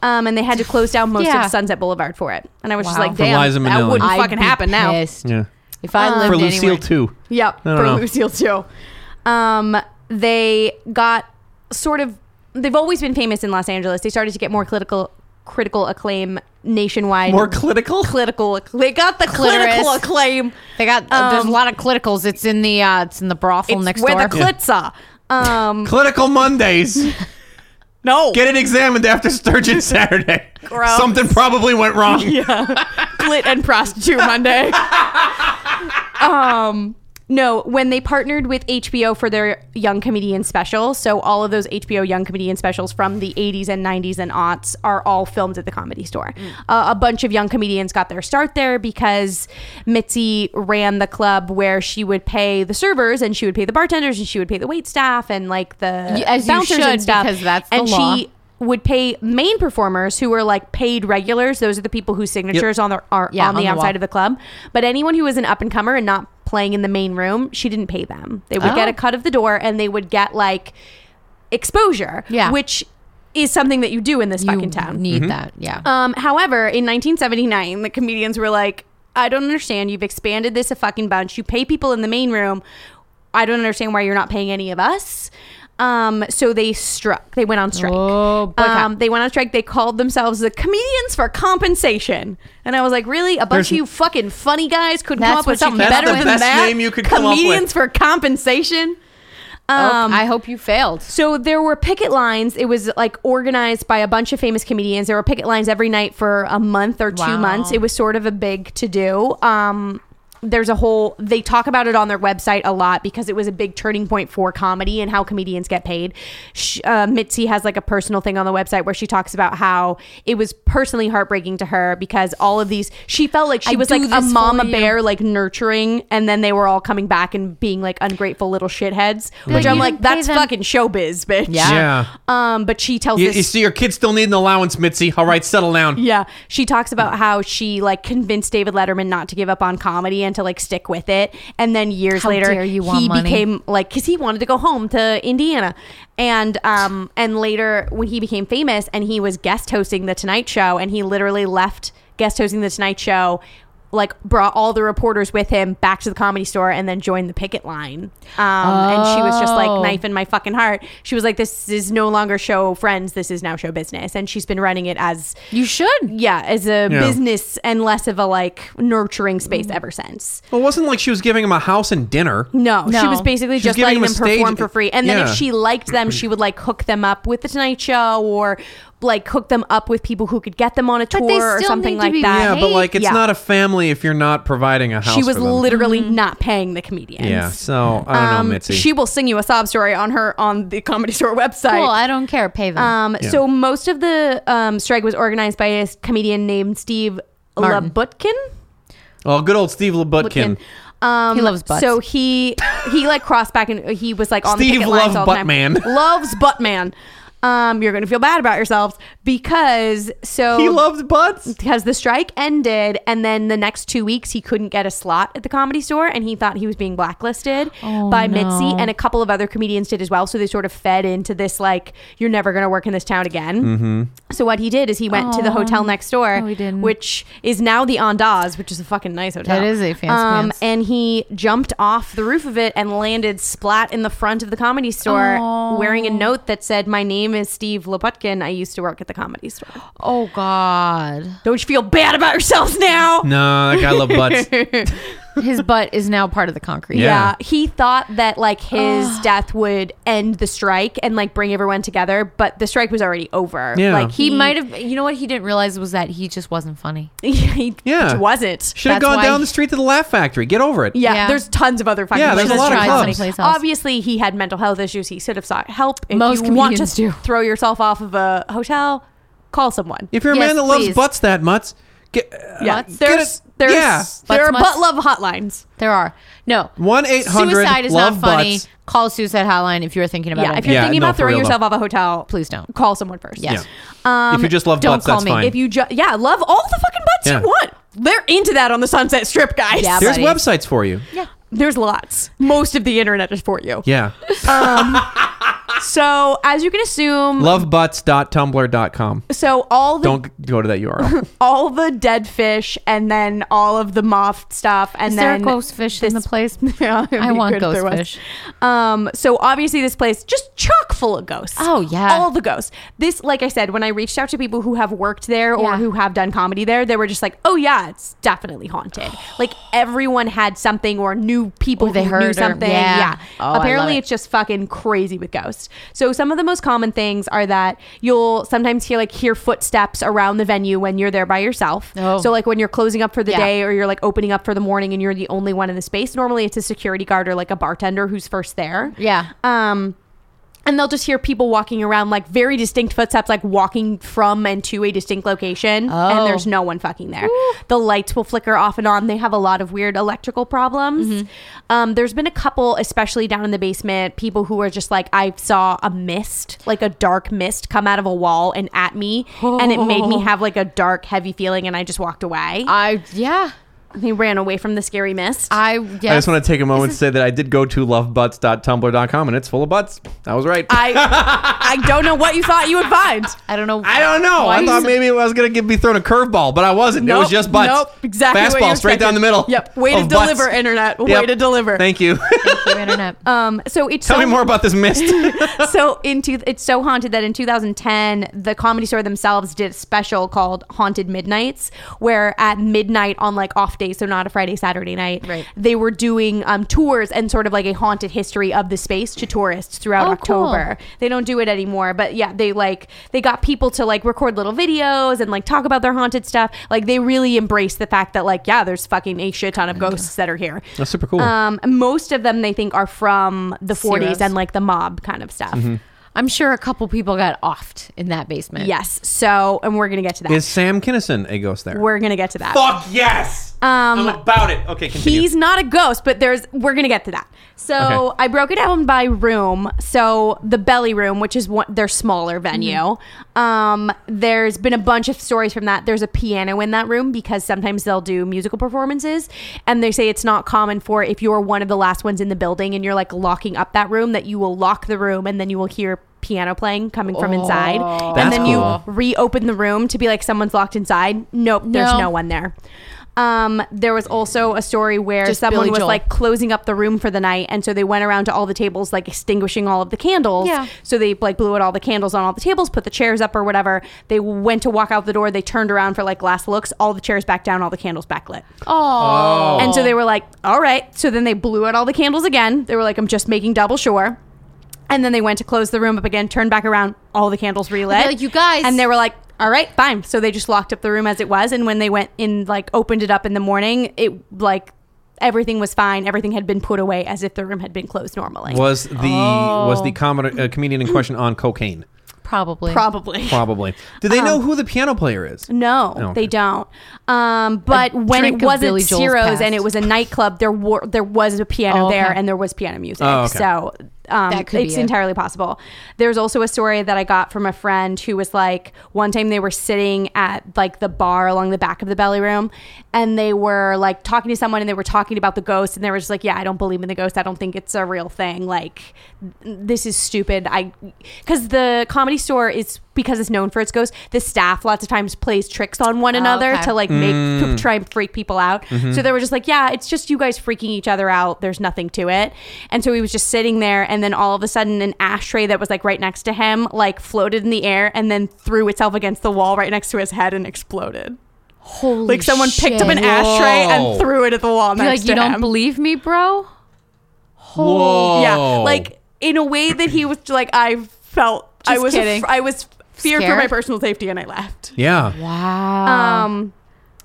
Speaker 3: Um, and they had to close down most
Speaker 2: Yeah.
Speaker 3: of Sunset Boulevard for it. And I was just
Speaker 2: Wow.
Speaker 3: like,
Speaker 2: For
Speaker 3: damn,
Speaker 4: Liza
Speaker 3: that
Speaker 4: Minnelli.
Speaker 3: wouldn't
Speaker 2: I'd
Speaker 3: fucking
Speaker 2: be
Speaker 3: happen now.
Speaker 2: pissed. If
Speaker 3: Uh,
Speaker 2: I lived
Speaker 4: For Lucille
Speaker 2: anywhere-
Speaker 4: too.
Speaker 3: Yep,
Speaker 4: I
Speaker 3: for
Speaker 4: don't know.
Speaker 3: Lucille too. Um, they got sort of they've always been famous in Los Angeles. They started to get more critical critical acclaim nationwide.
Speaker 4: More clinical?
Speaker 3: Clinical. acc- They got the
Speaker 2: Clitoris.
Speaker 3: clinical acclaim.
Speaker 2: They got uh, there's a
Speaker 3: Um,
Speaker 2: lot of cliticals. It's in the uh, it's in the brothel
Speaker 3: It's
Speaker 2: next
Speaker 3: where
Speaker 2: door.
Speaker 3: the clits are. Um,
Speaker 4: Clinical Mondays.
Speaker 3: no.
Speaker 4: Get it examined after Sturgeon Saturday.
Speaker 3: Gross.
Speaker 4: Something probably went wrong.
Speaker 3: Clit and prostitute Monday. um, no, when they partnered with HBO for their Young Comedian special, so all of those HBO Young Comedian specials from the 80s and 90s and aughts are all filmed at the Comedy Store.
Speaker 2: Mm.
Speaker 3: Uh, a bunch of young comedians got their start there because Mitzi ran the club where she would pay the servers and she would pay the bartenders and she would pay the wait staff and like the
Speaker 2: Y- as you
Speaker 3: bouncers
Speaker 2: should,
Speaker 3: and stuff.
Speaker 2: because that's the
Speaker 3: and
Speaker 2: law.
Speaker 3: she would pay main performers who were like paid regulars. Those are the people whose signatures on the are
Speaker 2: Yeah,
Speaker 3: on the
Speaker 2: on the
Speaker 3: outside
Speaker 2: wall.
Speaker 3: of the club. But anyone who was an up and comer and not playing in the main room, she didn't pay them. They would
Speaker 2: Oh.
Speaker 3: get a cut of the door and they would get like exposure,
Speaker 2: Yeah.
Speaker 3: which is something that you do in this
Speaker 2: you
Speaker 3: fucking town.
Speaker 2: need
Speaker 4: Mm-hmm.
Speaker 2: that. Yeah.
Speaker 3: Um, however, in 1979, the comedians were like, I don't understand. You've expanded this a fucking bunch. You pay people in the main room. I don't understand why you're not paying any of us. Um, so they struck. They went on strike.
Speaker 2: Oh, boycott.
Speaker 3: um, they went on strike. They called themselves the Comedians for Compensation. And I was like, really? A bunch
Speaker 4: There's-
Speaker 3: of you fucking funny guys couldn't come
Speaker 2: That's
Speaker 3: up with
Speaker 2: what you came
Speaker 3: something
Speaker 2: up
Speaker 3: better
Speaker 2: with?
Speaker 3: than
Speaker 4: That's the best
Speaker 3: that?
Speaker 4: name you could come up with.
Speaker 3: Comedians for Compensation.
Speaker 2: Oh,
Speaker 3: Um,
Speaker 2: I hope you failed.
Speaker 3: so there were picket lines. It was like organized by a bunch of famous comedians. There were picket lines every night for a month or two
Speaker 2: Wow.
Speaker 3: months. It was sort of a big to do. Um, there's a whole. They talk about it on their website a lot because it was a big turning point for comedy and how comedians get paid. Sh uh, Mitzi has like a personal thing on the website where she talks about how it was personally heartbreaking to her because all of these. She felt like she
Speaker 2: I
Speaker 3: was
Speaker 2: do
Speaker 3: like a
Speaker 2: this for
Speaker 3: mama
Speaker 2: you.
Speaker 3: bear, like nurturing, and then they were all coming back and being like ungrateful little shitheads. Which
Speaker 2: like,
Speaker 3: I'm
Speaker 2: "You
Speaker 3: like,
Speaker 2: didn't pay
Speaker 3: that's
Speaker 2: them."
Speaker 3: fucking showbiz, bitch.
Speaker 2: Yeah.
Speaker 4: Yeah.
Speaker 3: Um, but she tells
Speaker 4: You,
Speaker 3: this.
Speaker 4: you see, your kid still need an allowance, Mitzi. All right, settle down.
Speaker 3: yeah, she talks about how she like convinced David Letterman not to give up on comedy and to like stick with it. And then years
Speaker 2: How
Speaker 3: later,
Speaker 2: dare you want
Speaker 3: he
Speaker 2: money.
Speaker 3: became like because he wanted to go home to Indiana, and um, and later when he became famous and he was guest hosting the Tonight Show, and he literally left guest hosting the Tonight Show. Like brought all the reporters with him back to the comedy store and then joined the picket line. Um, And she was just like
Speaker 2: Oh.
Speaker 3: knife knife in my fucking heart. She was like, "This is no longer show friends. This is now show business." And she's been running it as
Speaker 2: You should.
Speaker 3: yeah, as
Speaker 4: Yeah.
Speaker 3: a business and less of a like nurturing
Speaker 2: Mm-hmm.
Speaker 3: space ever since.
Speaker 4: Well, it wasn't like she was giving him a house and dinner.
Speaker 3: No, she
Speaker 2: No.
Speaker 3: was basically
Speaker 4: She was
Speaker 3: just
Speaker 4: giving
Speaker 3: letting
Speaker 4: them
Speaker 3: them
Speaker 4: a
Speaker 3: perform
Speaker 4: stage-
Speaker 3: for free. And then
Speaker 4: yeah.
Speaker 3: if she liked them, she would like hook them up with the Tonight Show or like hook them up with people who could get them on a
Speaker 2: But
Speaker 3: tour
Speaker 2: they
Speaker 3: or
Speaker 2: still
Speaker 3: something
Speaker 2: need to
Speaker 3: like
Speaker 2: be
Speaker 3: that.
Speaker 4: Yeah, but
Speaker 2: Hey,
Speaker 4: like it's
Speaker 3: yeah.
Speaker 4: not a family if you're not providing a house.
Speaker 3: She was
Speaker 4: for them.
Speaker 3: literally
Speaker 2: Mm-hmm.
Speaker 3: not paying the comedians.
Speaker 4: Yeah, so I don't know, Mitzi.
Speaker 3: Um, She will sing you a sob story on her on the comedy store website.
Speaker 2: Cool. I don't care. Pay them.
Speaker 3: Um,
Speaker 4: Yeah.
Speaker 3: So most of the um, strike was organized by a comedian named Steve
Speaker 2: Martin.
Speaker 3: Labutkin.
Speaker 4: oh, good old Steve Labutkin.
Speaker 3: Um,
Speaker 2: He loves butts.
Speaker 3: So he he like crossed back and he was like on
Speaker 4: Steve
Speaker 3: the picket
Speaker 4: Love
Speaker 3: lines all the time.
Speaker 4: Buttman.
Speaker 3: Loves Buttman. Um, you're gonna feel bad about yourselves because so
Speaker 4: He loved butts.
Speaker 3: because the strike ended and then the next two weeks he couldn't get a slot at the comedy store and he thought he was being blacklisted
Speaker 2: Oh,
Speaker 3: by
Speaker 2: no.
Speaker 3: Mitzi and a couple of other comedians did as well. So they sort of fed into this like you're never going to work in this town again.
Speaker 4: Mm-hmm.
Speaker 3: So what he did is he went to the
Speaker 2: Oh.
Speaker 3: hotel next door,
Speaker 2: No, he didn't.
Speaker 3: which is now the Andaz, which is a fucking nice hotel. Um,
Speaker 2: That is a fancy pants.
Speaker 3: And he jumped off the roof of it and landed splat in the front of the comedy store,
Speaker 2: Oh.
Speaker 3: wearing a note that said, "My name is Steve Loputkin. I used to work at the comedy store."
Speaker 2: oh God.
Speaker 3: Don't you feel bad about yourselves now?
Speaker 4: No, that guy loved butts.
Speaker 2: His butt is now part of the concrete.
Speaker 4: Yeah.
Speaker 3: Yeah. he thought that like his death would end the strike and like bring everyone together, but the strike was already over.
Speaker 4: Yeah.
Speaker 3: Like
Speaker 2: He might have. You know what he didn't realize was that he just wasn't funny.
Speaker 3: he
Speaker 4: Yeah.
Speaker 3: wasn't.
Speaker 4: Should have
Speaker 2: That's
Speaker 4: gone
Speaker 2: why
Speaker 4: down
Speaker 2: he-
Speaker 4: the street to the Laugh Factory. Get over it.
Speaker 3: Yeah,
Speaker 2: Yeah.
Speaker 3: there's tons of other fucking
Speaker 4: Yeah, there's a
Speaker 3: places
Speaker 4: lot of
Speaker 2: Just
Speaker 3: to
Speaker 2: try
Speaker 3: try.
Speaker 4: clubs.
Speaker 2: someplace else.
Speaker 3: Obviously, he had mental health issues. He should have sought help. If
Speaker 2: Most
Speaker 3: you want to
Speaker 2: comedians do.
Speaker 3: throw yourself off of a hotel, call someone.
Speaker 4: If you're a
Speaker 2: Yes,
Speaker 4: man that
Speaker 2: please.
Speaker 4: loves butts that much, get
Speaker 3: yeah,
Speaker 2: Mutts?
Speaker 3: there's
Speaker 4: Get a-
Speaker 3: there's
Speaker 4: yeah.
Speaker 3: there
Speaker 2: Butts
Speaker 3: are
Speaker 2: must-
Speaker 3: butt love hotlines.
Speaker 2: There are no
Speaker 4: 1-800
Speaker 2: Suicide is
Speaker 4: love
Speaker 2: not funny.
Speaker 4: butts.
Speaker 2: Call suicide hotline if you're thinking about
Speaker 3: Yeah,
Speaker 2: it.
Speaker 3: if you're
Speaker 4: Yeah,
Speaker 3: thinking
Speaker 4: no,
Speaker 3: about
Speaker 4: for
Speaker 3: throwing
Speaker 4: real, though.
Speaker 3: yourself off a hotel,
Speaker 2: Please don't.
Speaker 3: call someone first.
Speaker 2: Yes.
Speaker 3: Um,
Speaker 4: if you just love
Speaker 2: don't
Speaker 4: butts,
Speaker 2: call
Speaker 4: that's
Speaker 2: me.
Speaker 4: fine.
Speaker 3: If you just yeah, love all the fucking butts
Speaker 4: Yeah.
Speaker 3: you want. They're into that on the Sunset Strip, guys.
Speaker 2: Yeah,
Speaker 4: There's
Speaker 2: buddy.
Speaker 4: websites for you.
Speaker 3: There's lots. Most of the internet is for you.
Speaker 4: Yeah.
Speaker 3: so as you can assume,
Speaker 4: Lovebutts.tumblr.com.
Speaker 3: so all the
Speaker 4: Don't go to that URL.
Speaker 3: all the dead fish, and then all of the moth stuff, and
Speaker 2: Is there a
Speaker 3: then
Speaker 2: ghost fish in the place?
Speaker 3: Yeah, it'd
Speaker 2: I
Speaker 3: be
Speaker 2: want
Speaker 3: good if there
Speaker 2: ghost
Speaker 3: was.
Speaker 2: fish.
Speaker 3: Um, so obviously this place just chock full of ghosts.
Speaker 2: Oh, yeah.
Speaker 3: all the ghosts. This, like I said, when I reached out to people who have worked there or
Speaker 2: Yeah.
Speaker 3: who have done comedy there, they were just like, "Oh yeah, it's definitely haunted." like everyone had something or knew people
Speaker 2: Or they
Speaker 3: who
Speaker 2: heard
Speaker 3: knew
Speaker 2: or-
Speaker 3: something.
Speaker 2: yeah.
Speaker 3: yeah.
Speaker 2: Oh, I love
Speaker 3: Apparently,
Speaker 2: it.
Speaker 3: it's just fucking crazy with ghosts. So some of the most common things are that you'll sometimes hear like hear footsteps around the venue when you're there by yourself.
Speaker 2: Oh.
Speaker 3: So like when you're closing up for the
Speaker 2: Yeah.
Speaker 3: day or you're like opening up for the morning and you're the only one in the space. Normally it's a security guard or like a bartender who's first there.
Speaker 2: Yeah.
Speaker 3: Um and they'll just hear people walking around like very distinct footsteps like walking from and to a distinct location
Speaker 2: Oh.
Speaker 3: and there's no one fucking there. The lights will flicker off and on. They have a lot of weird electrical problems.
Speaker 2: Mm-hmm.
Speaker 3: Um, there's been a couple, especially down in the basement, people who are just like, I saw a mist, like a dark mist come out of a wall and at me, and it made me have like a dark, heavy feeling, and I just walked away.
Speaker 2: I yeah.
Speaker 3: they ran away from the scary mist.
Speaker 2: I
Speaker 4: I just want to take a moment to say that I did go to lovebutts.tumblr.com and it's full of butts. I was right.
Speaker 3: I I don't know what you thought you would find.
Speaker 2: I don't know.
Speaker 4: I don't know.
Speaker 2: why
Speaker 4: I
Speaker 2: you
Speaker 4: thought
Speaker 2: said-
Speaker 4: maybe I was gonna get, be thrown a curveball, but I wasn't. it was
Speaker 3: Nope,
Speaker 4: just butts.
Speaker 3: Nope, exactly. what
Speaker 4: Fastball
Speaker 3: you
Speaker 4: straight
Speaker 3: expected.
Speaker 4: down the middle.
Speaker 3: Yep. Way to
Speaker 4: of butts.
Speaker 3: deliver, internet. Way
Speaker 4: Yep.
Speaker 3: to deliver.
Speaker 4: Thank you.
Speaker 2: Thank you, internet.
Speaker 3: um. So it's
Speaker 4: Tell
Speaker 3: so,
Speaker 4: me more about this mist.
Speaker 3: so into it's so haunted that in 2010 the comedy store themselves did a special called haunted midnights where at midnight on like off days so not a friday saturday night
Speaker 2: Right.
Speaker 3: they were doing um, tours and sort of like a haunted history of the space to tourists throughout
Speaker 2: Oh, cool.
Speaker 3: october they don't do it anymore but yeah they like they got people to like record little videos and like talk about their haunted stuff like they really embrace the fact that like yeah there's fucking a shit ton of ghosts that are here
Speaker 4: That's super cool.
Speaker 3: um, most of them they think are from the 40s
Speaker 2: Zeros.
Speaker 3: and like the mob kind of stuff.
Speaker 2: I'm sure a couple people got offed in that basement.
Speaker 3: Yes. So, and we're gonna get to that.
Speaker 4: Is Sam Kinnison a ghost there?
Speaker 3: we're gonna get to that.
Speaker 4: Fuck yes.
Speaker 3: Um,
Speaker 4: I'm about it. Okay, continue.
Speaker 3: He's not a ghost, but there's we're gonna get to that. So
Speaker 4: Okay.
Speaker 3: I broke it down by room. So the belly room, which is one their
Speaker 4: Mm-hmm.
Speaker 3: smaller venue. Um, there's been a bunch of stories from that. There's a piano in that room because sometimes they'll do musical performances, and they say it's not common for if you're one of the last ones in the building and you're like locking up that room that you will lock the room and then you will hear piano playing coming from inside and
Speaker 4: That's
Speaker 3: then
Speaker 4: cool.
Speaker 3: you reopen the room to be like someone's locked inside nope there's
Speaker 2: No.
Speaker 3: no one there um, there was also a story where
Speaker 2: Just
Speaker 3: someone
Speaker 2: Billy
Speaker 3: was
Speaker 2: Joel.
Speaker 3: like closing up the room for the night, and so they went around to all the tables, like extinguishing all of the candles.
Speaker 2: Yeah.
Speaker 3: So they like blew out all the candles on all the tables, put the chairs up or whatever. They went to walk out the door. They turned around for like last looks. All the chairs back down, all the candles backlit.
Speaker 2: Oh.
Speaker 3: And so they were like, all right. So then they blew out all the candles again. They were like, I'm just making double sure. And then they went to close the room up again, turned back around, all the candles relit.
Speaker 2: They're like, "You guys."
Speaker 3: And they were like, all right, fine. So they just locked up the room as it was. And when they went in, like, opened it up in the morning, it, like, everything was fine. Everything had been put away as if the room had been closed normally.
Speaker 4: was the was
Speaker 3: Oh.
Speaker 4: the comedy, uh, comedian in question on cocaine?
Speaker 2: probably.
Speaker 3: Probably.
Speaker 4: Probably. Do they
Speaker 3: Um,
Speaker 4: know who the piano player is?
Speaker 3: No,
Speaker 4: Oh, okay.
Speaker 3: they don't. Um, but when
Speaker 2: drink
Speaker 3: it
Speaker 2: of
Speaker 3: wasn't
Speaker 2: Billy Joel's
Speaker 3: Ciro's
Speaker 2: past.
Speaker 3: and it was a nightclub, there were there was a piano
Speaker 2: Oh, okay.
Speaker 3: there and there was piano music.
Speaker 4: Oh, okay.
Speaker 3: So um,
Speaker 2: That could be
Speaker 3: it's
Speaker 2: it.
Speaker 3: entirely possible. There's also a story that I got from a friend who was like, one time they were sitting at like the bar along the back of the belly room, and they were like talking to someone and they were talking about the ghost and they were just like, yeah, I don't believe in the ghost. I don't think it's a real thing. Like this is stupid. I because the comedy store is because it's known for its ghosts. The staff lots of times plays tricks on one another
Speaker 2: Oh, okay.
Speaker 3: to like make
Speaker 4: Mm.
Speaker 3: to try and freak people out.
Speaker 4: Mm-hmm.
Speaker 3: So they were just like, yeah, it's just you guys freaking each other out. There's nothing to it. And so he was just sitting there, and then all of a sudden, an ashtray that was like right next to him like floated in the air and then threw itself against the wall right next to his head and exploded.
Speaker 2: Holy
Speaker 3: Like someone picked up an
Speaker 2: shit.
Speaker 3: ashtray
Speaker 4: Whoa.
Speaker 3: and threw it at the wall
Speaker 2: You're
Speaker 3: next
Speaker 2: like, you
Speaker 3: to
Speaker 2: don't
Speaker 3: him.
Speaker 2: believe me, bro?
Speaker 4: Whoa.
Speaker 3: Yeah, like in a way that he was like, I felt I
Speaker 2: Just
Speaker 3: was
Speaker 2: kidding.
Speaker 3: af- I was feared for
Speaker 2: Scared?
Speaker 3: my personal safety, and I left.
Speaker 4: yeah.
Speaker 2: Wow.
Speaker 3: Um,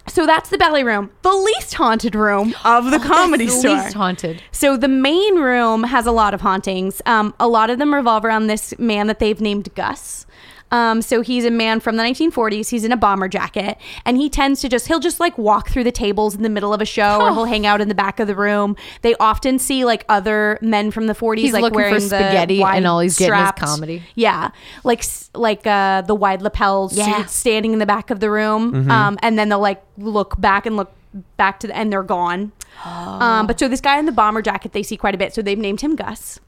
Speaker 3: so that's the belly room, the least haunted room of the comedy
Speaker 2: Oh, That's the
Speaker 3: store.
Speaker 2: least haunted.
Speaker 3: so the main room has a lot of hauntings. Um, a lot of them revolve around this man that they've named Gus. Um, so he's a man from the 1940s. He's in a bomber jacket, and he tends to just he'll just like walk through the tables in the middle of a show, or
Speaker 2: Oh.
Speaker 3: he'll hang out in the back of the room. They often see like other men from the 40s,
Speaker 2: He's
Speaker 3: like
Speaker 2: looking for
Speaker 3: wearing the
Speaker 2: spaghetti
Speaker 3: wide
Speaker 2: and all he's getting is
Speaker 3: strapped-
Speaker 2: comedy.
Speaker 3: yeah, like s- like uh, the wide lapel
Speaker 2: Yeah.
Speaker 3: suits standing in the back of the room, um, and then they'll like look back and look back to the and they're gone. Um, but so this guy in the bomber jacket they see quite a bit, so they've named him Gus.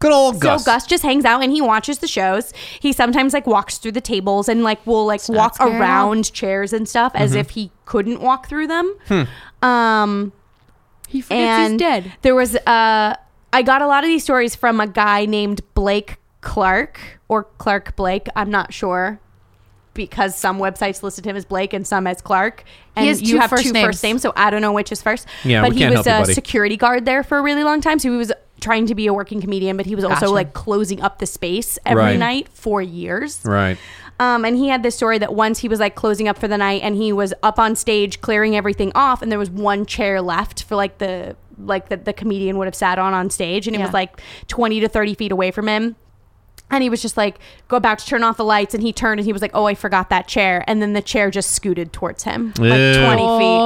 Speaker 4: Good old Gus.
Speaker 3: So Gus just hangs out and he watches the shows. He sometimes like walks through the tables and like will like walk
Speaker 2: scary at all.
Speaker 3: around chairs and stuff as if he couldn't walk through them. Um,
Speaker 2: He forgets
Speaker 3: and
Speaker 2: he's dead.
Speaker 3: There was uh, I got a lot of these stories from a guy named Blake Clark or Clark Blake. I'm not sure because some websites listed him as Blake and some as Clark. And
Speaker 2: has
Speaker 3: you
Speaker 2: two
Speaker 3: have
Speaker 2: first
Speaker 3: two
Speaker 2: names.
Speaker 3: first names, so I don't know which is first.
Speaker 4: Yeah,
Speaker 3: but
Speaker 4: we
Speaker 3: he
Speaker 4: can't help
Speaker 3: was
Speaker 4: you,
Speaker 3: a
Speaker 4: buddy.
Speaker 3: security guard there for a really long time, so he was trying to be a working comedian, but he was also
Speaker 2: Gotcha.
Speaker 3: like closing up the space every
Speaker 4: Right.
Speaker 3: night for years.
Speaker 4: Right.
Speaker 3: Um, and he had this story that once he was like closing up for the night and he was up on stage clearing everything off and there was one chair left for like the like that the comedian would have sat on on stage and it
Speaker 2: Yeah.
Speaker 3: was like 20 to 30 feet away from him and he was just like go about to turn off the lights and he turned and he was like oh i forgot that chair and then the chair just scooted towards him like
Speaker 4: Ew.
Speaker 3: 20 feet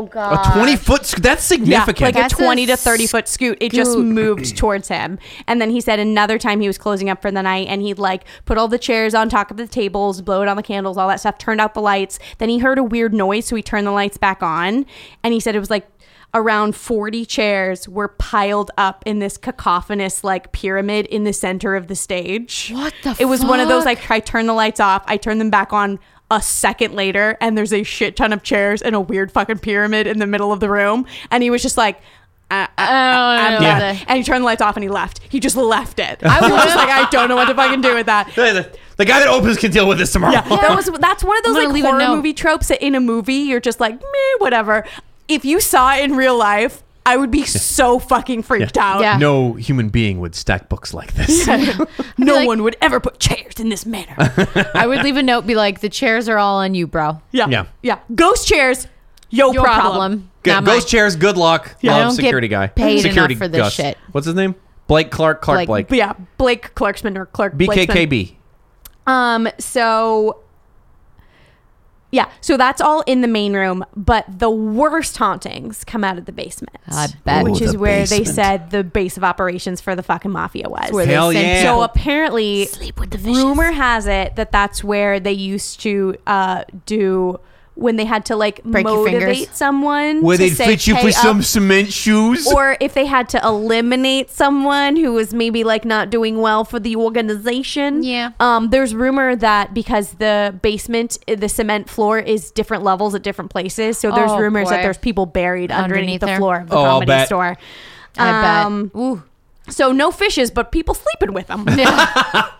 Speaker 2: Oh god.
Speaker 4: a 20 foot, sc- that's
Speaker 3: Uh, yeah,
Speaker 4: significant.
Speaker 3: like
Speaker 2: That's
Speaker 3: a
Speaker 2: a
Speaker 3: 20 to 30 foot scoot. It just
Speaker 2: scoot.
Speaker 3: moved towards him. And then he said another time he was closing up for the night and he'd like put all the chairs on top of the tables, blow it on the candles, all that stuff, turned out the lights. Then he heard a weird noise, so he turned the lights back on. And he said it was like around 40 chairs were piled up in this cacophonous like pyramid in the center of the stage.
Speaker 2: What the
Speaker 3: It was one of those
Speaker 2: fuck?
Speaker 3: like I turn the lights off, I turn them back on a second later, and there's a shit ton of chairs and a weird fucking pyramid in the middle of the room. And he was just like, uh, uh,
Speaker 2: I
Speaker 3: I'm
Speaker 2: don't know
Speaker 3: done.
Speaker 2: the-
Speaker 3: And he turned the lights off and he left. He just left it. I was just like, I don't know what to fucking do with that.
Speaker 4: the, the- the guy that opens can deal with this tomorrow.
Speaker 3: Yeah, that was that's one of those
Speaker 2: I'm gonna
Speaker 3: like
Speaker 2: leave a
Speaker 3: horror
Speaker 2: note.
Speaker 3: movie tropes that in a movie you're just like, meh, whatever. If you saw it in real life, I would be so fucking freaked out.
Speaker 2: Yeah.
Speaker 4: No human being would stack books like this.
Speaker 3: No
Speaker 2: like-
Speaker 3: one would ever put chairs in this manner.
Speaker 2: I would leave a note be like the chairs are all on you, bro.
Speaker 3: yeah.
Speaker 4: Yeah.
Speaker 3: Yeah. Ghost chairs, yo
Speaker 2: Your problem.
Speaker 3: problem.
Speaker 4: Good.
Speaker 2: Not
Speaker 4: Ghost
Speaker 2: mine.
Speaker 4: chairs, good luck.
Speaker 2: Yeah. I
Speaker 4: Love
Speaker 2: don't get
Speaker 4: security guy.
Speaker 2: paid
Speaker 4: security
Speaker 2: enough for this
Speaker 4: Gus.
Speaker 2: shit.
Speaker 4: What's his name? Blake Clark, Clark
Speaker 2: Blake-
Speaker 4: Blake.
Speaker 3: But yeah, Blake Clarksman or Clark Blakesman.
Speaker 4: BKKB.
Speaker 3: Um, so yeah, so that's all in the main room, but the worst hauntings come out of the basement.
Speaker 2: I bet.
Speaker 3: Which
Speaker 2: Ooh,
Speaker 3: is
Speaker 4: Oh, the
Speaker 3: where they
Speaker 4: basement.
Speaker 3: said the base of operations for the fucking mafia was.
Speaker 2: Where
Speaker 4: Hell
Speaker 2: send
Speaker 4: yeah.
Speaker 2: people.
Speaker 3: So apparently,
Speaker 2: Sleep with the fishes.
Speaker 3: rumor has it that that's where they used to uh, do when they had to like
Speaker 2: Break your fingers.
Speaker 3: motivate someone to say, "Pay up,"
Speaker 4: cement shoes.
Speaker 3: or if they had to eliminate someone who was maybe like not doing well for the organization.
Speaker 2: Yeah.
Speaker 3: Um, there's rumor that because the basement, the cement floor is different levels at different places, so there's
Speaker 2: Oh,
Speaker 3: rumors
Speaker 2: boy.
Speaker 3: that there's people buried underneath,
Speaker 2: Underneath
Speaker 3: the
Speaker 2: there?
Speaker 3: floor of the
Speaker 4: Oh, I'll
Speaker 3: comedy
Speaker 4: bet.
Speaker 3: store.
Speaker 2: I
Speaker 3: Um,
Speaker 2: bet. Ooh.
Speaker 3: So no fishes, but people sleeping with them.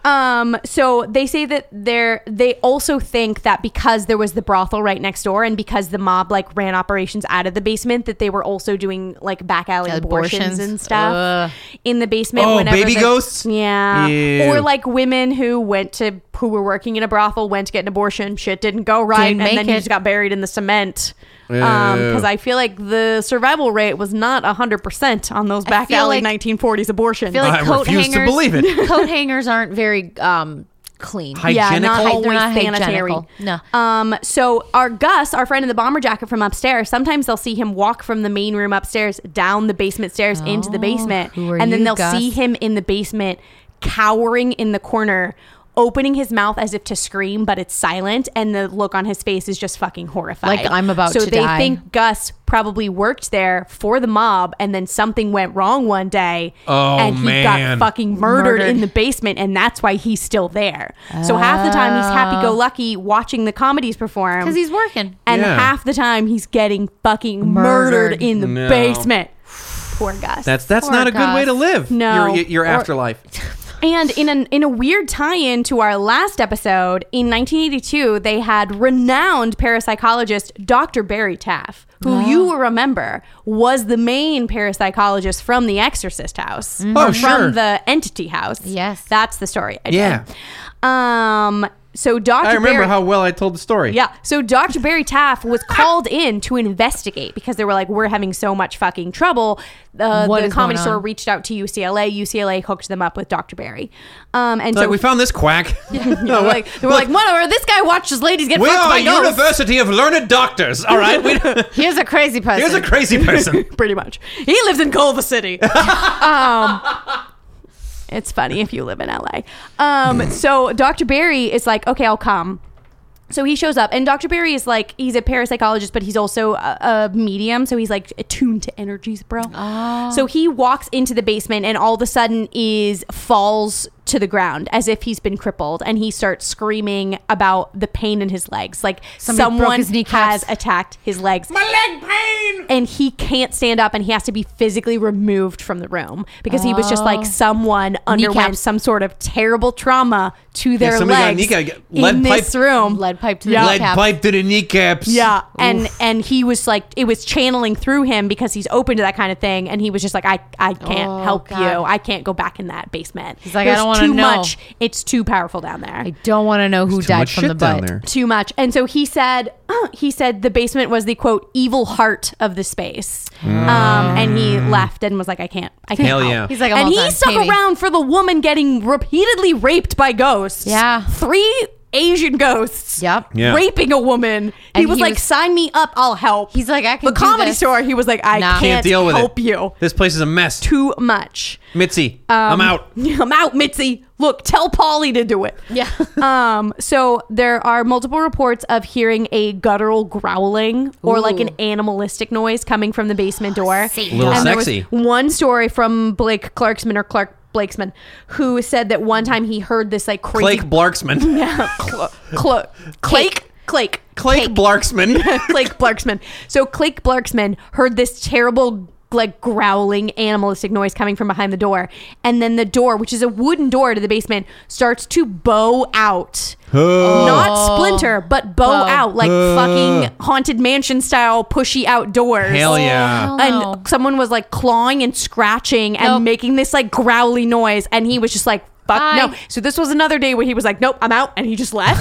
Speaker 3: um, so they say that they're they also think that because there was the brothel right next door and because the mob like ran operations out of the basement that they were also doing like back alley abortions,
Speaker 2: Abortions.
Speaker 3: and stuff
Speaker 2: Ugh.
Speaker 3: in the basement.
Speaker 4: Oh,
Speaker 3: whenever
Speaker 4: baby
Speaker 3: the-
Speaker 4: ghosts?
Speaker 3: Yeah,
Speaker 4: Ew.
Speaker 3: or like women who went to who were working in a brothel went to get an abortion. Shit didn't go right,
Speaker 2: Didn't
Speaker 3: and
Speaker 2: make
Speaker 3: then you
Speaker 2: it.
Speaker 3: just got buried in the cement. Because
Speaker 4: Ew.
Speaker 3: I feel like the survival rate was not hundred percent on those back
Speaker 2: feel
Speaker 3: alley
Speaker 2: like-
Speaker 3: 1940s abortions.
Speaker 2: feel like
Speaker 4: I
Speaker 2: coat
Speaker 4: refuse to
Speaker 2: hangers.
Speaker 4: believe it.
Speaker 2: coat hangers aren't very um, clean.
Speaker 3: yeah,
Speaker 4: Hygienical?
Speaker 3: not
Speaker 2: They're
Speaker 3: always
Speaker 2: not
Speaker 3: sanitary.
Speaker 2: hygienical. No.
Speaker 3: Um. So our Gus, our friend in the bomber jacket from upstairs, sometimes they'll see him walk from the main room upstairs down the basement stairs into the
Speaker 2: Oh,
Speaker 3: basement,
Speaker 2: who are
Speaker 3: and then
Speaker 2: you,
Speaker 3: they'll
Speaker 2: Gus?
Speaker 3: see him in the basement, cowering in the corner. Opening his mouth as if to scream, but it's silent, and the look on his face is just fucking horrified.
Speaker 2: Like, I'm about
Speaker 3: so
Speaker 2: to
Speaker 3: they
Speaker 2: die.
Speaker 3: think Gus probably worked there for the mob, and then something went wrong one day,
Speaker 4: Oh,
Speaker 3: and he
Speaker 4: man.
Speaker 3: got fucking murdered,
Speaker 2: Murdered.
Speaker 3: in the basement, and that's why he's still there. So half the time he's happy go lucky watching the comedies perform
Speaker 2: Because he's working.
Speaker 3: and
Speaker 4: Yeah.
Speaker 3: half the time he's getting fucking murdered,
Speaker 2: Murdered.
Speaker 3: in the
Speaker 4: No.
Speaker 3: basement. Poor Gus.
Speaker 4: That's that's
Speaker 2: Poor
Speaker 4: not a good way to
Speaker 2: Gus.
Speaker 4: live.
Speaker 3: No.
Speaker 4: your, your
Speaker 3: Or-
Speaker 4: afterlife.
Speaker 3: and in an in a weird tie-in to our last episode in 1982, they had renowned parapsychologist Dr. Barry Taff, who
Speaker 4: Ah.
Speaker 3: you will remember was the main parapsychologist from The Exorcist House,
Speaker 4: Oh,
Speaker 3: or
Speaker 4: sure.
Speaker 3: from the Entity House.
Speaker 2: Yes.
Speaker 3: that's the story. I
Speaker 4: Yeah.
Speaker 3: did. Um. So Dr.
Speaker 4: I remember
Speaker 3: Barry-
Speaker 4: how well I told the story.
Speaker 3: Yeah. So Dr. Barry Taff was called in to investigate because they were like, we're having so much fucking trouble. Uh,
Speaker 2: What
Speaker 3: the
Speaker 2: is
Speaker 3: comedy
Speaker 2: going
Speaker 3: store
Speaker 2: on?
Speaker 3: reached out to UCLA. UCLA hooked them up with Dr. Barry. Um, and
Speaker 4: Like,
Speaker 3: so
Speaker 4: we found this quack.
Speaker 3: they were like, they were like, whatever, this guy watches ladies get
Speaker 4: we
Speaker 3: fucked
Speaker 4: are
Speaker 3: by
Speaker 4: a
Speaker 3: ghosts.
Speaker 4: university of learned doctors. All right, we,
Speaker 2: Here's a crazy person.
Speaker 4: here's a crazy person.
Speaker 3: Pretty much. He lives in Culver City. um, it's funny if you live in LA. Um, so Dr. Barry is like, okay, I'll come. So he shows up, and Dr. Barry is like, he's a parapsychologist, but he's also a, a medium. So he's like attuned to energies, bro.
Speaker 2: Ah.
Speaker 3: So he walks into the basement and all of a sudden is falls to the ground as if he's been crippled. And he starts screaming about the pain in his legs. Like
Speaker 2: Somebody broke
Speaker 3: someone
Speaker 2: his kneecaps.
Speaker 3: has attacked his legs. My leg pain! And he can't stand up and he has to be physically removed from the room because he was just
Speaker 2: Oh.
Speaker 3: like someone underwent
Speaker 2: Kneecaps.
Speaker 3: some sort of terrible trauma to their
Speaker 4: somebody got
Speaker 3: legs
Speaker 4: kneecap-
Speaker 3: in
Speaker 4: lead pipe-
Speaker 3: this room.
Speaker 2: Lead pipe to the
Speaker 3: Yeah.
Speaker 4: Lead
Speaker 2: kneecap.
Speaker 4: pipe to the kneecaps.
Speaker 3: Yeah, and and he was like, it was channeling through him because he's open to that kind of thing, and he was just like, I I can't
Speaker 2: Oh,
Speaker 3: help
Speaker 2: God.
Speaker 3: you. I can't go back in that basement. He's
Speaker 2: like, I don't wanna
Speaker 3: too
Speaker 2: know."
Speaker 3: much. It's too powerful down there.
Speaker 2: I don't want to know who
Speaker 4: Too
Speaker 2: died
Speaker 4: much
Speaker 2: from
Speaker 4: shit
Speaker 2: the
Speaker 4: down
Speaker 2: butt.
Speaker 4: there.
Speaker 3: too much. And so he said, uh, he said the basement was the quote evil heart of the space. Um, and he left and was like, I can't, I can't.
Speaker 4: Hell
Speaker 3: help."
Speaker 4: yeah.
Speaker 2: Mm. He's like, I'm
Speaker 3: and
Speaker 2: all
Speaker 3: he
Speaker 2: done.
Speaker 3: stuck
Speaker 2: Katie.
Speaker 3: around for the woman getting repeatedly raped by ghosts.
Speaker 2: Yeah.
Speaker 3: three Asian ghosts.
Speaker 2: Yep.
Speaker 4: Yeah.
Speaker 3: raping a woman. he
Speaker 2: And
Speaker 3: was
Speaker 2: he
Speaker 3: like,
Speaker 2: was-
Speaker 3: sign me up, I'll help.
Speaker 2: He's like, I can
Speaker 3: The
Speaker 2: do
Speaker 3: comedy
Speaker 2: this.
Speaker 3: store. He was like, I
Speaker 2: Nah.
Speaker 3: can't,
Speaker 4: Can't deal with
Speaker 3: help
Speaker 4: it.
Speaker 3: you.
Speaker 4: This place is a mess.
Speaker 3: Too much.
Speaker 4: Mitzi, I'm out.
Speaker 3: I'm out, Mitzi. Look, tell Polly to do it.
Speaker 2: Yeah.
Speaker 3: Um, so there are multiple reports of hearing a guttural growling or like an animalistic noise coming from the basement door.
Speaker 4: Little
Speaker 3: there was
Speaker 4: sexy.
Speaker 3: one story from Blake Clarksman or Clark Blakesman who said that one time he heard this like crazy
Speaker 4: Clake Blarksman.
Speaker 3: cl- cl- clake clake
Speaker 4: Clake Blarksman.
Speaker 3: Clake Blarksman. So Clake Blarksman heard this terrible like growling animalistic noise coming from behind the door and then the door which is a wooden door to the basement starts to bow out not splinter but bow,
Speaker 2: Bow.
Speaker 3: out like fucking haunted mansion style pushy outdoors
Speaker 4: Hell yeah.
Speaker 2: hell
Speaker 3: and
Speaker 2: no.
Speaker 3: someone was like clawing and scratching and
Speaker 2: Oh. Nope.
Speaker 3: making this like growly noise and he was just like fuck
Speaker 2: Bye.
Speaker 3: no so this was another day where he was like nope i'm out and he just left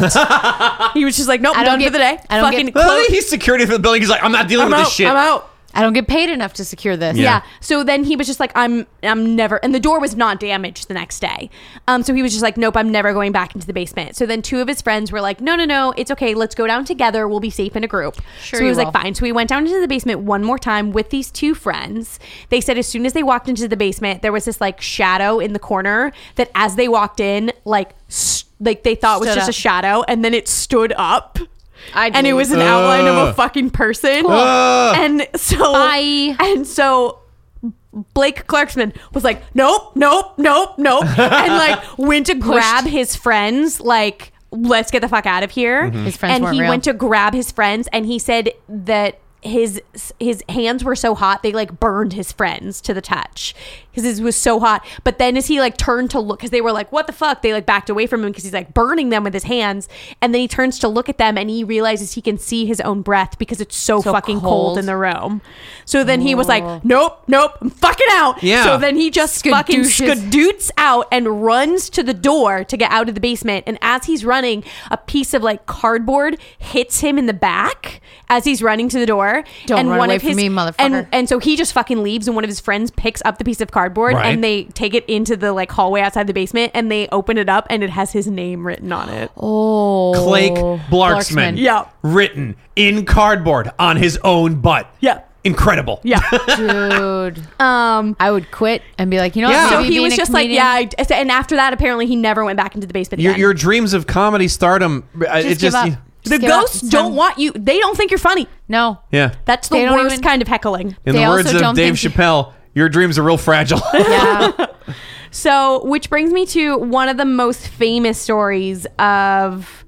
Speaker 3: he was just like nope
Speaker 2: I
Speaker 3: i'm
Speaker 2: don't
Speaker 3: done
Speaker 2: get-
Speaker 3: for the day
Speaker 2: I don't
Speaker 3: fucking
Speaker 2: get-
Speaker 3: close-
Speaker 4: He's security for the building. He's like, I'm not dealing
Speaker 3: I'm
Speaker 4: with
Speaker 3: out,
Speaker 4: this shit.
Speaker 3: I'm out.
Speaker 2: I don't get paid enough to secure this.
Speaker 3: Yeah. So then he was just like, I'm, I'm never. And the door was not damaged the next day. Um. So he was just like, Nope, I'm never going back into the basement. So then two of his friends were like, No, no, no, it's okay. Let's go down together. We'll be safe in a group.
Speaker 2: Sure
Speaker 3: So
Speaker 2: you
Speaker 3: he was like,
Speaker 2: will.
Speaker 3: Fine. So we went down into the basement one more time with these two friends. They said as soon as they walked into the basement, there was this like shadow in the corner that as they walked in, like, s like they thought was
Speaker 2: Stood
Speaker 3: just
Speaker 2: up.
Speaker 3: a shadow, and then it stood up.
Speaker 2: I
Speaker 3: and it
Speaker 2: believe
Speaker 3: was an
Speaker 4: it.
Speaker 3: outline of a
Speaker 4: Ugh.
Speaker 3: fucking person.
Speaker 4: Ugh.
Speaker 3: And so
Speaker 2: Bye.
Speaker 3: and so Blake Clarksman was like, nope, nope, nope, nope, and like went to grab his friends, like, let's get the fuck out of here.
Speaker 4: Mm-hmm.
Speaker 2: His friends
Speaker 3: and
Speaker 2: weren't
Speaker 3: he
Speaker 2: real.
Speaker 3: went to grab his friends, and he said that his his hands were so hot they like burned his friends to the touch because his was so hot. But then as he like turned to look, because they were like, what the fuck? They like backed away from him because he's like burning them with his hands, and then he turns to look at them and he realizes he can see his own breath because it's so,
Speaker 2: So
Speaker 3: fucking
Speaker 2: cold. Oh.
Speaker 3: cold in the room. So then he was like, nope, nope, I'm fucking out.
Speaker 4: Yeah.
Speaker 3: So then he just fucking
Speaker 2: Skadooches.
Speaker 3: skadoots out and runs to the door to get out of the basement. And as he's running, a piece of like cardboard hits him in the back as he's running to the door.
Speaker 2: Don't
Speaker 3: and
Speaker 2: run away from me, motherfucker.
Speaker 3: And, and so he just fucking leaves, and one of his friends picks up the piece of cardboard
Speaker 4: Right.
Speaker 3: and they take it into the like hallway outside the basement and they open it up and it has his name written on it.
Speaker 2: Oh.
Speaker 4: Clake Blarksman.
Speaker 2: Blarksman.
Speaker 3: Yeah.
Speaker 4: Written in cardboard on his own butt.
Speaker 3: Yeah.
Speaker 4: Incredible.
Speaker 3: Yeah.
Speaker 2: Dude. um, I would quit and be like, you know
Speaker 4: Yeah.
Speaker 2: what?
Speaker 3: so
Speaker 2: maybe
Speaker 3: he
Speaker 2: being
Speaker 3: was
Speaker 2: a
Speaker 3: just
Speaker 2: comedian-
Speaker 3: like, yeah. I, and after that, apparently, he never went back into the basement.
Speaker 4: Your,
Speaker 3: again.
Speaker 4: your dreams of comedy stardom. Just it just.
Speaker 2: Just give up. Just
Speaker 3: the
Speaker 2: give up.
Speaker 3: ghosts
Speaker 2: It's
Speaker 3: don't
Speaker 2: time-
Speaker 3: want you. They don't think you're funny.
Speaker 2: No.
Speaker 4: Yeah.
Speaker 3: That's
Speaker 2: They
Speaker 3: the
Speaker 2: don't
Speaker 3: worst
Speaker 2: even-
Speaker 3: kind of heckling.
Speaker 4: In the
Speaker 2: They
Speaker 4: words
Speaker 2: also
Speaker 4: of
Speaker 2: don't
Speaker 4: Dave
Speaker 2: think-
Speaker 4: Chappelle, your dreams are real fragile.
Speaker 2: Yeah.
Speaker 3: So, which brings me to one of the most famous stories of.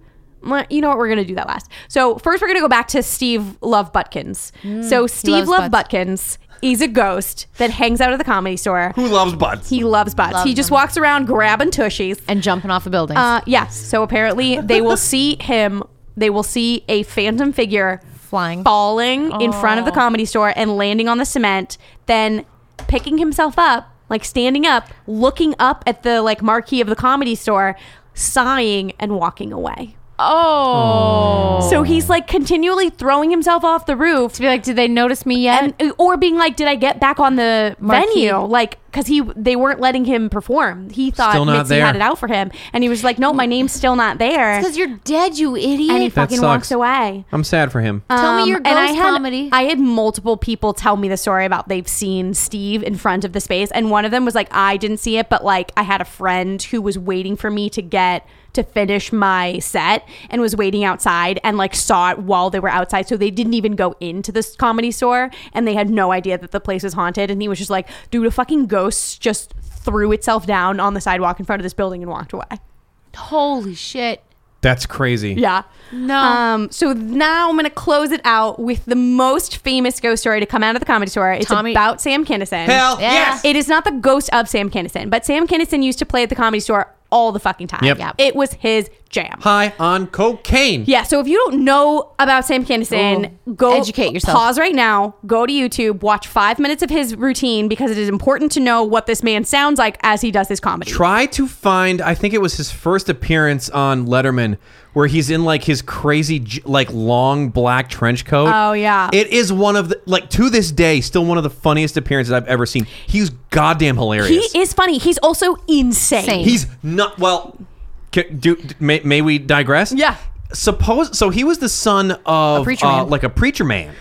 Speaker 3: well, You know what? We're going to do that last. So, first, we're going to go back to Steve Love Butkins. so, Steve
Speaker 2: Mm, loves
Speaker 3: Love
Speaker 2: butts.
Speaker 3: Butkins is a ghost that hangs out at the comedy store.
Speaker 4: Who loves butts?
Speaker 3: He loves butts.
Speaker 2: Loves
Speaker 3: he just
Speaker 2: them.
Speaker 3: walks around grabbing tushies.
Speaker 2: and jumping off a building.
Speaker 3: Uh, yes. So apparently they will see him. They will see a phantom figure
Speaker 2: Flying.
Speaker 3: falling in front of
Speaker 2: Oh.
Speaker 3: the comedy store and landing on the cement. Then picking himself up, like standing up, looking up at the like marquee of the comedy store, sighing and walking away.
Speaker 2: oh.
Speaker 3: So he's like continually throwing himself off the roof uh,
Speaker 2: To be like, did they notice me yet?
Speaker 3: and or being like, did I get back on the
Speaker 2: Marquee.
Speaker 3: venue? Like because he they weren't letting him perform. He thought
Speaker 4: Still not
Speaker 3: Mitzi
Speaker 4: there.
Speaker 3: had it out for him, and he was like, "No, my name's still not there."
Speaker 2: Because you're dead, you idiot.
Speaker 3: And he fucking walks
Speaker 4: sucks.
Speaker 3: away.
Speaker 4: I'm sad for him.
Speaker 2: Tell me your
Speaker 3: Um, and I
Speaker 2: ghost
Speaker 3: had,
Speaker 2: comedy.
Speaker 3: I had multiple people tell me the story about they've seen Steve in front of the space, and one of them was like, "I didn't see it, but like I had a friend who was waiting for me to get." To finish my set and was waiting outside and like saw it while they were outside. So they didn't even go into this comedy store and they had no idea that the place was haunted. And he was just like, dude, a fucking ghost just threw itself down on the sidewalk in front of this building and walked away.
Speaker 2: Holy shit.
Speaker 4: That's crazy.
Speaker 3: Yeah.
Speaker 2: No.
Speaker 3: Um, so now I'm going to close it out with the most famous ghost story to come out of the comedy store. It's
Speaker 2: Tommy-
Speaker 3: about Sam Kinison.
Speaker 4: Hell
Speaker 2: Yeah.
Speaker 4: yes.
Speaker 3: It is not the ghost of Sam Kinison, but Sam Kinison used to play at the comedy store all the fucking time.
Speaker 4: Yep. Yep.
Speaker 3: It was his jam.
Speaker 4: High on cocaine.
Speaker 3: Yeah, so if you don't know about Sam Kinison,
Speaker 2: Ooh.
Speaker 3: go
Speaker 2: Educate yourself.
Speaker 3: Pause right now, go to YouTube, watch five minutes of his routine because it is important to know what this man sounds like as he does his comedy.
Speaker 4: Try to find. I think it was his first appearance on Letterman, where he's in like his crazy, j- like long black trench coat.
Speaker 3: Oh, yeah.
Speaker 4: It is one of the like to this day still one of the funniest appearances I've ever seen. He's goddamn
Speaker 3: he
Speaker 4: hilarious.
Speaker 3: is funny. He's also insane.
Speaker 2: Same.
Speaker 4: He's not well. Can, do may, may we digress?
Speaker 3: Yeah.
Speaker 4: Suppose so. He was the son of
Speaker 2: A preacher
Speaker 4: uh,
Speaker 2: man.
Speaker 4: like a preacher man.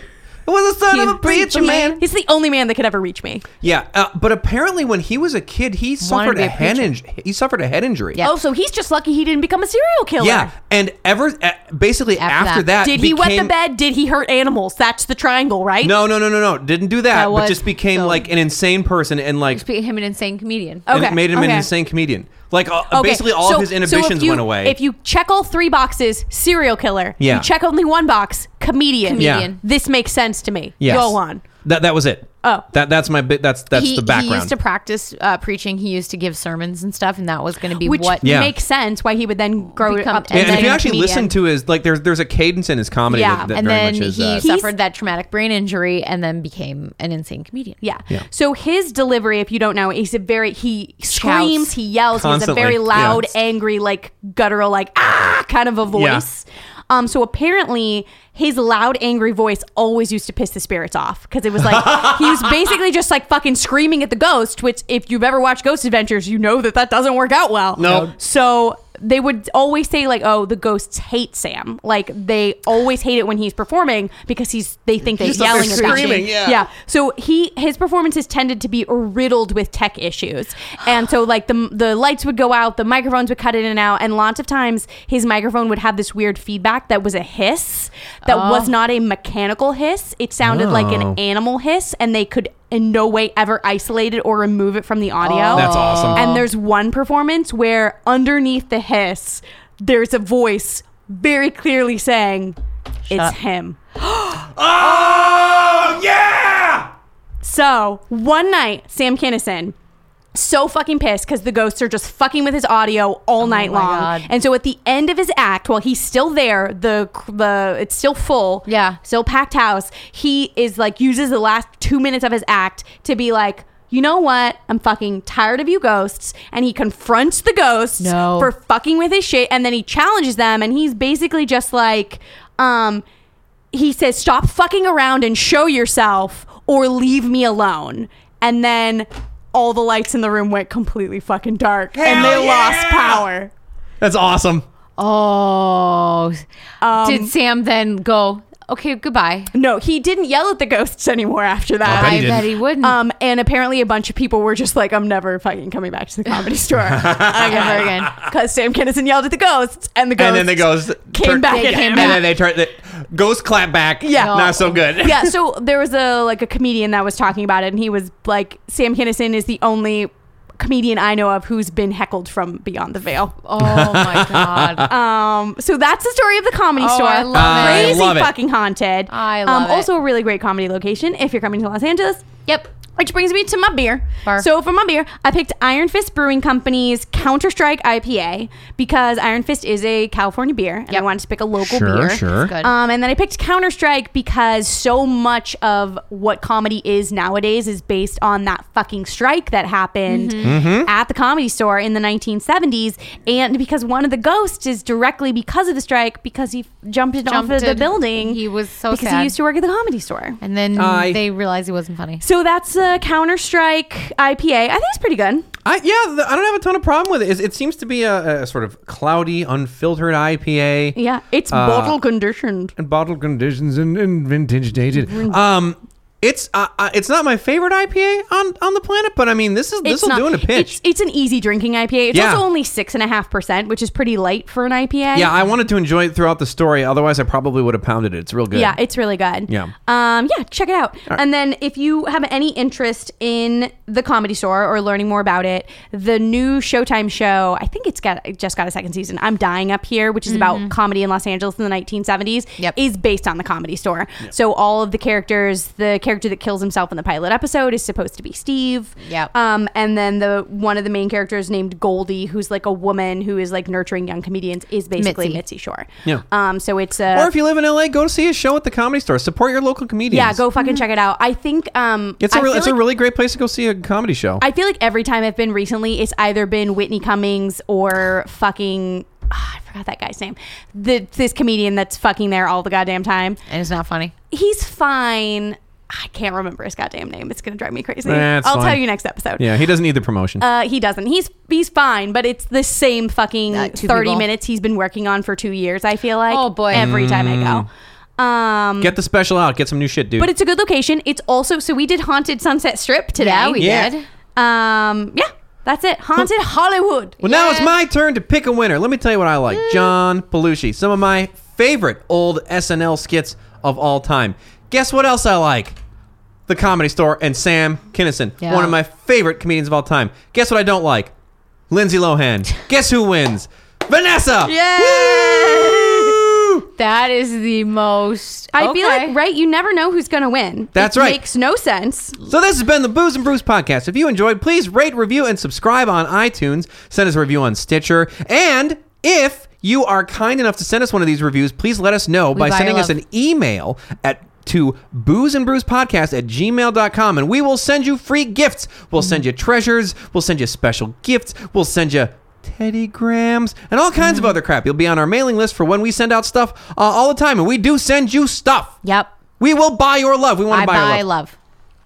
Speaker 4: He was the son
Speaker 3: He's
Speaker 4: of a preacher man.
Speaker 3: He's the only man that could ever reach me.
Speaker 4: Yeah, uh, but apparently when he was a kid, he suffered
Speaker 2: to be
Speaker 4: a,
Speaker 2: a
Speaker 4: head
Speaker 2: preacher.
Speaker 4: inj- he suffered a head injury.
Speaker 2: Yeah.
Speaker 3: Oh, so he's just lucky he didn't become a serial killer.
Speaker 4: Yeah, and ever uh, basically after,
Speaker 2: After
Speaker 4: that,
Speaker 2: that.
Speaker 3: Did he wet
Speaker 4: became-
Speaker 3: the bed? Did he hurt animals? That's the triangle, right?
Speaker 4: No, no, no, no, no. Didn't do that.
Speaker 2: That
Speaker 4: but
Speaker 2: was-
Speaker 4: just became
Speaker 2: so-
Speaker 4: like an insane person and like
Speaker 2: Be him an insane comedian.
Speaker 4: and it
Speaker 3: okay,
Speaker 4: made him an
Speaker 3: okay.
Speaker 4: insane comedian. Like uh,
Speaker 3: Okay,
Speaker 4: basically all of
Speaker 3: so-
Speaker 4: his
Speaker 3: so if
Speaker 4: inhibitions
Speaker 3: you-
Speaker 4: went away.
Speaker 3: If you check all three boxes, serial killer.
Speaker 4: Yeah.
Speaker 3: You check only one box, comedian.
Speaker 2: Comedian. Yeah.
Speaker 3: This makes sense to me.
Speaker 4: Yes.
Speaker 3: Go on.
Speaker 4: That that was it.
Speaker 3: Oh.
Speaker 4: That that's my bit. That's that's
Speaker 2: he,
Speaker 4: the background.
Speaker 2: he used to practice uh, preaching. He used to give sermons and stuff, and that was going to be
Speaker 3: Which
Speaker 2: what.
Speaker 4: Yeah.
Speaker 3: makes sense why he would then grow
Speaker 2: Become-
Speaker 3: up. to
Speaker 4: yeah,
Speaker 2: and
Speaker 4: and if
Speaker 2: then
Speaker 4: you
Speaker 3: being a
Speaker 4: actually
Speaker 3: comedian.
Speaker 4: listen to his like there's there's a cadence in his comedy
Speaker 3: Yeah,
Speaker 4: that, that
Speaker 2: and
Speaker 4: very
Speaker 2: then
Speaker 4: much is
Speaker 2: he
Speaker 4: uh,
Speaker 2: suffered that traumatic brain injury and then became an insane comedian.
Speaker 3: Yeah.
Speaker 4: Yeah.
Speaker 3: So his delivery, if you don't know, he's a very he screams, he yells,
Speaker 4: Constantly.
Speaker 3: he's a very loud,
Speaker 4: Yeah.
Speaker 3: angry, like guttural, like ah kind of a voice. Um, so apparently his loud, angry voice always used to piss the spirits off because it was like he was basically just like fucking screaming at the ghost. Which, if you've ever watched Ghost Adventures, you know that that doesn't work out well.
Speaker 4: No.
Speaker 3: So they would always say like, "Oh, the ghosts hate Sam." Like they always hate it when he's performing because he's they think
Speaker 4: He's
Speaker 3: he's
Speaker 4: up there
Speaker 3: yelling at them.
Speaker 4: screaming, yeah.
Speaker 3: Yeah. So he his performances tended to be riddled with tech issues, and so like the the lights would go out, the microphones would cut in and out, and lots of times his microphone would have this weird feedback that was a hiss that was not a mechanical hiss. It sounded like
Speaker 4: Oh.
Speaker 3: an animal hiss, and they could in no way ever isolate it or remove it from the audio.
Speaker 4: Oh. That's awesome.
Speaker 3: And there's one performance where underneath the hiss, there's a voice very clearly saying, "It's
Speaker 2: up.
Speaker 3: him."
Speaker 4: Oh yeah!
Speaker 3: So one night, Sam Kinison, so fucking pissed because the ghosts are just fucking with his audio all night
Speaker 2: Oh my
Speaker 3: long.
Speaker 2: God.
Speaker 3: And so at the end of his act, while he's still there, the the it's still full,
Speaker 2: Yeah.
Speaker 3: still packed house. He is like uses the last two minutes of his act to be like. You know what? I'm fucking tired of you ghosts. And he confronts the ghosts
Speaker 2: No.
Speaker 3: for fucking with his shit. And then he challenges them. And he's basically just like, um, he says, "Stop fucking around and show yourself, or leave me alone." And then all the lights in the room went completely fucking dark, and
Speaker 4: Hell
Speaker 3: they
Speaker 4: yeah!
Speaker 3: lost power.
Speaker 4: That's awesome.
Speaker 2: Oh. Did Sam then go, okay, goodbye?
Speaker 3: No, he didn't yell at the ghosts anymore after that.
Speaker 4: bet
Speaker 2: I
Speaker 4: he
Speaker 2: bet
Speaker 4: didn't.
Speaker 2: he wouldn't.
Speaker 3: um, and apparently, a bunch of people were just like, "I'm never fucking coming back to the comedy store
Speaker 2: Never
Speaker 3: ever
Speaker 2: again.
Speaker 3: Because Sam Kinison yelled at the ghosts, and the ghosts
Speaker 4: and then they goes
Speaker 3: came back They at
Speaker 2: came
Speaker 4: and
Speaker 2: him. back.
Speaker 4: then they turn the ghost clap back.
Speaker 3: Yeah.
Speaker 4: not so good.
Speaker 3: yeah, so there was a like a comedian that was talking about it, and he was like, Sam Kinison is the only comedian I know of who's been heckled from beyond the veil.
Speaker 2: Oh, my God.
Speaker 3: Um, so that's the story of the comedy
Speaker 2: Oh,
Speaker 3: store.
Speaker 2: I love I
Speaker 4: it.
Speaker 3: Crazy
Speaker 4: love it.
Speaker 3: fucking haunted. Um,
Speaker 2: I love it.
Speaker 3: Also, a really great comedy location if you're coming to Los Angeles.
Speaker 2: yep.
Speaker 3: Which brings me to my beer.
Speaker 2: Bar.
Speaker 3: So for my beer, I picked Iron Fist Brewing Company's Counter Strike IPA because Iron Fist is a California beer, and I
Speaker 2: Yep.
Speaker 3: wanted to pick a local
Speaker 4: Sure,
Speaker 3: beer.
Speaker 4: sure.
Speaker 2: It's good.
Speaker 3: Um, and then I picked Counter Strike because so much of what comedy is nowadays is based on that fucking strike that happened
Speaker 2: Mm-hmm.
Speaker 3: at the comedy store in the 1970s. And because one of the ghosts is directly because of the strike, because he jumped, it off
Speaker 2: Jumped
Speaker 3: of the
Speaker 2: it.
Speaker 3: building.
Speaker 2: He was so
Speaker 3: Because he
Speaker 2: sad.
Speaker 3: used to work at the comedy store.
Speaker 2: and then
Speaker 4: I-
Speaker 2: they realized he wasn't funny.
Speaker 3: So that's uh, the Counter Strike IPA. I think it's pretty good.
Speaker 4: I, yeah, the, I don't have a ton of problem with it. It's, it seems to be a, a sort of cloudy, unfiltered IPA.
Speaker 3: Yeah, it's
Speaker 4: Uh,
Speaker 3: bottle conditioned.
Speaker 4: and bottle conditions and, and vintage dated. Um, it's uh, uh, it's not my favorite IPA on, on the planet, but I mean this is this
Speaker 3: It's
Speaker 4: will
Speaker 3: not-
Speaker 4: do in a pinch.
Speaker 3: It's, it's an easy drinking IPA. It's
Speaker 4: Yeah.
Speaker 3: also only six and a half percent, which is pretty light for an IPA.
Speaker 4: yeah, I wanted to enjoy it throughout the story. Otherwise, I probably would have pounded it. It's real good.
Speaker 3: Yeah, it's really good.
Speaker 4: Yeah.
Speaker 3: Um, yeah, check it out. And then if you have any interest in the comedy store or learning more about it, the new Showtime show, I think it's got it just got a second season. I'm dying up here, which is about comedy in Los Angeles in the 1970s,
Speaker 2: Yep.
Speaker 3: is based on the comedy store. So all of the characters, the character that kills himself in the pilot episode is supposed to be Steve.
Speaker 2: Yep.
Speaker 3: Um, and then the one of the main characters named Goldie, who's like a woman who is like nurturing young comedians, is basically Mitzi,
Speaker 2: Mitzi.
Speaker 3: Shore.
Speaker 4: Yeah.
Speaker 3: Um, so it's a
Speaker 4: Or if you live in LA, go see a show at the comedy store. Support your local comedians.
Speaker 3: yeah, go
Speaker 2: Mm-hmm.
Speaker 3: fucking check it out. I think um,
Speaker 4: It's a
Speaker 3: I
Speaker 4: real,
Speaker 3: feel
Speaker 4: it's a
Speaker 3: like-
Speaker 4: really great place to go see a comedy show.
Speaker 3: I feel like every time I've been recently, it's either been Whitney Cummings or fucking ah, I forgot that guy's name. The this comedian that's fucking there all the goddamn time.
Speaker 2: and it's not funny.
Speaker 3: He's fine. I can't remember his goddamn name. It's gonna drive me crazy.
Speaker 4: Eh, it's
Speaker 3: I'll tell
Speaker 4: fine.
Speaker 3: you next episode.
Speaker 4: yeah, he doesn't need the promotion.
Speaker 3: Uh, he doesn't. He's he's fine, but it's the same fucking
Speaker 2: Uh, two
Speaker 3: thirty
Speaker 2: people.
Speaker 3: minutes he's been working on for two years. I feel like
Speaker 2: Oh, boy.
Speaker 3: every time I go. Um,
Speaker 4: Mm. get the special out. Get some new shit, dude.
Speaker 3: but it's a good location. It's also so we did haunted Sunset Strip today.
Speaker 2: Yeah, we
Speaker 4: Yeah.
Speaker 2: did.
Speaker 3: Um, yeah, that's it. Haunted Hollywood.
Speaker 4: Well, now it's my turn to pick a winner. Let me tell you what I like. John Belushi. Some of my favorite old SNL skits of all time. Guess what else I like? The Comedy Store and Sam Kinison,
Speaker 2: Yeah.
Speaker 4: one of my favorite comedians of all time. Guess what I don't like? Lindsay Lohan. Guess who wins? Vanessa. Woo!
Speaker 2: That is the most.
Speaker 3: I feel
Speaker 2: Okay.
Speaker 3: like right, you never know who's gonna win.
Speaker 4: That's
Speaker 3: It
Speaker 4: right.
Speaker 3: Makes no sense.
Speaker 4: So this has been the Booze and Brews podcast. If you enjoyed, please rate, review, and subscribe on iTunes. Send us a review on Stitcher, and if you are kind enough to send us one of these reviews, please let us know by
Speaker 2: buy your
Speaker 4: sending us
Speaker 2: love.
Speaker 4: an email at to booze and brews podcast at gmail.com and we will send you free gifts we'll send you treasures we'll send you special gifts we'll send you teddy grams and all kinds of other crap you'll be on our mailing list for when we send out stuff uh, all the time and we do send you stuff
Speaker 2: Yep.
Speaker 4: we will buy your love we want
Speaker 2: I
Speaker 4: to
Speaker 2: buy,
Speaker 4: your
Speaker 2: love.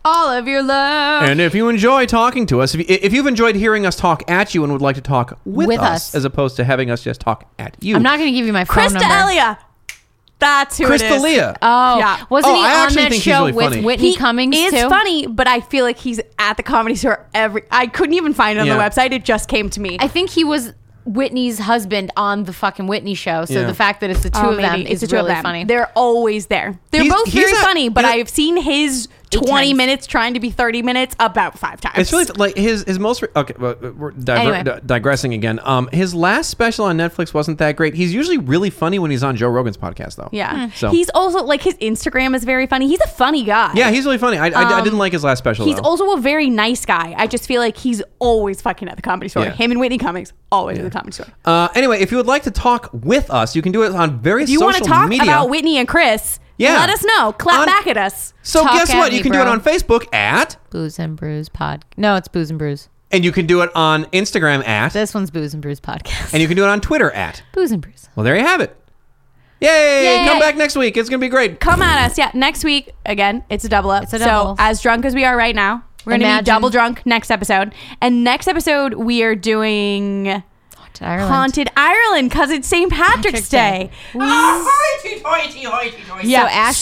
Speaker 2: All of your love.
Speaker 4: and if you enjoy talking to us, if, you, if you've enjoyed hearing us talk at you and would like to talk with,
Speaker 2: With
Speaker 4: us,
Speaker 2: us.
Speaker 4: as opposed to having us just talk at you,
Speaker 2: I'm not going to give you my phone
Speaker 3: Krista
Speaker 2: number.
Speaker 3: Elia. That's who it
Speaker 4: Krista
Speaker 3: is.
Speaker 4: Leah.
Speaker 2: Oh,
Speaker 3: Yeah.
Speaker 2: wasn't
Speaker 4: Oh,
Speaker 2: he
Speaker 4: I
Speaker 2: on
Speaker 4: actually
Speaker 2: that
Speaker 4: think he's
Speaker 2: show
Speaker 4: really
Speaker 2: with
Speaker 4: funny.
Speaker 2: Whitney Cummings
Speaker 3: is
Speaker 2: too?
Speaker 3: funny, but I feel like he's at the comedy store every. I couldn't even find it on
Speaker 4: Yeah.
Speaker 3: the website. It just came to me.
Speaker 2: I think he was Whitney's husband on the fucking Whitney show. So
Speaker 4: Yeah.
Speaker 2: the fact that it's the two
Speaker 3: Oh,
Speaker 2: of them
Speaker 3: maybe.
Speaker 2: is
Speaker 3: the two of
Speaker 2: really
Speaker 3: them.
Speaker 2: funny.
Speaker 3: They're always there. They're
Speaker 4: He's-
Speaker 3: both
Speaker 4: he's
Speaker 3: very
Speaker 4: a-
Speaker 3: funny, but
Speaker 4: he's a-
Speaker 3: I've seen his
Speaker 2: Eight
Speaker 3: twenty
Speaker 2: times.
Speaker 3: minutes trying to be thirty minutes about five times.
Speaker 4: it's really like his his most re- okay. Well, uh, we're diver-
Speaker 2: Anyway.
Speaker 4: di- digressing again. Um, his last special on Netflix wasn't that great. He's usually really funny when he's on Joe Rogan's podcast, though.
Speaker 2: Hmm.
Speaker 3: yeah.
Speaker 4: So
Speaker 3: He's also like his Instagram is very funny. He's a funny guy.
Speaker 4: yeah, he's really funny. I, I, I didn't like his last special.
Speaker 3: He's
Speaker 4: though.
Speaker 3: also a very nice guy. I just feel like he's always fucking at the comedy store.
Speaker 4: Yeah.
Speaker 3: Him and Whitney Cummings always at the comedy store.
Speaker 4: Uh, anyway, if you would like to talk with us, you can do it on various
Speaker 3: If you want to
Speaker 4: social
Speaker 3: talk
Speaker 4: media.
Speaker 3: about Whitney and Chris,
Speaker 4: Yeah.
Speaker 3: let us know. Clap
Speaker 4: On-
Speaker 3: back at us.
Speaker 4: so
Speaker 2: Talk
Speaker 4: guess
Speaker 2: at
Speaker 4: what?
Speaker 2: me,
Speaker 4: You can do
Speaker 2: bro.
Speaker 4: it on Facebook at,
Speaker 2: Booze and Brews pod. No, it's Booze and Brews.
Speaker 4: and you can do it on Instagram at,
Speaker 2: This one's Booze and Brews podcast.
Speaker 4: and you can do it on Twitter at.
Speaker 2: Booze and Brews.
Speaker 4: Well, there you have it. Yay!
Speaker 3: Yay.
Speaker 4: Come back next week. It's going to be great.
Speaker 3: Come at us. Yeah, next week again. It's a double up.
Speaker 2: a double.
Speaker 3: So as drunk as we are right now, we're gonna
Speaker 2: Imagine-
Speaker 3: be double drunk next episode. And next episode we are doing
Speaker 2: Haunted Ireland.
Speaker 3: haunted Ireland because it's St. Patrick's
Speaker 2: Patrick's Day.
Speaker 3: Day. Yeah.
Speaker 2: So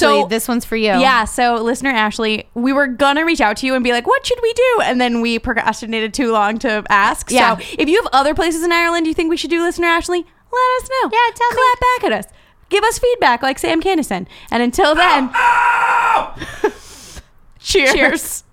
Speaker 2: Ashley,
Speaker 3: so-
Speaker 2: this one's for you.
Speaker 3: Yeah, so listener Ashley, we were gonna reach out to you and be like, "What should we do?" And then we procrastinated too long to ask.
Speaker 2: Yeah.
Speaker 3: So if you have other places in Ireland you think we should do, listener Ashley, let us know. Yeah, tell Clap back at us. Give us
Speaker 4: Oh!
Speaker 3: feedback like Sam Kinison. And until then, cheers.